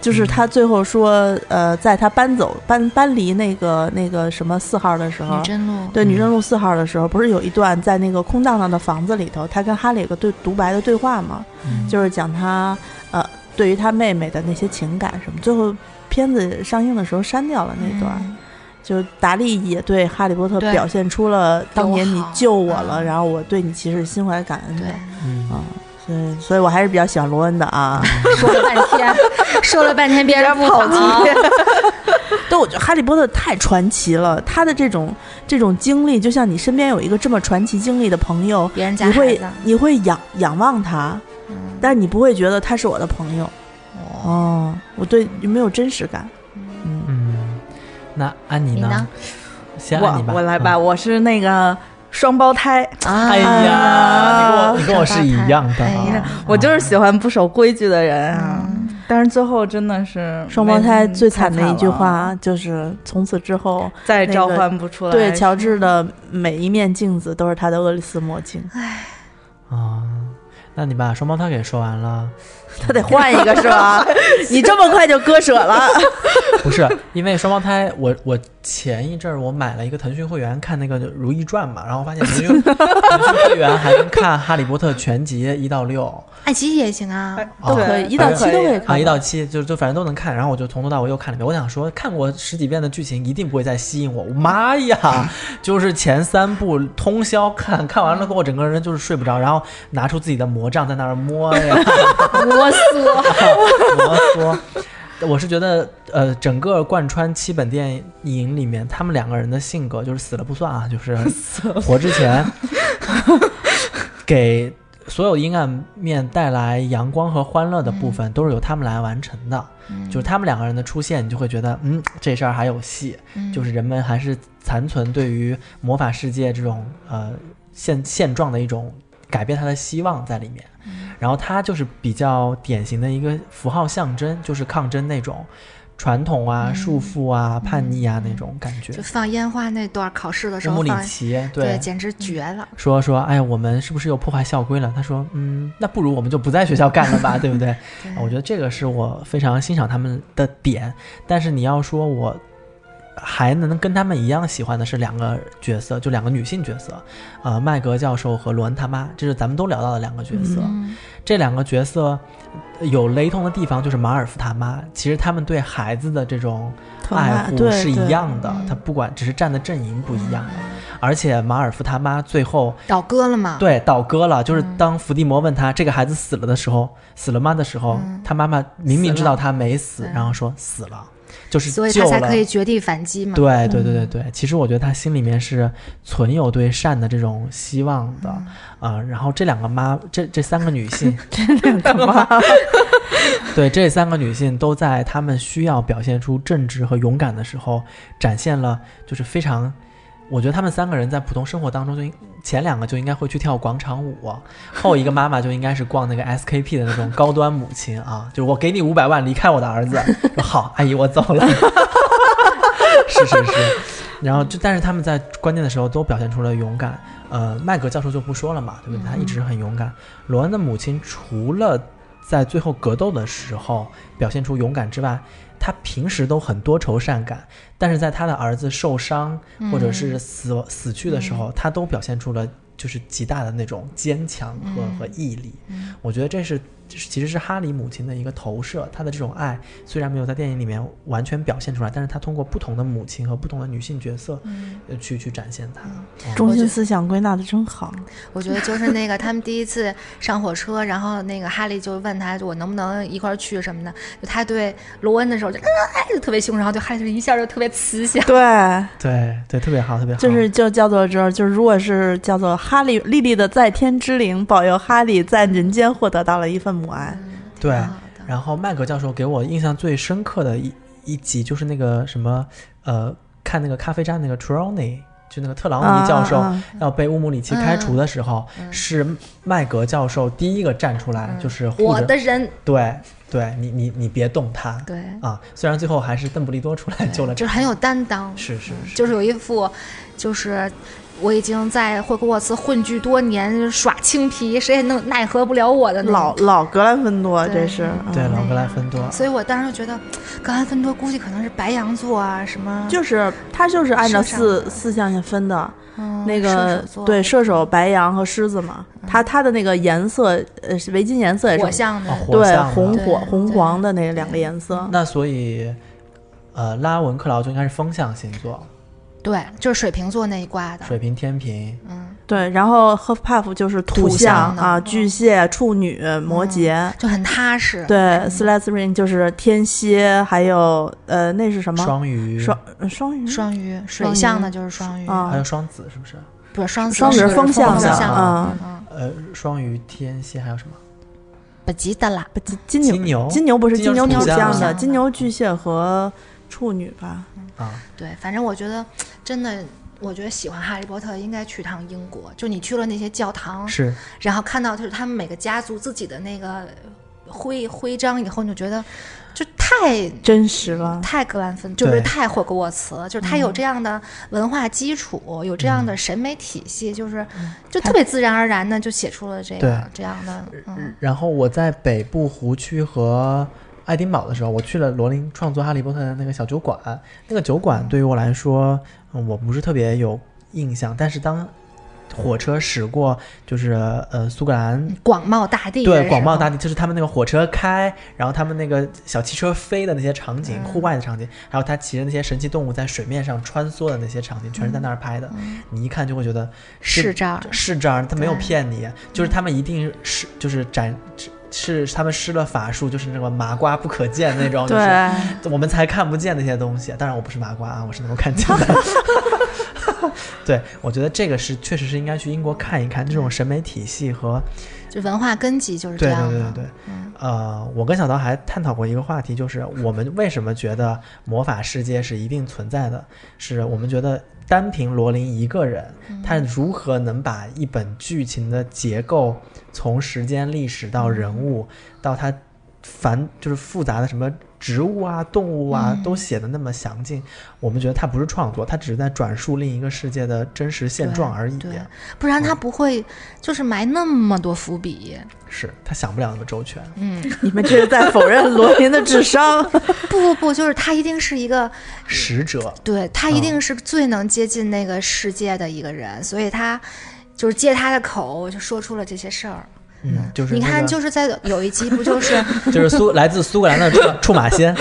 就是他最后说，呃，在他搬走搬搬离那个那个什么四号的时候
女，真露，
对
嗯
女真路四号的时候，不是有一段在那个空荡荡的房子里头，他跟哈利有个对独白的对话吗？
嗯，
就是讲他呃对于他妹妹的那些情感什么。最后片子上映的时候删掉了那段，
嗯
就达利也对哈利波特
对
表现出了当年
友
你
好
救我了，
嗯
然后我对你其实是心怀感恩的。
对。
嗯，
啊，所以所以我还是比较喜欢罗恩的 啊。
说了半天， 说了半天，别人不
跑题
好，
但我觉得哈利波特太传奇了，他的这种这种经历，就像你身边有一个这么传奇经历的朋友，
别人家
你
孩
会
子，
你会仰仰望他，
嗯
但是你不会觉得他是我的朋友。哦，我对没有真实感。嗯，
嗯，那安妮
你
呢？
呢
先安妮
我
吧，
我来
嗯
吧，。我是那个双胞胎，
哎
啊，
呀，
啊
你跟我你跟我是一样的
哎呀
啊，
我就是喜欢不守规矩的人啊。
嗯
但是最后真的是
双胞胎最惨的一
太
句
惨了，
话就是从此之后，
再召唤不出来。
对乔治的每一面镜子都是他的厄利斯魔镜，
啊，那你把双胞胎给说完了，
他得换一个是 吧？你这么快就割舍了？
不是因为双胞胎，我我前一阵儿我买了一个腾讯会员看那个《如懿传》嘛，然后发现腾讯 腾讯会员还能看《哈利波特》全集一到六
爱奇艺也行啊，
都
可以一到七都可以看
啊，一到七就就反正都能看，然后我就从头到尾又看了一遍。我想说，看过十几遍的剧情一定不会再吸引我。妈呀，就是前三部通宵看，看完了后我整个人就是睡不着，然后拿出自己的魔杖在那儿摸呀。
啰嗦，
我说，我是觉得，呃，整个贯穿七本电影里面，他们两个人的性格就是死了不算啊，就是活之前给所有阴暗面带来阳光和欢乐的部分，都是由他们来完成的。
嗯
就是他们两个人的出现，你就会觉得，嗯，这事儿还有戏。
嗯
就是人们还是残存对于魔法世界这种呃现现状的一种改变它的希望在里面。
嗯
然后它就是比较典型的一个符号象征，就是抗争那种传统啊、束缚啊、叛逆啊那种感觉
嗯就。放烟花那段，考试的时
乌
候
姆里
放，
奇
对，简直绝了。
说说，哎，我们是不是又破坏校规了？他说，嗯，那不如我们就不在学校干了吧，对不对？啊我觉得这个是我非常欣赏他们的点。但是你要说我还能跟他们一样喜欢的是两个角色，就两个女性角色，呃，麦格教授和罗恩他妈，这是咱们都聊到的两个角色。
嗯
这两个角色有雷同的地方，就是马尔福他妈，其实他们对孩子的这种
疼
爱
爱
护
对
是一
对
样的
嗯，
他不管只是站的阵营不一样。而且马尔福他妈最后
倒戈了嘛？
对，倒戈了。就是
啊嗯
当伏地魔问他这个孩子死了的时候，死了吗的时候，
嗯
他妈妈明明知道他没死，
死了嗯
然后说死了，就是
所以
救
他才
了
可以绝地反击嘛。
对对对对对，其实我觉得他心里面是存有对善的这种希望的啊、然后这两个妈，这这三个女性， 这两个妈， 对，这三个女性都在她们需要表现出正直和勇敢的时候，展现了就是非常我觉得他们三个人在普通生活当中就应前两个就应该会去跳广场舞，后一个妈妈就应该是逛那个 SKP 的那种高端母亲啊，就我给你五百万离开我的儿子，说 好，阿姨我走了，是是是，然后就但是他们在关键的时候都表现出了勇敢，呃，麦格教授就不说了嘛，对不对？他一直很勇敢。罗恩的母亲除了在最后格斗的时候表现出勇敢之外，她平时都很多愁善感，但是在她的儿子受伤或者是死、死去的时候，她都表现出了就是极大的那种坚强和、和毅力。
嗯
我觉得这是这是其实是哈里母亲的一个投射，她的这种爱虽然没有在电影里面完全表现出来，但是她通过不同的母亲和不同的女性角
嗯
色，呃去去展现它。
中
我觉
心
得
思想归纳的真好。
我觉得就是那个他们第一次上火车，然后那个哈利就问他，就我能不能一块儿去什么的。就他对罗恩的时候就，呃哎，就特别凶，然后对哈利就一下就特别慈祥。
对，
对对，特别好，特别好，
就是就叫做这，就是如果是叫做哈利莉莉的在天之灵保佑哈利在人间获得到了一份母爱，
对
挺。好的
然后麦格教授给我印象最深刻的一一集就是那个什么，呃，看那个咖啡站那个 Trelawney，就那个特朗尼教授
啊啊
要被乌姆里奇开除的时候，是麦格教授第一个站出来，就是护
我
着，
的人，
对对，你你你别动他，
对，
啊，虽然最后还是邓布利多出来救了
就
他，
是很有担当，
是是是，
就是有一副，就是我已经在霍格沃茨混迹多年，耍青皮，谁也能奈何不了我的那种
啊老老格兰芬多
对
这是，嗯
对老格兰芬多，啊
所以我当时觉得，格兰芬多估计可能是白羊座啊，什么
就是他就是按照
是
四四象限分的，
嗯
那个
射手座
对射手、嗯白羊和狮子嘛，他他的那个颜色呃是围巾颜色也
火
是
象的
哦火
对
象的
红啊火
对
红
对
黄的那两个颜色，
那所以，呃，拉文克劳就应该是风象星座，
对，就是水瓶座那一挂的，
水瓶、天平，
嗯，
对，然后 Hufflepuff 就是
土
土象
象的
啊，
嗯
巨蟹、处女、摩羯。
就很踏实。
对 s l e t h r i n 就是天蝎，还有呃，那是什么？
双鱼，
双呃双鱼，
双鱼，
双
水
鱼
象的就是双鱼，
啊
还有双子是不是？
不是双子
双子
是
是风
象
象的
象
啊。
嗯，
呃，双鱼、天蝎还有什么？
不吉的啦，
不金
金
金牛，
牛
金牛不是
金
金
牛
牛
是
土
土象
象
的
的，金牛巨蟹和处女吧。
啊，
对，反正我觉得真的。我觉得喜欢哈利波特应该去趟英国，就你去了那些教堂，
是
然后看到就是他们每个家族自己的那个徽徽章以后，你就觉得就太
真实了，
太格兰芬，就是
对嗯
太霍格沃茨，就是他有这样的文化基础，有这样的审美体系，就是就特别自然而然的就写出了这
嗯对
个这样的，嗯，
然后我在北部湖区和爱丁堡的时候，我去了罗琳创作《哈利波特》的那个小酒馆。那个酒馆对于我来说，嗯我不是特别有印象，但是当火车驶过，就是呃苏格兰
广袤大地的
对
时候，
广袤大地，就是他们那个火车开，然后他们那个小汽车飞的那些场
嗯
景，户外的场景，还有他骑着那些神奇动物在水面上穿梭的那些场景，全是在那儿拍的。你一看就会觉得这
嗯是这儿
是这儿，他没有骗你，就是他们一定是就是展是是他们施了法术，就是那个麻瓜不可见那种，就
对
是我们才看不见那些东西。当然我不是麻瓜啊，我是能够看见的。 对，我觉得这个是确实是应该去英国看一看这种
嗯
审美体系和
就文化根基就是这
对
样
对
的，嗯
对对，呃，我跟小桃还探讨过一个话题，就是我们为什么觉得魔法世界是一定存在的？是我们觉得单凭罗琳一个人，
嗯
他如何能把一本剧情的结构，从时间、历史到人物，
嗯
到他繁就是复杂的什么植物啊、动物啊，
嗯
都写的那么详尽？我们觉得他不是创作，他只是在转述另一个世界的真实现状而已。啊
对，不
嗯
然他不会就是埋那么多伏笔，
是他想不了那么周全。
嗯，
你们这是在否认罗琳的智商。
不不不，就是他一定是一个
使者，
对他
嗯
一定是最能接近那个世界的一个人，所以他就是借他的口就说出了这些事儿。
嗯，就是
你
那
看，
个
就是在有一集不就是
就是苏来自苏格兰的出 出马仙，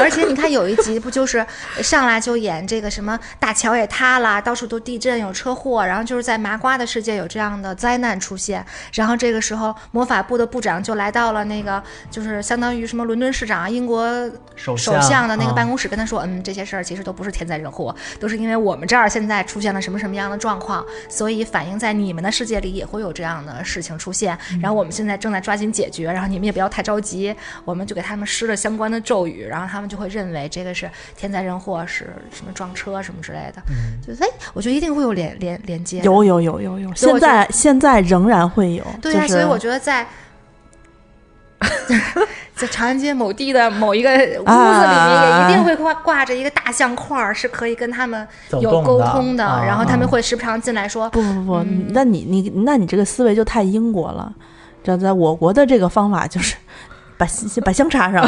而且你看有一集不就是上来就演这个什么大桥也塌了，到处都地震有车祸，然后就是在麻瓜的世界有这样的灾难出现，然后这个时候魔法部的部长就来到了那个就是相当于什么伦敦市长啊、英国
首
首相的那个办
公
公室跟他说，嗯，这些事儿其实都不是天灾人祸，都是因为我们这儿现在出现了什么什么样的状况，所以反映在你们的世界里也会有这样的事情出现。然后我们现在正在抓紧解决，然后你们也不要太着急，我们就给他们施了相关的咒语，然后他们就会认认为这个是天灾人祸，是什么撞车什么之类的，
嗯
就是哎，我觉得一定会有连连连接的。
有有有有有，
所以
现
我
在现在仍然会有，
对
就
呀、
是
所以我觉得 在在长安街某地的某一个屋子里面，
啊
也一定会挂挂着一个大相框儿，是可以跟他们
走
有
动
沟
的
通的。
啊
然后他
啊
们会时不常进来说，
不不不，
嗯
那你你那你这个思维就太英国了。这在我国的这个方法就是把香把香插 上，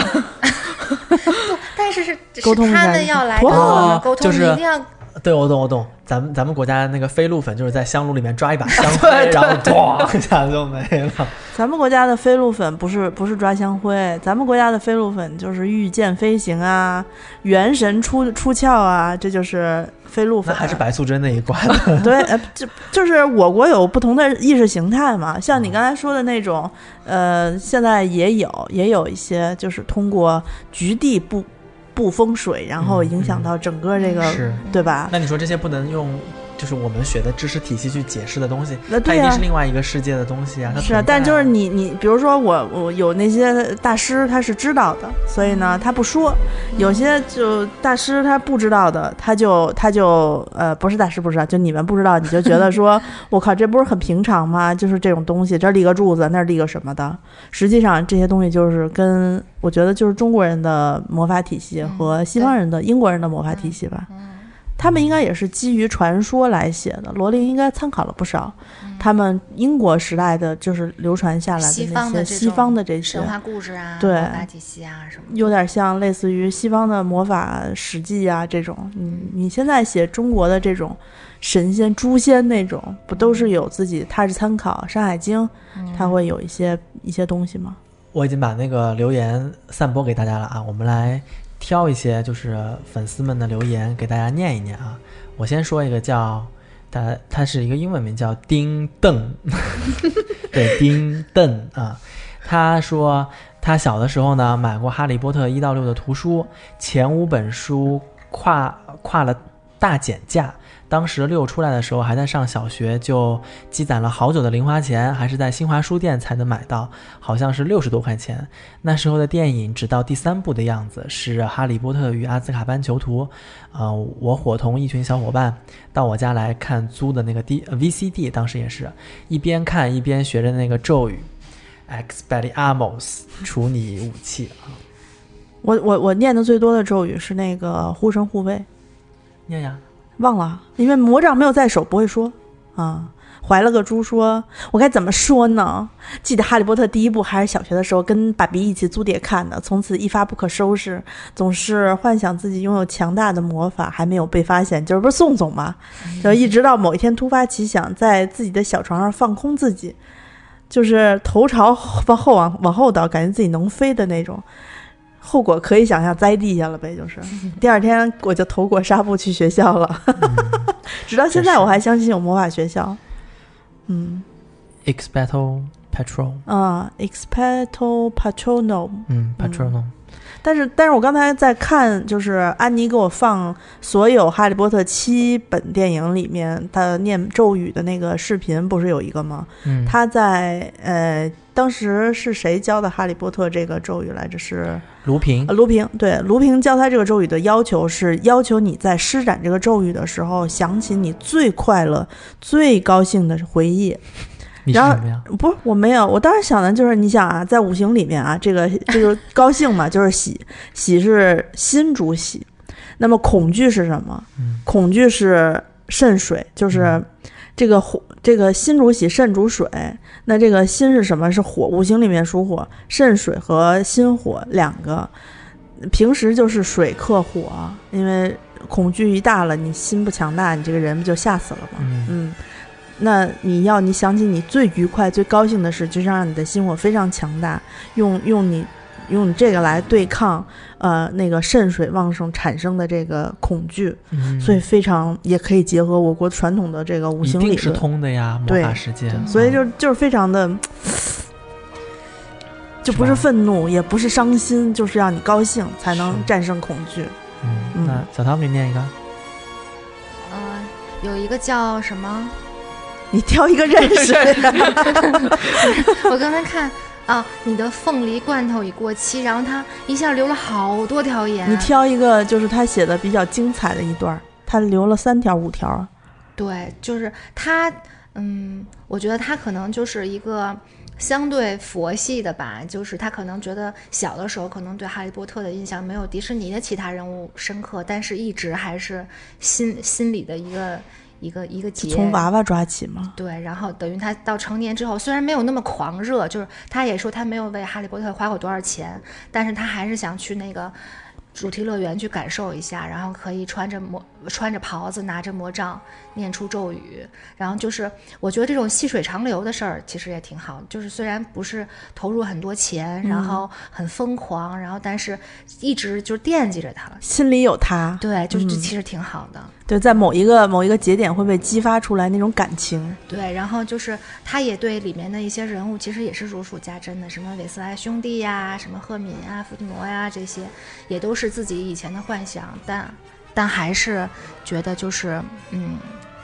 但是是
沟
是
通一
他
下
们
就
要
行
来跟我
哦
们沟
就
通，
是
你一定要
对，我懂，我懂。咱们咱们国家那个飞鹿粉就是在香炉里面抓一把 香灰，然后咣一下就没了。
咱们国家的飞鹿粉不是不是抓香灰，咱们国家的飞鹿粉就是御剑飞行啊，元神出出窍啊，这就是飞鹿
那
粉。啊
还是白素贞那一 关的。
对，呃，就就是我国有不同的意识形态嘛，像你
嗯
刚才说的那种，呃，现在也有也有一些就是通过局地不不风水，然后影响到整个这个，
嗯是
对吧？
那你说这些不能用就是我们学的知识体系去解释的东西，
那
它
对
一定
啊
呀、
是另外一个世界的东西啊。它
是啊
存，在
但就是
啊
你你，比如说我我有那些大师他是知道的，所以呢他不说，有些就大师他不知道的，他就他就呃不是大师不知道，就你们不知道，你就觉 得说我靠这不是很平常吗？就是这种东西，这儿立个柱子，那儿立个什么的，实际上这些东西就是跟我觉得就是中国人的魔法体系
嗯
和西方人的、英国人的魔法体系吧。他们应该也是基于传说来写的，罗琳应该参考了不少，
嗯
他们英国时代的就是流传下来
西
那
方
些
的这
西方
种
的这些
神，话故事啊，
对
魔法体系啊什么的。
有点像类似于西方的魔法史记啊这种。你
嗯
你现在写中国的这种神仙、诛仙那种，不都是有自己他是参考《山海经》，
嗯
它会有一些一些东西吗？
我已经把那个留言散播给大家了啊，我们来挑一些就是粉丝们的留言给大家念一念啊。我先说一个叫他，他是一个英文名叫丁邓， 对，丁邓啊。他说他小的时候呢买过《哈利波特》一到六的图书，前五本书跨跨了大减价。当时六出来的时候还在上小学，就积攒了好久的零花钱，还是在新华书店才能买到。好像是六十多块钱。那时候的电影直到第三部的样子是《哈利波特与阿兹卡班囚徒》，呃，我伙同一群小伙伴到我家来看租的那个 D 呃 VCD，当时也是一边看一边学着那个咒语 “Expelliarmus”，除你武器啊，
我我我念的最多的咒语是那个护神护卫，
念呀，
忘了，因为魔杖没有在手，不会说啊。怀了个猪说，我该怎么说呢？记得《哈利波特》第一部还是小学的时候，跟爸比一起租碟看的，从此一发不可收拾，总是幻想自己拥有强大的魔法，还没有被发现，就是不是宋总嘛？就一直到某一天突发奇想，在自己的小床上放空自己，就是头朝往后往往后倒，感觉自己能飞的那种。后果可以想象，栽地下了呗，就是。第二天我就头裹纱布去学校了， 直到现在我还相信有魔法学校。嗯
“Expecto Patron”，
啊、e x p e c t o patronum。
嗯，Patronum，、
但是，但是我刚才在看，就是安妮给我放所有《哈利波特》七本电影里面他念咒语的那个视频，不是有一个吗？
嗯，
他在呃，当时是谁教的《哈利波特》这个咒语来着？是
卢平
呃，卢平对卢平教他这个咒语的要求是要求你在施展这个咒语的时候，想起你最快乐、最高兴的回忆。
你是
然后
什么呀？
不是我没有，我当时想的就是，你想啊，在五行里面啊，这个这 就是高兴嘛，就是喜，喜是心主喜。那么恐惧是什么？
嗯
恐惧是肾水，就是
嗯
这个火，这个心主喜，肾主水。那这个心是什么？是火，五行里面属火，肾水和心火两个。平时就是水克火，因为恐惧一大了，你心不强大，你这个人不就吓死了吗？
嗯
嗯，那你要你想起你最愉快、最高兴的事，就是让你的心火非常强大，用用你用你这个来对抗呃那个肾水旺盛产生的这个恐惧，
嗯，
所以非常也可以结合我国传统的这个五
一
行理
定是
论，
通的呀，魔
对
法世界，
所以
嗯
就就是非常的。就不
是
是
吧
愤怒，也不是伤心，就是让你高兴才能
是
战胜恐惧。
嗯，
嗯
那小唐给你念一个，
嗯，有一个叫什么？
你挑一个认识的，
我刚才看，啊，你的凤梨罐头已过期，然后他一下留了好多 条言。
你挑一个就是他写的比较精彩的一段儿，他留了三条五条啊，
对，就是他，嗯，我觉得他可能就是一个相对佛系的吧，就是他可能觉得小的时候可能对哈利波特的印象没有迪士尼的其他人物深刻，但是一直还是心心里的一个一个一个
就
结。
从娃娃抓起嘛。
对，然后等于他到成年之后，虽然没有那么狂热，就是他也说他没有为《哈利波特》花过多少钱，但是他还是想去那个主题乐园去感受一下，然后可以穿着魔穿着袍子，拿着魔杖念出咒语，然后就是我觉得这种细水长流的事儿其实也挺好，就是虽然不是投入很多钱，然后很疯狂，然后但是一直就惦记着他，
心里有他，
对，就是这
嗯
其实挺好的。
对，在某一个某一个节点会被激发出来那种感情。
对，然后就是他也对里面的一些人物其实也是如数家珍的，什么韦斯莱兄弟呀、什么赫敏啊、伏地魔呀、这些，也都是自己以前的幻想，但但还是觉得就是嗯。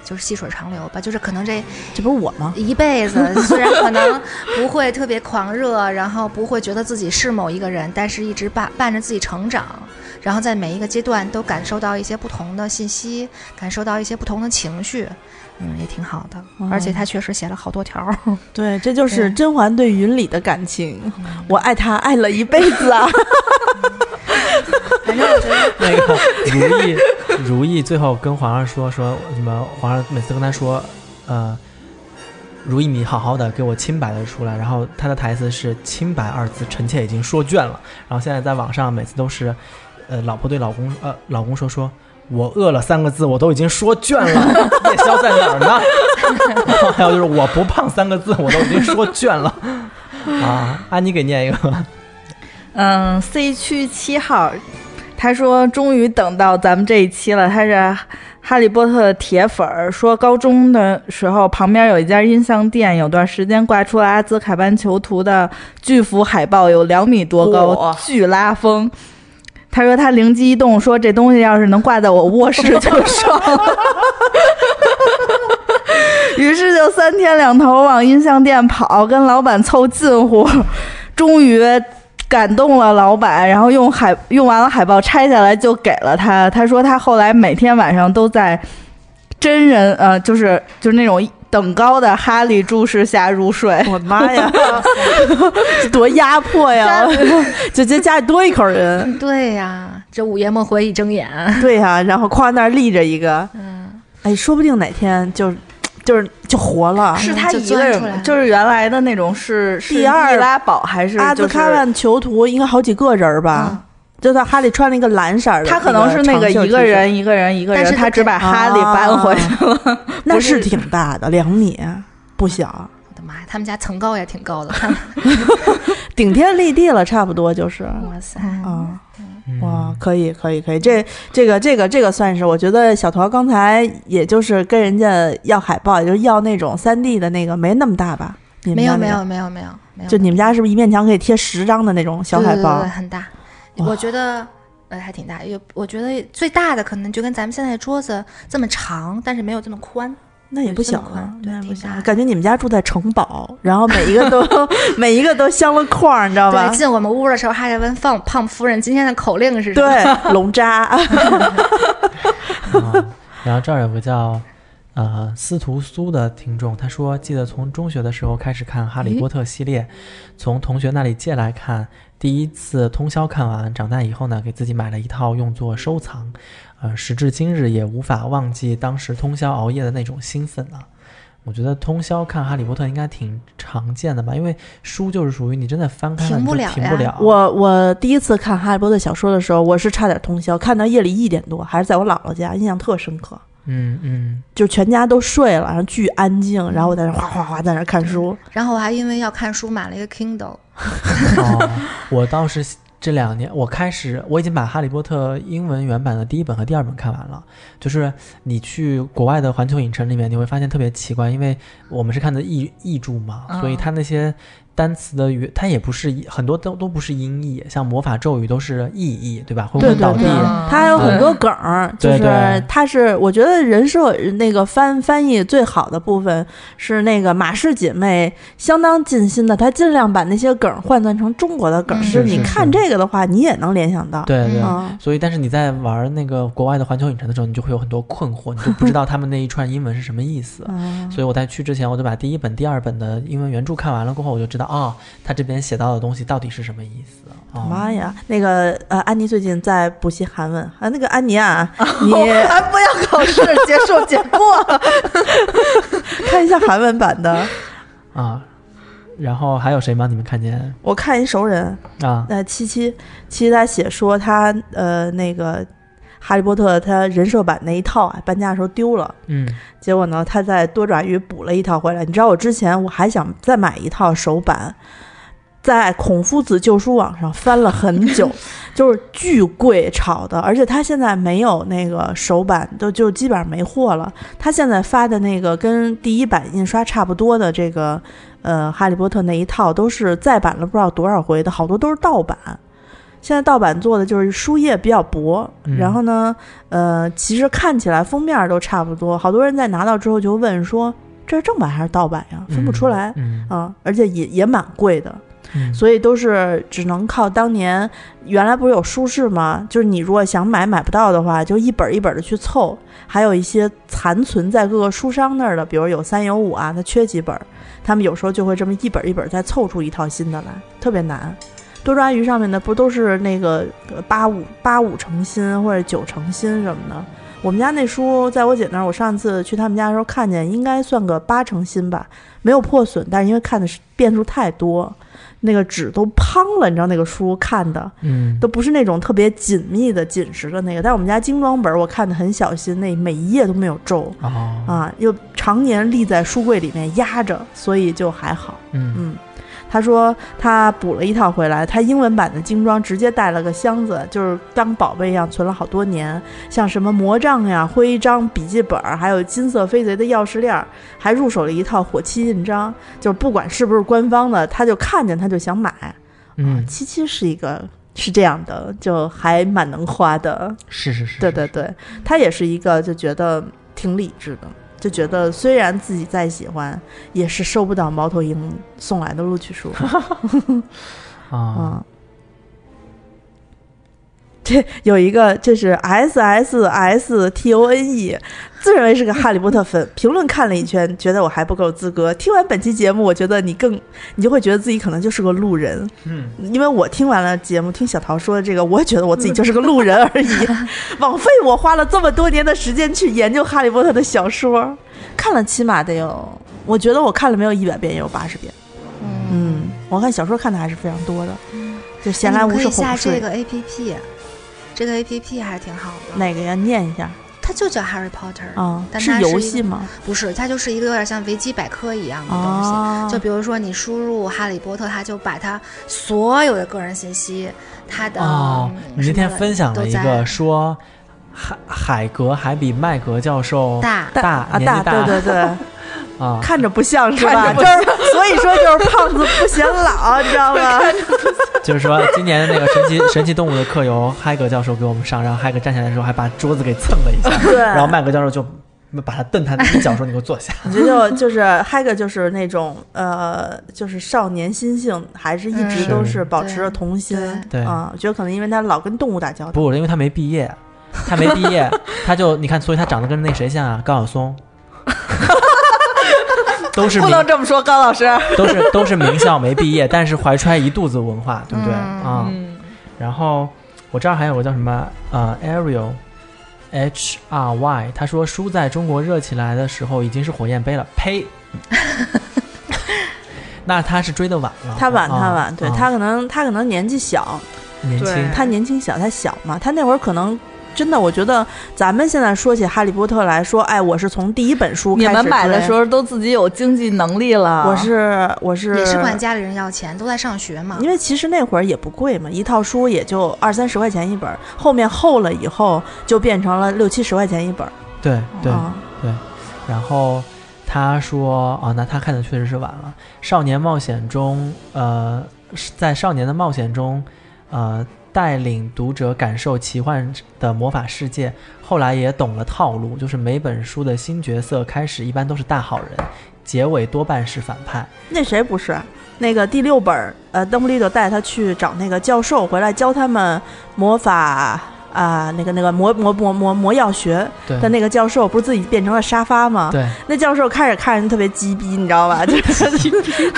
就是细水长流吧，就是可能这
这不是我吗？
一辈子 虽然可能不会特别狂热，然后不会觉得自己是某一个人，但是一直伴伴着自己成长，然后在每一个阶段都感受到一些不同的信息，感受到一些不同的情绪，嗯，也挺好的。
嗯
而且他确实写了好多条儿，
对，这就是
对
甄嬛对云里的感情。我爱他，爱了一辈子啊！
反正我觉得
那个如意，如意最后跟皇上说说什么？皇上每次跟他说，呃，如意你好好的给我清白的出来。然后他的台词是“清白”二字，臣妾已经说倦了。然后现在在网上每次都是，呃，老婆对老公呃老公说说。我饿了三个字，我都已经说倦了， 夜宵在哪儿呢？ 然后还有就是我不胖三个字，我都已经说倦了。啊，安妮给念一个，
嗯，C 区七号，他说终于等到咱们这一期了，他是《哈利波特》的铁粉儿，说高中的时候旁边有一家音像店，有段时间挂出了阿兹卡班囚徒的巨幅海报，有两米多高
哇，。
巨拉风。他说他灵机一动，说这东西要是能挂在我卧室就爽了。 于是就三天两头往音像店跑，跟老板凑近乎，终于感动了老板，然后用海用完了海报拆下来就给了他。他说他后来每天晚上都在真人呃，就是就是那种等高的哈利注视下入睡
我的妈 呀，多压迫呀！就这家里多一口 人，
对呀、这午夜梦回一睁眼，
对呀、然后哐那儿立着一个，
嗯，
哎，说不定哪天就就是就活了。
是他
就
一个
钻出来
人，
了
就是原来的那种是是
第二
易拉宝还是
阿
就
兹
是
卡班囚徒应该好几个人儿吧？
嗯
就他哈利穿了一个蓝色儿的，
他可能是那个
长袖
一个
T 恤，啊
人一个人一个
但
人，
是
他只把哈利搬回 去了。
那
不是
是挺大的，两米不小，
我的妈呀，他们家层高也挺高的，他们
顶天立地了，差不多就是。啊、
哇塞，哦
嗯
哇，可以，可以，可以，这这个这个这个算是，我觉得小桃刚才也就是跟人家要海报，也就是要那种三 D 的那个，没那么大吧？你们
没
家
有没
那
有
个，
没有没有没有，
就你们家是不是一面墙可以贴十张的那种小
对
海
对
报
对对？很大，
哇
我觉得呃还挺大，有我觉得最大的可能就跟咱们现在桌子这么长，但是没有这么宽，
那也不小
这么
了
宽，对
那也不
挺
小
大
了。
的
感觉你们家住在城堡，然后每一个都 每一个都镶了框儿，你知道吧
对，？进我们屋的时候还得问胖胖夫人今天的口令是什么，
对，龙渣。
哦啊， 然后这儿有个叫呃司徒苏的听众，他说记得从中学的时候开始看《哈利波特》系列，从同学那里借来看，第一次通宵看完。长大以后呢，给自己买了一套用作收藏，呃，时至今日也无法忘记当时通宵熬夜的那种兴奋啊。我觉得通宵看《哈利波特》应该挺常见的吧，因为书就是属于你真的翻开
停
你
不
就
了
停
呀
不了。
我我第一次看《哈利波特》小说的时候，我是差点通宵，看到夜里一点多，还是在我姥姥家，印象特深刻。
嗯嗯，
就全家都睡了，然后巨安静，然后我在那哗哗哗在那看书。
嗯
然后我还因为要看书买了一个 Kindle，
哦，我倒是这两年，我开始我已经把《哈利波特》英文原版的第一本和第二本看完了。就是你去国外的环
嗯
球影城里面，你会发现特别奇怪，因为我们是看的译译著嘛，所以它那些单词的语，它也不是一很多都都不是音译，像魔法咒语都是意译，对吧？昏
对
昏
对啊
倒地，
对它还有很多梗儿，就
对
是
对
它是我觉得人设那个翻翻译最好的部分是那个马氏姐妹相当尽心的，她尽量把那些梗儿换算成中国的梗儿，
嗯
就是
是
你
是
看这个的话，你也能联想到。
对对。
嗯，
所以，但是你在玩那个国外的环球影城的时候，你就会有很多困惑，你就不知道他们那一串英文是什么意思。
嗯
所以我在去之前，我就把第一本、第二本的英文原著看完了过后，我就知道啊、他这边写到的东西到底是什么意思啊。
妈呀，那个呃，安妮最近在补习韩文啊，那个安妮啊，你
啊，不要考试，结束结过了。
看一下韩文版的，
啊，然后还有谁吗？你们看见
我看一熟人，
啊？
呃，七七七七他写说他呃那个哈利波特他人设版那一套啊，搬家的时候丢了，
嗯
结果呢他在多爪鱼补了一套回来。你知道我之前我还想再买一套手版，在孔夫子旧书网上翻了很久， 就是巨贵炒的，而且他现在没有那个手版，都就基本上没货了。他现在发的那个跟第一版印刷差不多的这个。呃，《哈利波特》那一套都是再版了不知道多少回的，好多都是盗版。现在盗版做的就是书页比较薄，
嗯
然后呢，呃，其实看起来封面都差不多。好多人在拿到之后就问说：“这是正版还是盗版呀？”分不出来、
嗯
啊，而且也也蛮贵的。
嗯，
所以都是只能靠当年原来不是有书市吗？就是你如果想买买不到的话，就一本一本的去凑，还有一些残存在各个书商那儿的，比如有三有五啊，它缺几本儿，他们有时候就会这么一本一本再凑出一套新的来，特别难。多抓鱼上面的不都是那个呃八五八五成新或者九成新什么的？我们家那书在我姐那儿，我上次去他们家的时候看见，应该算个八成新吧，没有破损，但是因为看的是变数太多，那个纸都胖了，你知道那个书看的
嗯
都不是那种特别紧密的、紧实的那个。但是我们家精装本儿我看的很小心，那每一页都没有皱
哦
啊，又常年立在书柜里面压着，所以就还好。
嗯
嗯，他说他补了一套回来，他英文版的精装直接带了个箱子，就是当宝贝一样存了好多年，像什么魔杖呀、徽章、笔记本儿，还有金色飞贼的钥匙链儿，还入手了一套火漆印章，就是不管是不是官方的，他就看见他就想买。
嗯，
七七是一个是这样的，就还蛮能花的。
是是是，
对对对，他也是一个就觉得挺理智的，就觉得虽然自己再喜欢，也是收不到猫头鹰送来的录取书。
啊，
嗯，这有一个，这是 S S S T O N E，自认为是个哈利波特粉，评论看了一圈，觉得我还不够资格。听完本期节目，我觉得你更，你就会觉得自己可能就是个路人。
嗯，
因为我听完了节目，听小桃说的这个，我也觉得我自己就是个路人而已， 枉费我花了这么多年的时间去研究《哈利波特》的小说，看了起码得有，我觉得我看了没有一百遍，也有八十遍。
嗯，
嗯，我看小说看的还是非常多的，
嗯
就闲来
哎你
无
可
事
以
哄
下
睡。
这个 A P P，这个 A P P 还挺好的，
哪个呀？念一下
它就叫 Harry Potter，、
啊、
但它
是
是
游
一
戏吗？
不是，它就是一个有点像维基百科一样的东西。
啊，
就比如说你输入哈利波特，它就把他所有的个人信息，他的
哦，
嗯
你那天
什么的
分享了一
都
个
在
说海海格还比麦格教授
大
大啊
年纪大
对对对，
啊，
看着不像是吧？
看着不
就是所以说就是胖子不显老，你知道吗？
就是说今年的那个神奇 神奇动物的课由海格教授给我们上，然后海格站起来的时候还把桌子给蹭了一下，
对，
然后麦格教授就把他蹬他一脚说你给我坐下，
我觉得就是嗨哥，就是那种呃，就是少年心性，还是一直
嗯
都
是
是保持着童心。
对
啊，我觉得可能因为他老跟动物打交 道。
不，因为他没毕业，他没毕 业，他就你看，所以他长得跟那谁像啊？高晓松，都 是
不
名
能这么说，高老师。
都是都是名校没毕业，但是怀揣一肚子文化，对不对
嗯
啊、
嗯，
然后我这儿还有个叫什么呃 Ariel。H R Y，他说书在中国热起来的时候已经是火焰杯了，呸！ 那他是追的晚了，
他晚，
啊
他晚，对
啊
他可能他可能年纪小，
年
对
轻，
他年轻小，他小嘛，他那会儿可能真的，我觉得咱们现在说起《哈利波特》来说， 哎，我是从第一本书开
你
始
们买的
追
时，候都自己有经济能力了。
我是我是
也是管家里人要钱，都在上学嘛。
因为其实那会儿也不贵嘛，一套书也就二三十块钱一本儿，后面厚了以哦后就变成了六七十块钱一本儿。
对对、
啊
然后他说啊，那他看的确实是晚了。少年冒险中，呃，是在少年的冒险中，呃，带领读者感受奇幻的魔法世界。后来也懂了套路，就是每本书的新角色开始一般都是大好人，结尾多半是反派。
那谁不是？那个第六本儿，呃，邓布利多带他去找那个教授回来教他们魔法啊、那个那个魔魔魔魔魔药学
对
的那个教授，不是自己变成了沙发吗？
对，
那教授开始看人特别鸡逼，你知道吧？ 就是，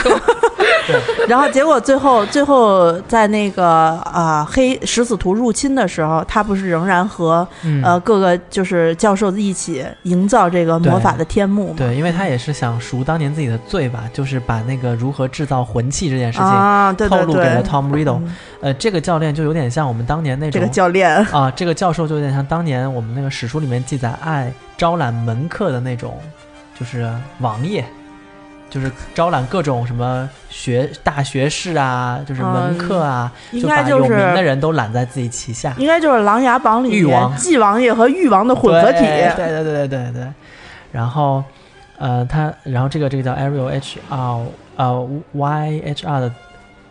然后结果最后最后在那个啊、黑食死徒入侵的时候，他不是仍然和、
嗯，
呃各个就是教授一起营造这个魔法的天幕嘛？
对，因为他也是想赎当年自己的罪吧，就是把那个如何制造魂器这件事情、
啊，对
透
对
露给了
对，
Tom Riddle、
嗯
呃，这个教练就有点像我们当年那
这
种
个教练
啊，这个教授就有点像当年我们那个史书里面记载爱招揽门客的那种，就是王爷，就是招揽各种什么学大学士啊，就是门客啊，
嗯应
就
该
把
就
有名的
是。
人都揽在自己旗下。
应该就是《琅琊榜》里
誉王
面纪王爷和誉王的混合体，
对对对对对对。然后，呃，他，然后这个这个叫 Ariel H R 呃 Y H R 的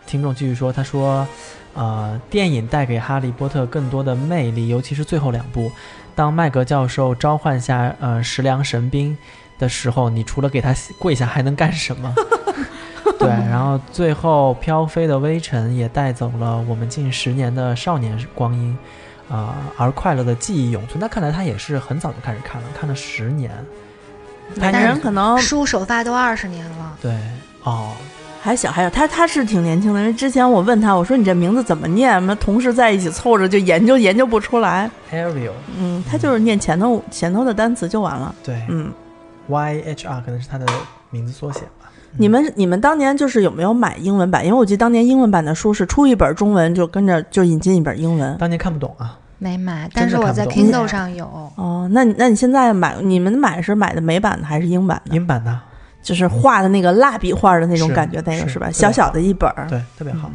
听众继续说，他说，呃，电影带给哈利波特更多的魅力，尤其是最后两部。当麦格教授召唤下呃食粮神兵的时候，你除了给他跪下，还能干什么？对，然后最后飘飞的微尘也带走了我们近十年的少年光阴，啊、而快乐的记忆永存。那看来他也是很早就开始看了，看了十年。他
每个
但是
人可能
书首发都二十年了，
对哦，
还小，还小，他他是挺年轻的。因为之前我问他，我说你这名字怎么念？我们同事在一起凑着就研究研究不出来。
Ariel
嗯，他就是念前头前头的单词就完了。
对、
嗯，
y H R 可能是他的名字缩写吧。
你们你们当年就是有没有买英文版？因为我记得当年英文版的书是出一本中文就跟着就引进一本英文。
当年看不懂啊，
没买，
真
但
的
是我
看不
在
懂
Kindle 上有。
哦，那你那你现在买你们买是买的美版的还是英版的？
英版的，
就是画的那个蜡笔画的那种
是
感觉，那个
是
是吧？
对
小小的一本儿。嗯
对，特别好。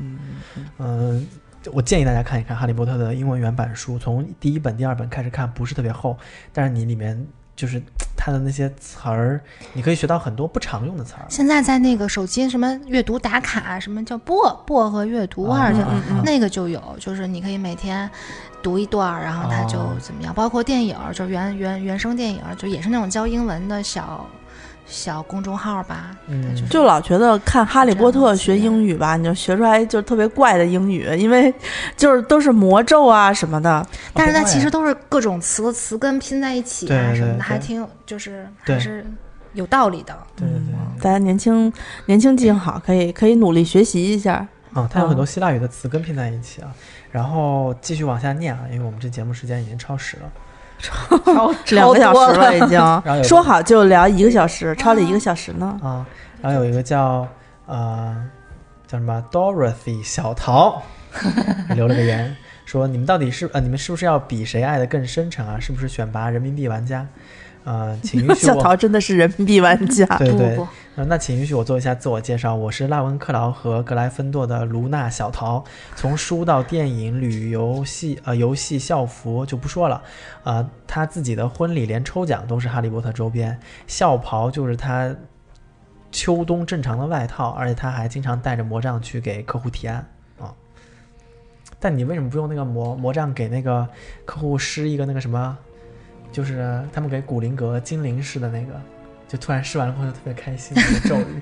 嗯，我建议大家看一看《哈利波特》的英文原版书，从第一本、第二本开始看，不是特别厚，但是你里面就是它的那些词儿，你可以学到很多不常用的词儿。
现在在那个手机什么阅读打卡，什么叫薄薄荷阅读啊，就
啊啊
那个就有，就是你可以每天读一段儿，然后它就
哦
怎么样。包括电影儿，就是原原原声电影儿，就也是那种教英文的小小公众号吧。
嗯
它就是
就老觉得看《哈利波
这
特
样》子
学英语吧，你就学出来就是特别怪的英语，因为就是都是魔咒啊什么的。
但是它
不会
其实都是各种词词根拼在一起
对
啊
对
什么
对
的，还挺就是
对
还是有道理的。
对对对，
嗯
大家年轻年轻劲好，可以可以努力学习一下。
啊，它有
嗯
很多希腊语的词根拼在一起啊。然后继续往下念啊，因为我们这节目时间已经超时了。
两个小
多
时了 已
后有
经，说好就聊一个小时，超了一个小时呢。
啊，然后有一个叫呃叫什么 Dorothy 小桃留了个言，说你们到底是呃你们是不是要比谁爱的更深沉啊？是不是选拔人民币玩家？呃，请允许
小
我
桃真的是人民币玩家，
对
不
对
不不，
呃那请允许我做一下自我介绍，我是拉文克劳和格莱芬多的卢娜小桃，从书到电影、旅游戏呃游戏校服就不说了，呃，她自己的婚礼连抽奖都是哈利波特周边，校袍就是她秋冬正常的外套，而且她还经常带着魔杖去给客户提案啊。但你为什么不用那个魔魔杖给那个客户施一个那个什么，就是他们给古灵阁精灵施的那个？就突然试完了后就特别开心的一个咒语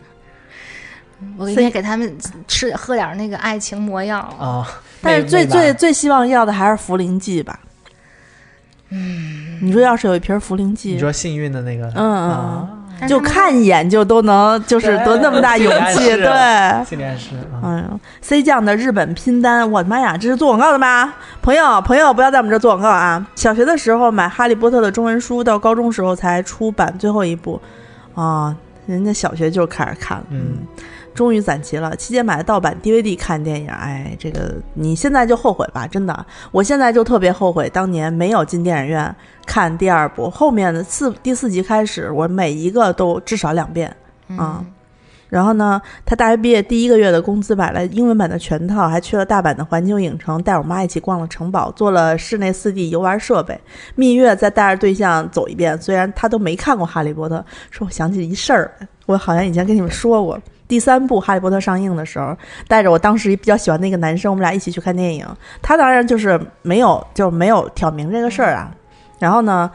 我应该给他们吃喝点儿那个爱情魔药。
啊。
但是
那
最
那把
最最希望要的还是茯苓剂吧。嗯，你说要是有一瓶茯苓
你
剂，
说幸运的那个，
嗯嗯
啊，
但是
就
他们
看一眼就都能，就是
对
多那么大勇气，
是
对。
心理暗示啊，
哎呦，C 酱的日本拼单，我的妈呀，这是做广告的吧？朋友，朋友，不要在我们这儿做广告啊！小学的时候买《哈利波特》的中文书，到高中时候才出版最后一部，啊，人家小学就开始看了，
嗯，
终于攒齐了。期间买的盗版 DVD 看电影，哎，这个你现在就后悔吧，真的，我现在就特别后悔当年没有进电影院看第二部，后面的四第四集开始，我每一个都至少两遍。啊
嗯，
然后呢，他大学毕业第一个月的工资买了英文版的全套，还去了大阪的环球影城，带我妈一起逛了城堡，做了室内四 D 游玩设备。蜜月再带着对象走一遍，虽然他都没看过《哈利波特》，说我想起一事儿来，我好像以前跟你们说过。第三部《哈利波特》上映的时候，带着我当时比较喜欢那个男生，我们俩一起去看电影。他当然就是没有，就没有挑明这个事儿啊。然后呢，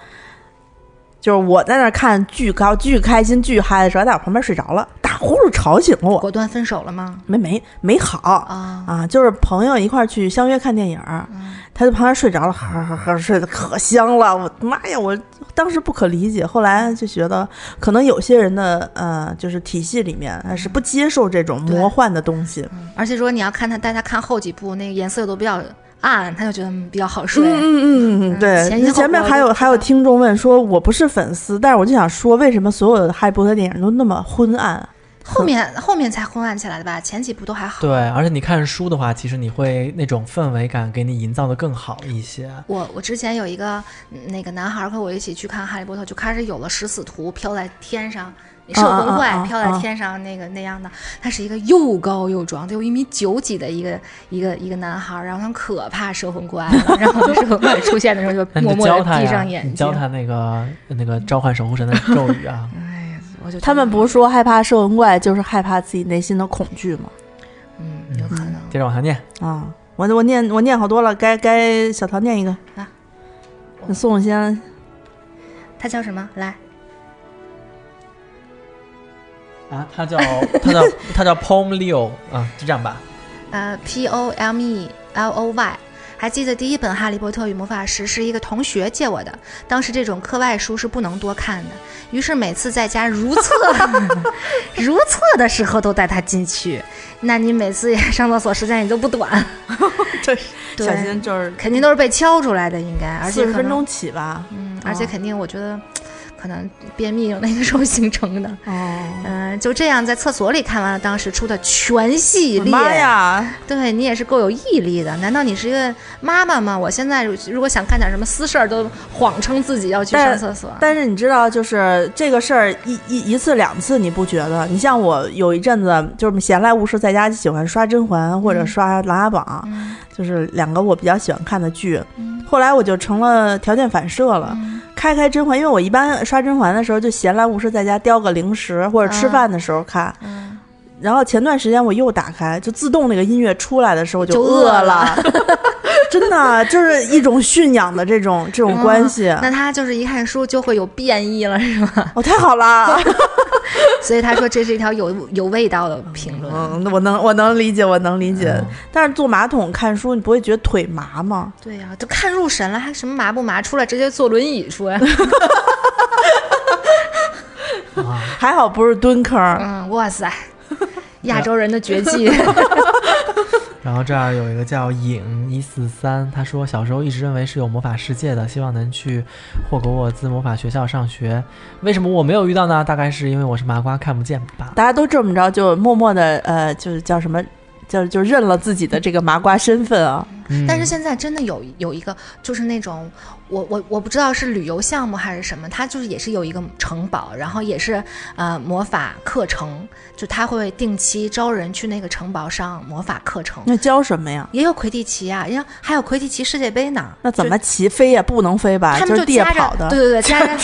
就是我在那儿看巨高、巨开心、巨嗨的时候，他在我旁边睡着了，打呼噜吵醒了我。
果断分手了吗？
没没没好
啊，
啊，就是朋友一块儿去相约看电影儿，
嗯
他在旁边睡着了，呵呵呵睡得可香了。我妈呀，我当时不可理解，后来就觉得可能有些人的呃，就是体系里面他
嗯
是不接受这种魔幻的东西。
而且如果你要看他带他看后几部，那个颜色都比较暗，他就觉得嗯比较好睡。
嗯嗯嗯嗯，
嗯
对。
前因后
前面
果
还有
都
还有听众问说，我不是粉丝，但是我就想说，为什么所有的哈利波特电影都那么昏暗啊？
后面后面才昏暗起来的吧，前几部都还好。
对，而且你看书的话，其实你会那种氛围感给你营造的更好一些。
我我之前有一个嗯那个男孩儿和我一起去看《哈利波特》，就开始有了食死徒飘在天上，你摄魂
啊啊啊
怪
啊
飘在天上那个那样的。他是一个又高又壮，得有一米九几的一个一个一个男孩儿，然后他可怕摄魂怪了，然后摄魂怪出现的时候
那
就
你
默
就
默
教
的
他
闭
呀，
上眼
你
睛
教。他那个那个召唤守护神的咒语啊。
哎呀，我就
他们不是说害怕摄魂怪，就是害怕自己内心的恐惧吗？
嗯有可能。
接着往下念，
啊，我我念我念好多了，该该小唐念一个
啊。
那宋先
他叫什么？来，
啊，他叫他叫他叫 Pom Leo 啊，就这样吧。
呃，P O M E L O Y。还记得第一本《哈利波特与魔法石》是一个同学借我的，当时这种课外书是不能多看的，于是每次在家如厕 如厕的时候都带他进去。那你每次也上厕所时间也都不 短，对
小心就是
肯定都是被敲出来的，应该，而
四
且
十
可
分
能，
钟起吧。
嗯，而且
啊
肯定我觉得，可能便秘有那个时候形成的。
哦，
嗯、就这样在厕所里看完了当时出的全系
我
列，
妈呀，
对你也是够有毅力的。难道你是一个妈妈吗？我现在如如果想干点什么私事儿，都谎称自己要去上厕所。
但是你知道，就是这个事儿一一一次两次你不觉得？你像我有一阵子就是闲来无事在家喜欢刷《甄嬛》或者刷《琅琊榜》
嗯
就是两个我比较喜欢看的剧。
嗯
后来我就成了条件反射了，
嗯
开开甄嬛，因为我一般刷甄嬛的时候就闲来无事在家叼个零食或者吃
啊
饭的时候看。
嗯，
然后前段时间我又打开，就自动那个音乐出来的时候
就
饿
饿
了， 真的就是一种驯养的这种这种关系。
嗯那他就是一看书就会有变异了，是 吗？
哦，太 好了，
所以他说这是一条有有味道的评论。
嗯，我能我能理解，我能理
嗯
解。但是坐马桶看书，你不会觉得腿麻吗？
对呀、都看入神了，还什么麻不麻？出来直接坐轮椅出 来。
还好不是蹲坑儿，
嗯，哇 塞，亚洲人的绝技。
然后这儿有一个叫影一四三，他说小时候一直认为是有魔法世界的，希望能去霍格沃兹魔法学校上学。为什么我没有遇到呢？大概是因为我是麻瓜，看不见吧。
大家都这么着，就默默的呃，就是叫什么，就就认了自己的这个麻瓜身份啊。
嗯
但是现在真的有有一个，就是那种我我我不知道是旅游项目还是什么，它就是也是有一个城堡，然后也是呃魔法课程，就他会定期招人去那个城堡上魔法课程，
那教什么呀？
也有魁地奇啊，人家还有魁地奇世界杯呢。
那怎么骑飞呀？不能飞吧？
他
就
们
是地
夹
下
着，
跑的
对。对对，夹 着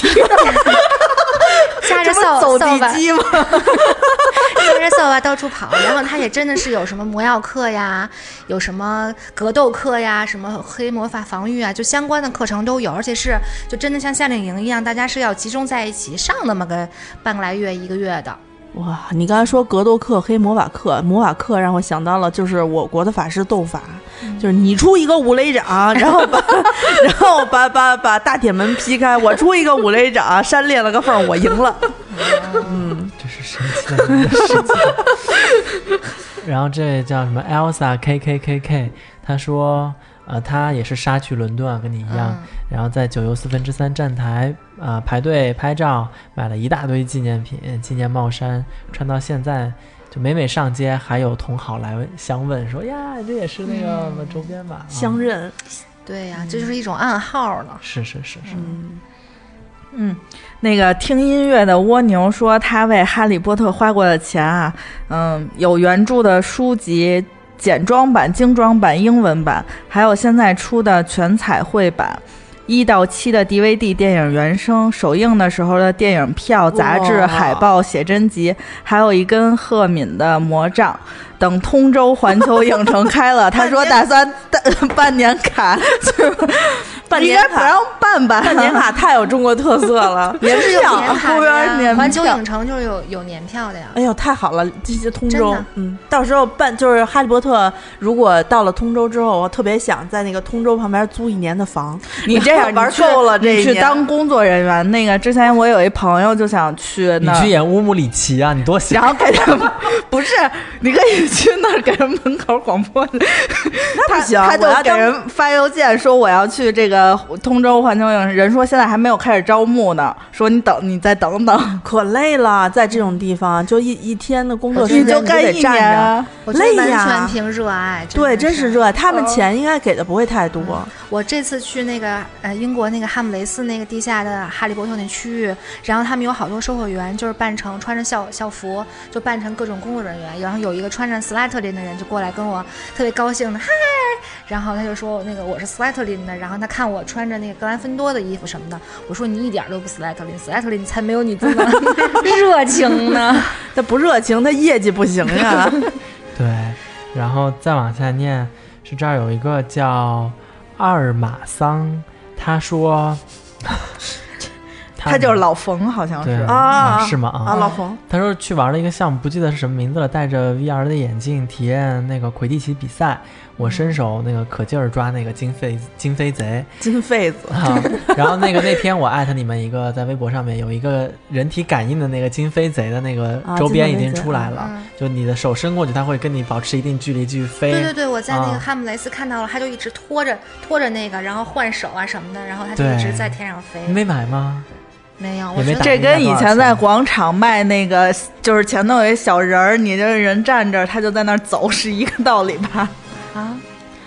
夹着扫
走
扫把
地，鸡吗？
牵着扫把啊到处跑，然后他也真的是有什么魔药课 呀，有什么格斗课呀，什么黑魔法防御啊，就相关的课程都有，而且是就真的像夏令营一样，大家是要集中在一起上那么个半个来月一个月的。
哇，你刚才说格斗课、黑魔法课，魔法课让我想到了，就是我国的法师斗法，
嗯
就是你出一个五雷掌，然后把， 然后把把把大铁门劈开，我出一个五雷掌，山裂了个缝，我赢了。
这是神奇的一个世界。 然后这叫什么 Elsa K K K K，他说，呃，他也是杀去伦敦啊，跟你一样，
嗯
然后在九又四分之三站台啊、呃排队拍照，买了一大堆纪念品、呃纪念帽衫，穿到现在。就每每上街，还有同好来问相问说：“呀，这也是那个什么周边吧？”
相
啊
认，
对呀、这就是一种暗号了。
是是是是，
嗯，
那个听音乐的蜗牛说，他为《哈利波特》花过的钱啊，嗯，有原著的书籍简装版、精装版、英文版，还有现在出的全彩绘版。一到七的 DVD 电影原声首映的时候的电影票、杂志、
哇
海报、写真集，还有一根赫敏的魔杖。等通州环球影城开 了，他说打 算办办年卡，
办
应
年
该不
卡，
让办吧？。
办年卡太有中国特色了
年
啊
票
年卡
服务员
的呀
年
环球
票
影城就是有有年票的呀。
哎呦，太好了！这些通
真
州
的，
嗯，到时候办就是《哈利波特》，如果到了通州之后，我特别想在那个通州旁边租一年 的房。
你这样你
玩
去
够了这一
你去
年
当工作人员。那个之前我有一朋友就想去
你
那
去
儿，
演乌姆里奇啊，你多想
然。后给他们不是，你可以去那儿给人门口广播，那
不行
他就
我要
给
当
人发邮件说我要去这个通州环球影城，人说现在还没有开始招募呢，说你等你再等等，
可累了，在这种地方就一一天的工作
我觉
时
你
得
就
间你
干
得
一
站
年
着，
啊。
我觉
累
得完
呀
全凭热爱，
对，真
真
是
是。
热。他
哦
们钱应该给的不会太多，
我这次去那个呃英国那个汉姆雷斯那个地下的哈利波特那区域，然后他们有好多售货员，就是扮成穿着校校服，就扮成各种工作人员，然后有一个穿着斯莱特林的人就过来跟我特别高兴的嗨，然后他就说那个我是斯莱特林的，然后他看我穿着那个格兰芬多的衣服什么的，我说你一点都不斯莱特林，斯莱特林才没有你这么 热情呢。
他不热情，他业绩不行 呀。
对，然后再往下念，是这儿有一个叫阿尔马桑，他说，他
他就是老冯，好像
对嗯
是。
啊
是吗？
啊，
啊，
老
哦
冯，
他说去玩了一个项目，不记得是什么名字了，戴着 VR 的眼镜体验那个魁地奇比赛，我伸手那个可劲儿抓那个金飞金飞贼，
金痱子，
啊，然后那个那天我艾特你们一个，在微博上面有一个人体感应的那个金飞贼的那个
啊
周边已
金飞
经
贼
出来了，
嗯
就你的手伸过去，它会跟你保持一定距离继续飞。
对对对，我在那
啊
个汉姆雷斯看到了，他就一直拖着拖着那个，然后换手啊什么的，然后他就
对
一直在天上飞。
你没买吗？
没有，
也
我
没
觉
打
得
这跟以前在广场卖那个，就是前头有一小人儿，你这人站这儿，他就在那儿走，是一个道理吧？
啊，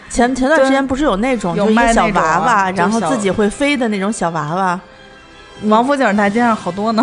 前前段时间不是有那种
有
就一
卖
个
那
小
种
娃
啊
娃，
就
然后
小
自己会飞的那种小娃娃，
王府井大街上好多呢。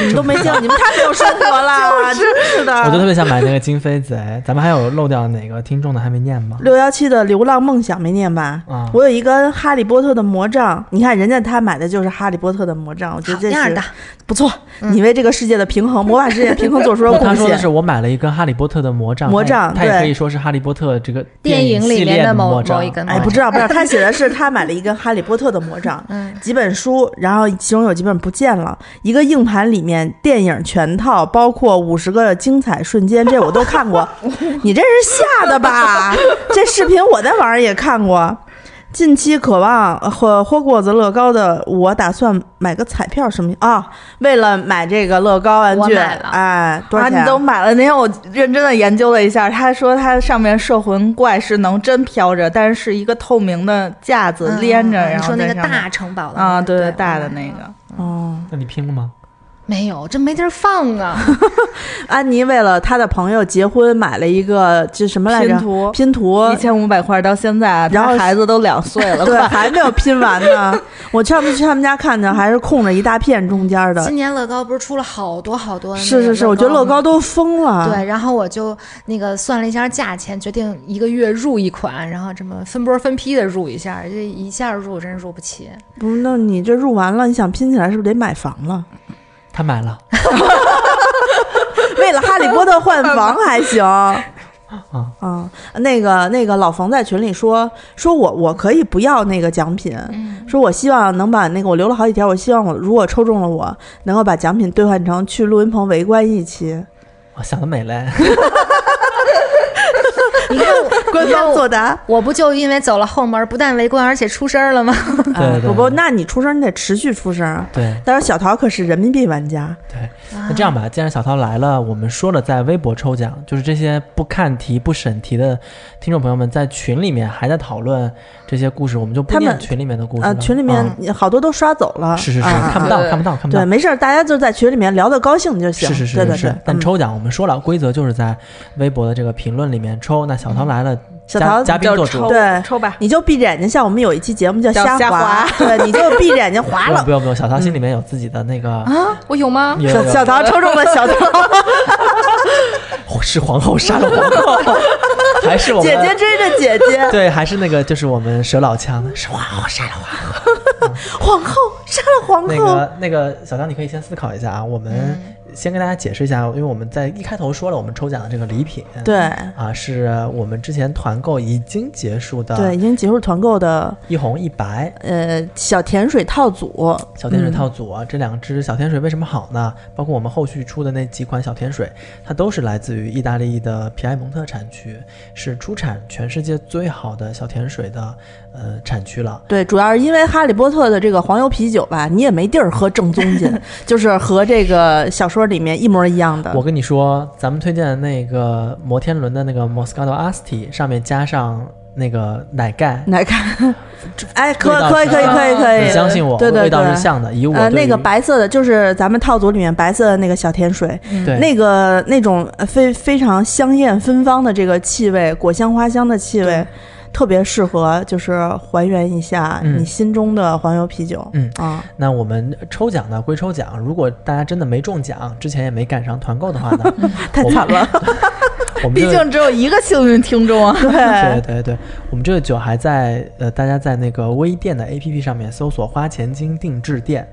你嗯们都没 见过，你们太没有生活啦，真是的。
我就特别想买那个金飞贼。咱们还有漏掉哪个听众的还没念吗？
六幺七的《流浪梦想》没念吧？
啊
我有一根《哈利波特》的魔杖，你看人家他买的就是《哈利波特》的魔杖，我觉得
好
这
样
是
的，
不错。
嗯
你为这个世界的平衡、魔法世界平衡做出
不
了
他
贡
说的是
献。
我买了一根哈利波特的魔杖，
魔
它也
杖
它也
对
可以说是哈利波特这个
电影
系
里
列
面
的
某
魔杖
某一根
哎，不知道不知道，他写的是他买了一根《哈利波特》的魔杖，
嗯，
几本书，然后其中有几本不见了，一个硬盘里面电影全套，包括五十个精彩瞬间，这我都看 过。你这是吓的吧？这视频我在网上也看过。近期渴望呃和霍格沃兹乐高的，我打算买个彩票什么啊、为了买这个乐高玩具，
我买了
哎，多少钱？
啊？你都买了？那天我认真的研究了一下，他说他上面摄魂怪是能真飘着，但是是一个透明的架子
嗯
连着，然
你
后
说
在
那个
上面
大城堡的
啊，
那个
对嗯
对，
大的
我买
那
了
个。
哦。
那你拼了吗？
没有，真没地儿放啊。
安妮为了她的朋友结婚买了一个这什么来着？
拼图
拼图，
一千五百块到现在，啊
然后
他孩子都两岁了，
对，
快
还没有拼完呢。我上次去他们家看的，还是空着一大片中间的
今。年乐高不是出了好多好多？
是是是，我觉得乐高。都疯
啊
了。
对，然后我就那个算了一下价钱，决定一个月入一款，然后这么分波分批的入一下，这一下入真入不起。
不是，那你这入完了，你想拼起来是不是得买房了？
他买 了
为了哈利波特换房还行。
啊
啊，那个那个老冯在群里说说我我可以不要那个奖品，
嗯
说我希望能把那个我留了好几条，我希望我如果抽中了我能够把奖品兑换成去录音棚围观一期，
我想得美 嘞！
你看我，
官
你看
方
我
作答。
我不就因为走了后门，不但围观，而且出声了吗？
对对
啊
对
不不，那你出声你得持续出声啊。
对，
但是小桃可是人民币玩家，
对，
啊
那这样吧，既然小涛来了，我们说了在微博抽奖，就是这些不看题不审题的听众朋友们在群里面还在讨论这些故事，我们就不
他们
念群里面的故事了。嗯
呃，群里面好多都刷走了，
啊是是是，
啊啊
看不到看不到看不
对，
到。
没事儿，大家就在群里面聊得高兴就行。
是是是
对
是
对
是
对，，
但
嗯
抽奖我们说了，规则就是在微博的这个评论里面抽。那小涛来了，
嗯小桃
嘉嘉宾
就
做主
抽，
对
抽吧。
你就闭着眼睛，像我们有一期节目叫
叫
滑，
瞎滑
对，你 就闭着眼睛滑
不用
了
不。用不用，小桃心里面有自己的那个，
啊，我有吗？
有
小
有
小桃抽中了小桃
我是皇后杀了皇 后，还是我们
姐姐追着姐 姐，
对，还是那个就是我们佘老强的是皇后杀了皇后。
皇后杀了皇
那
后，嗯
个那个小张，你可以先思考一下啊。我们先跟大家解释一下，因为我们在一开头说了，我们抽奖的这个礼品，
对
啊，是我们之前团购已经结束的，
对，已，经结束团购的
一红一白
呃嗯小甜水套组，
小甜水套组啊，这两支小甜水为什么好呢？包括我们后续出的那几款小甜水，它都是来自于意大利的皮埃蒙特产区，是出产全世界最好的小甜水的呃产区了。
对，主要是因为《哈利波特》的这个黄油啤酒吧，你也没地儿喝正宗 劲，就是和这个小说里面一模一样的
我。跟你说，咱们推荐的那个摩天轮的那个 Moscato Asti 上面加上那个奶盖，
来看，哎，可可以可以可以可以，
你相信我，
哎对对对，
味道是像的。以我
呃，
对
那个
于
白色的就是咱们套组里面白色的那个小甜水，
对
那个那种呃非非常香艳芬芳的这个气味，果香花香的气味，特别适合就是还原一下
嗯
你心中的黄油啤酒。
嗯
啊，
那我们抽奖呢归抽奖，如果大家真的没中奖，之前也没赶上团购的话 呢，
太惨了，
我们
毕
这个
竟只有一个幸运听众啊。
呃
对对对，我们这个酒还在呃，大家在那个微店的 APP 上面搜索“花钱精定制店”，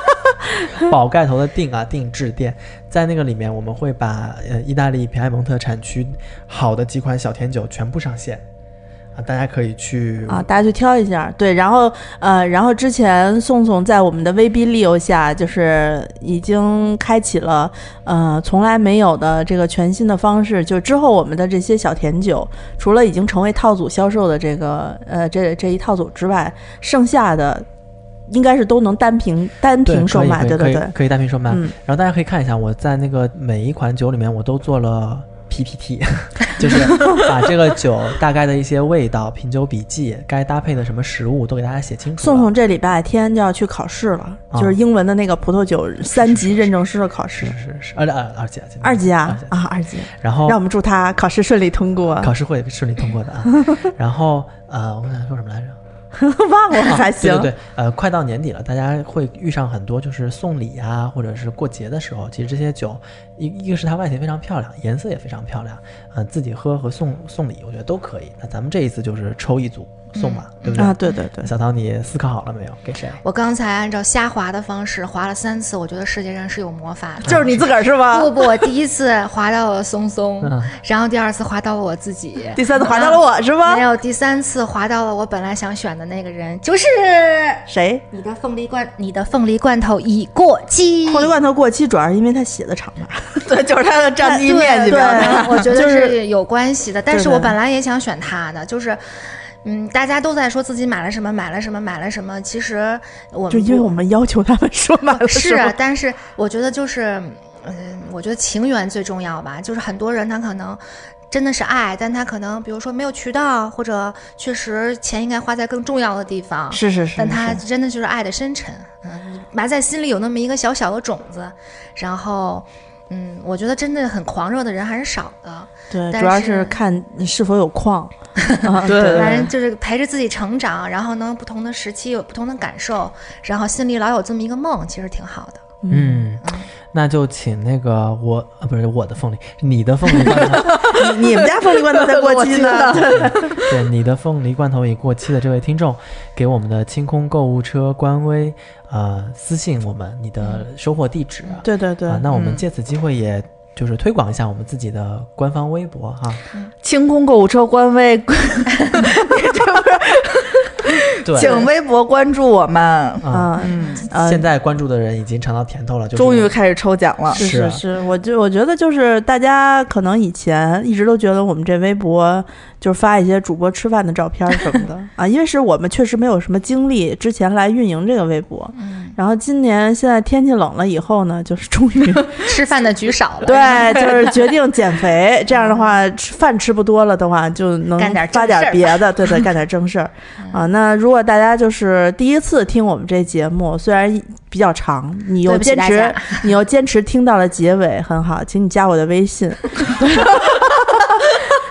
宝盖头的定啊，定制店，在那个里面我们会把呃意大利皮埃蒙特产区好的几款小甜酒全部上线啊，大家可以去
啊，大家去挑一下。对，然后呃，然后之前宋宋在我们的威逼利诱下，就是已经开启了呃从来没有的这个全新的方式。就之后我们的这些小甜酒，除了已经成为套组销售的这个呃这这一套组之外，剩下的应该是都能单瓶单
对
瓶售
可以
卖。
可以
对对
可
对
以，可以单瓶售卖。
嗯
然后大家可以看一下，我在那个每一款酒里面，我都做了 PPT，就是把这个酒大概的一些味道、品酒笔记、该搭配的什么食物都给大家写清楚了。
宋宋这礼拜天就要去考试了，
啊
就是英文的那个葡萄酒三级认证师的考试
是。是是，二二二级
二级啊
二
啊，二级！
然后
让我们祝他考试顺利通过。
哦考试会顺利通过的啊。然后呃，我想说什么来着？
忘了
啊
还行。
对对对，呃，快到年底了，大家会遇上很多就是送礼啊，或者是过节的时候，其实这些酒，一一个是它外形非常漂亮，颜色也非常漂亮，呃，自己喝和送送礼，我觉得都可以。那咱们这一次就是抽一组送嘛，对不对？嗯
啊，对对对，
小唐，你思考好了没有？给谁？
我刚才按照瞎滑的方式滑了三次，我觉得世界上是有魔法的。
就是你自个儿是
啊
吧？
不不，我第一次滑到了松松
嗯，
然后第二次滑到了我自己，
第三次划到了我是吗
嗯没？有第三次滑到了我本来想选的那个人，就是
谁？
你的凤梨罐，你的凤梨罐头已过期。
红梨罐头过期，主要是因为它写的长嘛。
对，就是它的占地面积比
对
较大。，
呃我觉
就
得
是
是有关系的。但
对
是
对
我本来也想选他的，就是。嗯，大家都在说自己买了什么，买了什么，买了什么。其实我们
就因为
不
我们要求他们说 满了
嗯是
吧
啊，但是我觉得就是，嗯，我觉得情缘最重要吧。就是很多人他可能真的是爱，但他可能比如说没有渠道，或者确实钱应该花在更重要的地方。
是是是，
但他
是
真的就是爱的深沉，嗯，你埋在心里有那么一个小小的种子，然后，嗯，我觉得真的很狂热的人还是少的，
对，
但
主要
是
是看你是否有 矿。啊
对对
反正就是陪着自己成长，然后呢，不同的时期有不同的感受，然后心里老有这么一个梦，其实挺好的。
嗯，那就请那个我啊，不是我的凤梨，你的凤梨罐 头，
你你们家凤梨罐头才过期
过
呢
期，呢
对，你的凤梨罐头已过期的这位听众，给我们的清空购物车官微呃私信我们你的
嗯
收货地址。
对对对
啊，，那我们
嗯
借此机会也。就是推广一下我们自己的官方微博 哈，
清空购物车官微， 你这不是
对，
请微博关注我们。
啊，
嗯，呃
现在关注的人已经尝到甜头了，就是
终于开始抽奖了，
是
是啊
是是，我就我觉得就是大家可能以前一直都觉得我们这微博就是发一些主播吃饭的照片儿什么 的啊，因为是我们确实没有什么精力之前来运营这个微博，
嗯，
然后今年现在天气冷了以后呢，就是终 于
吃饭的局少了，
对，就是决定减肥。这样的话，吃饭吃不多了的话，就能
嗯干点正
发
事
点
儿
别的，对对，干点正事儿
嗯
啊。那如果大家就是第一次听我们这节目，虽然比较长，你又
对不起
坚
大
持
家，
你又坚持听到了结尾，很好，请你加我的微信。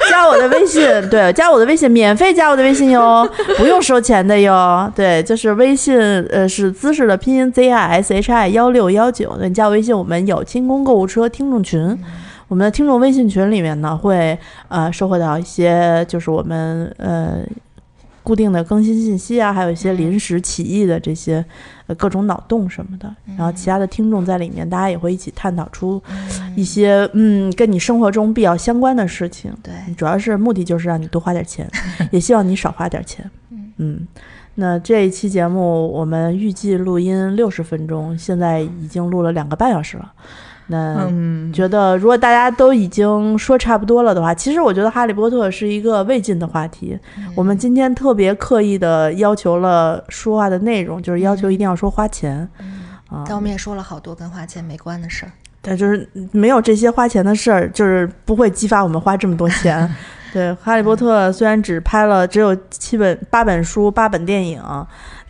加我的微信，对，加我的微信，免费加我的微信哟，不用收钱的哟。对，就是微信，呃，是姿势的拼音 Z I S H I 幺六幺九。对，你加我微信，我们有清空购物车听众群。我们的听众微信群里面呢，会呃收获到一些就是我们呃固定的更新信息啊，还有一些临时起意的这些、呃、各种脑洞什么的。然后其他的听众在里面，大家也会一起探讨出一些嗯跟你生活中比较相关的事情。
对，
主要是目的就是让你多花 点钱，也希望你少花点钱。
嗯
那这一期节目我们预计录音六十分钟，现在已经录了两个半小时了。那
嗯，
觉得如果大家都已经说差不多了的话，其实我觉得《哈利波特》是一个未尽的话题。
嗯
我们今天特别刻意的要求了说话的内容，就是要求一定要说花钱啊，
嗯但我们也说了好多跟花钱没关的事儿。
但就是没有这些花钱的事儿，就是不会激发我们花这么多 钱。对，《哈利波特》虽然只拍了只有七本、八本书、八本电影，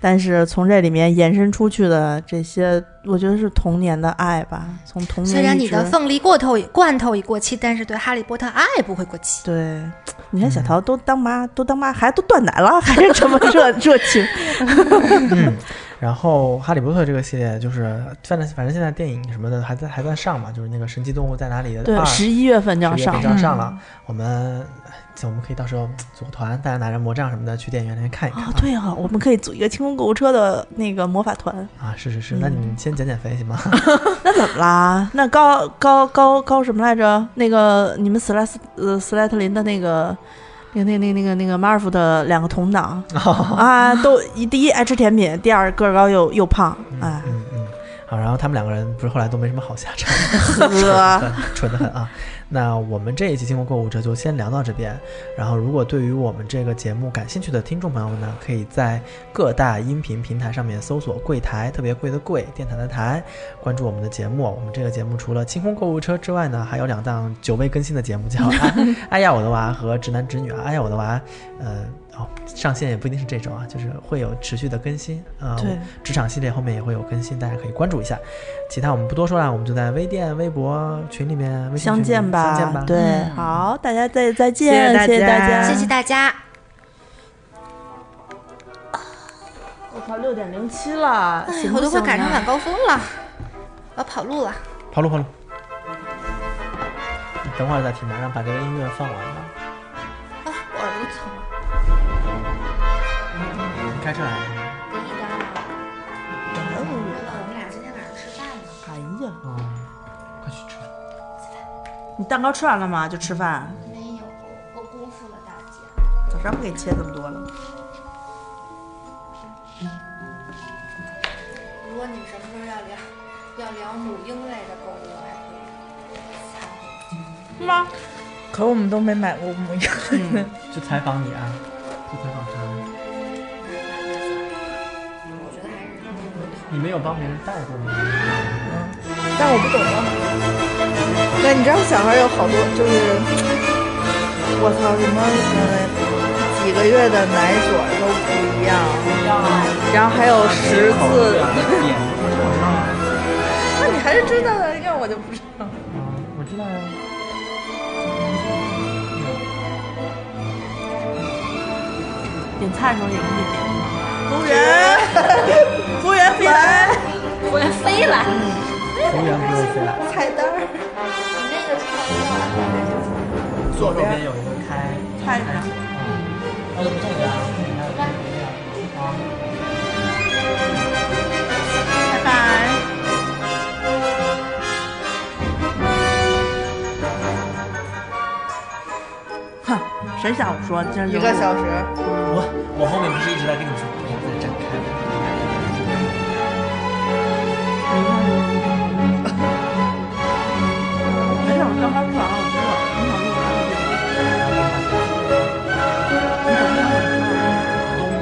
但是从这里面延伸出去的这些，我觉得是童年的爱吧。从童年
虽然
一
你的
直
凤梨过头罐头已过期，但是对哈利波特爱不会过期。
对，你看小桃都当妈，都当妈，孩子都断奶了，还是这么热热 情。
嗯然后《哈利波特》这个系列就是，反正反正现在电影什么的还在还在上嘛，就是那个《神奇动物在哪里》的
对，
二，
十一月份就要
十月
上
份 就要
嗯
上了。我们我们可以到时候组个团，大家拿着魔杖什么的去电影院那边看一看啊！。
啊对啊，我们可以组一个清空购物车的那个魔法团。
啊，是是是，那你
嗯
们先减减肥行吗？
那怎么啦？那高高高高什么来着？那个你们斯莱斯呃斯莱特林的那个。那个、那、那、那个、那个马尔福的两个同党、
哦
啊，都一第一爱吃甜品，第二个儿高又又胖， 哎，
嗯嗯。好，然后他们两个人不是后来都没什么好下场，
呵，
蠢得很啊。那我们这一期《经过购物者》就先聊到这边。然后，如果对于我们这个节目感兴趣的听众朋友们呢，可以在各大音频平台上面搜索“柜台”，特别贵的贵，电台的台，关注我们的节目。我们这个节目除了清空购物车之外呢，还有两档久未更新的节目，叫哎《哎呀我的娃》和《直男直女》。啊，《哎呀我的娃》呃。哦，上线也不一定是这周啊，就是会有持续的更新。呃，
对，
职场系列后面也会有更新，大家可以关注一下。其他我们不多说了，我们就在微店、微博群里面、微信群里
相
面
见
相
吧，
见吧。
对，
嗯
好，大家再再见，
谢谢大家
大家，
谢谢大家，
啊我靠，六点零七了，
哎
行，不
我都快
行
赶上
呀
晚高峰了，我要跑路了。啊
跑路跑路。你等会儿再听吧，让把这个音乐放完吧。
啊，我耳朵疼了，
你开车来的吗？
给你干了。我们俩今天晚上吃饭呢，
哎呀，
哦，快去吃饭。
你蛋糕吃完了吗？就吃饭，
嗯
没有，我辜负了大家。
早上不给切这么多了。
嗯如果你们什么时候要聊要聊母婴类的购物，我还可以
可我们都没买过母婴。
就采访你啊，就采访他。
我觉得还是
你没有帮别人带过吗？
但我不懂啊。对，你知道小孩有好多就是，我操，什么呃几个月的奶嘴都不一样，然后还有十次
哦
啊
的，
点，我知道啊，
那你还是知道的，你看我就不知道。
我知道啊。
点菜的时候也可以点。服务员，服务员飞来，
我要飞了。
服务员不用飞了。
菜单儿，
左手边有一个开
看
开锁啊，那
着
就不重要了。你看这个啊。
拜拜。哼，谁下午说今儿
一个小时，
我我后面不是一直在跟你说不要再展开吗？冬
没事，我刚刚吃完了，我吃了，你想录啥就录。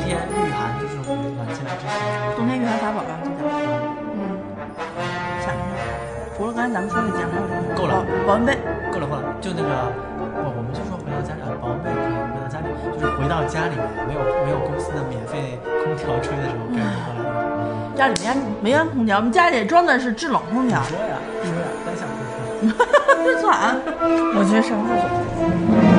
天御寒就是我们暖气来之前。
冬天御寒法宝吧，就讲。嗯，想一下，除了刚才咱们说那讲，还有什么？
够了
保，保温杯。
够了够了，就那个，我我们就说回到家里，保温杯可以回到家里，就是回到家里面没有没有公司的免费空调吹的时候，该如何来用？
家里没安没安空调，我们家里装的是制冷空调
你。说呀，说呀，单向空调。
不是暖。
我去上厕所。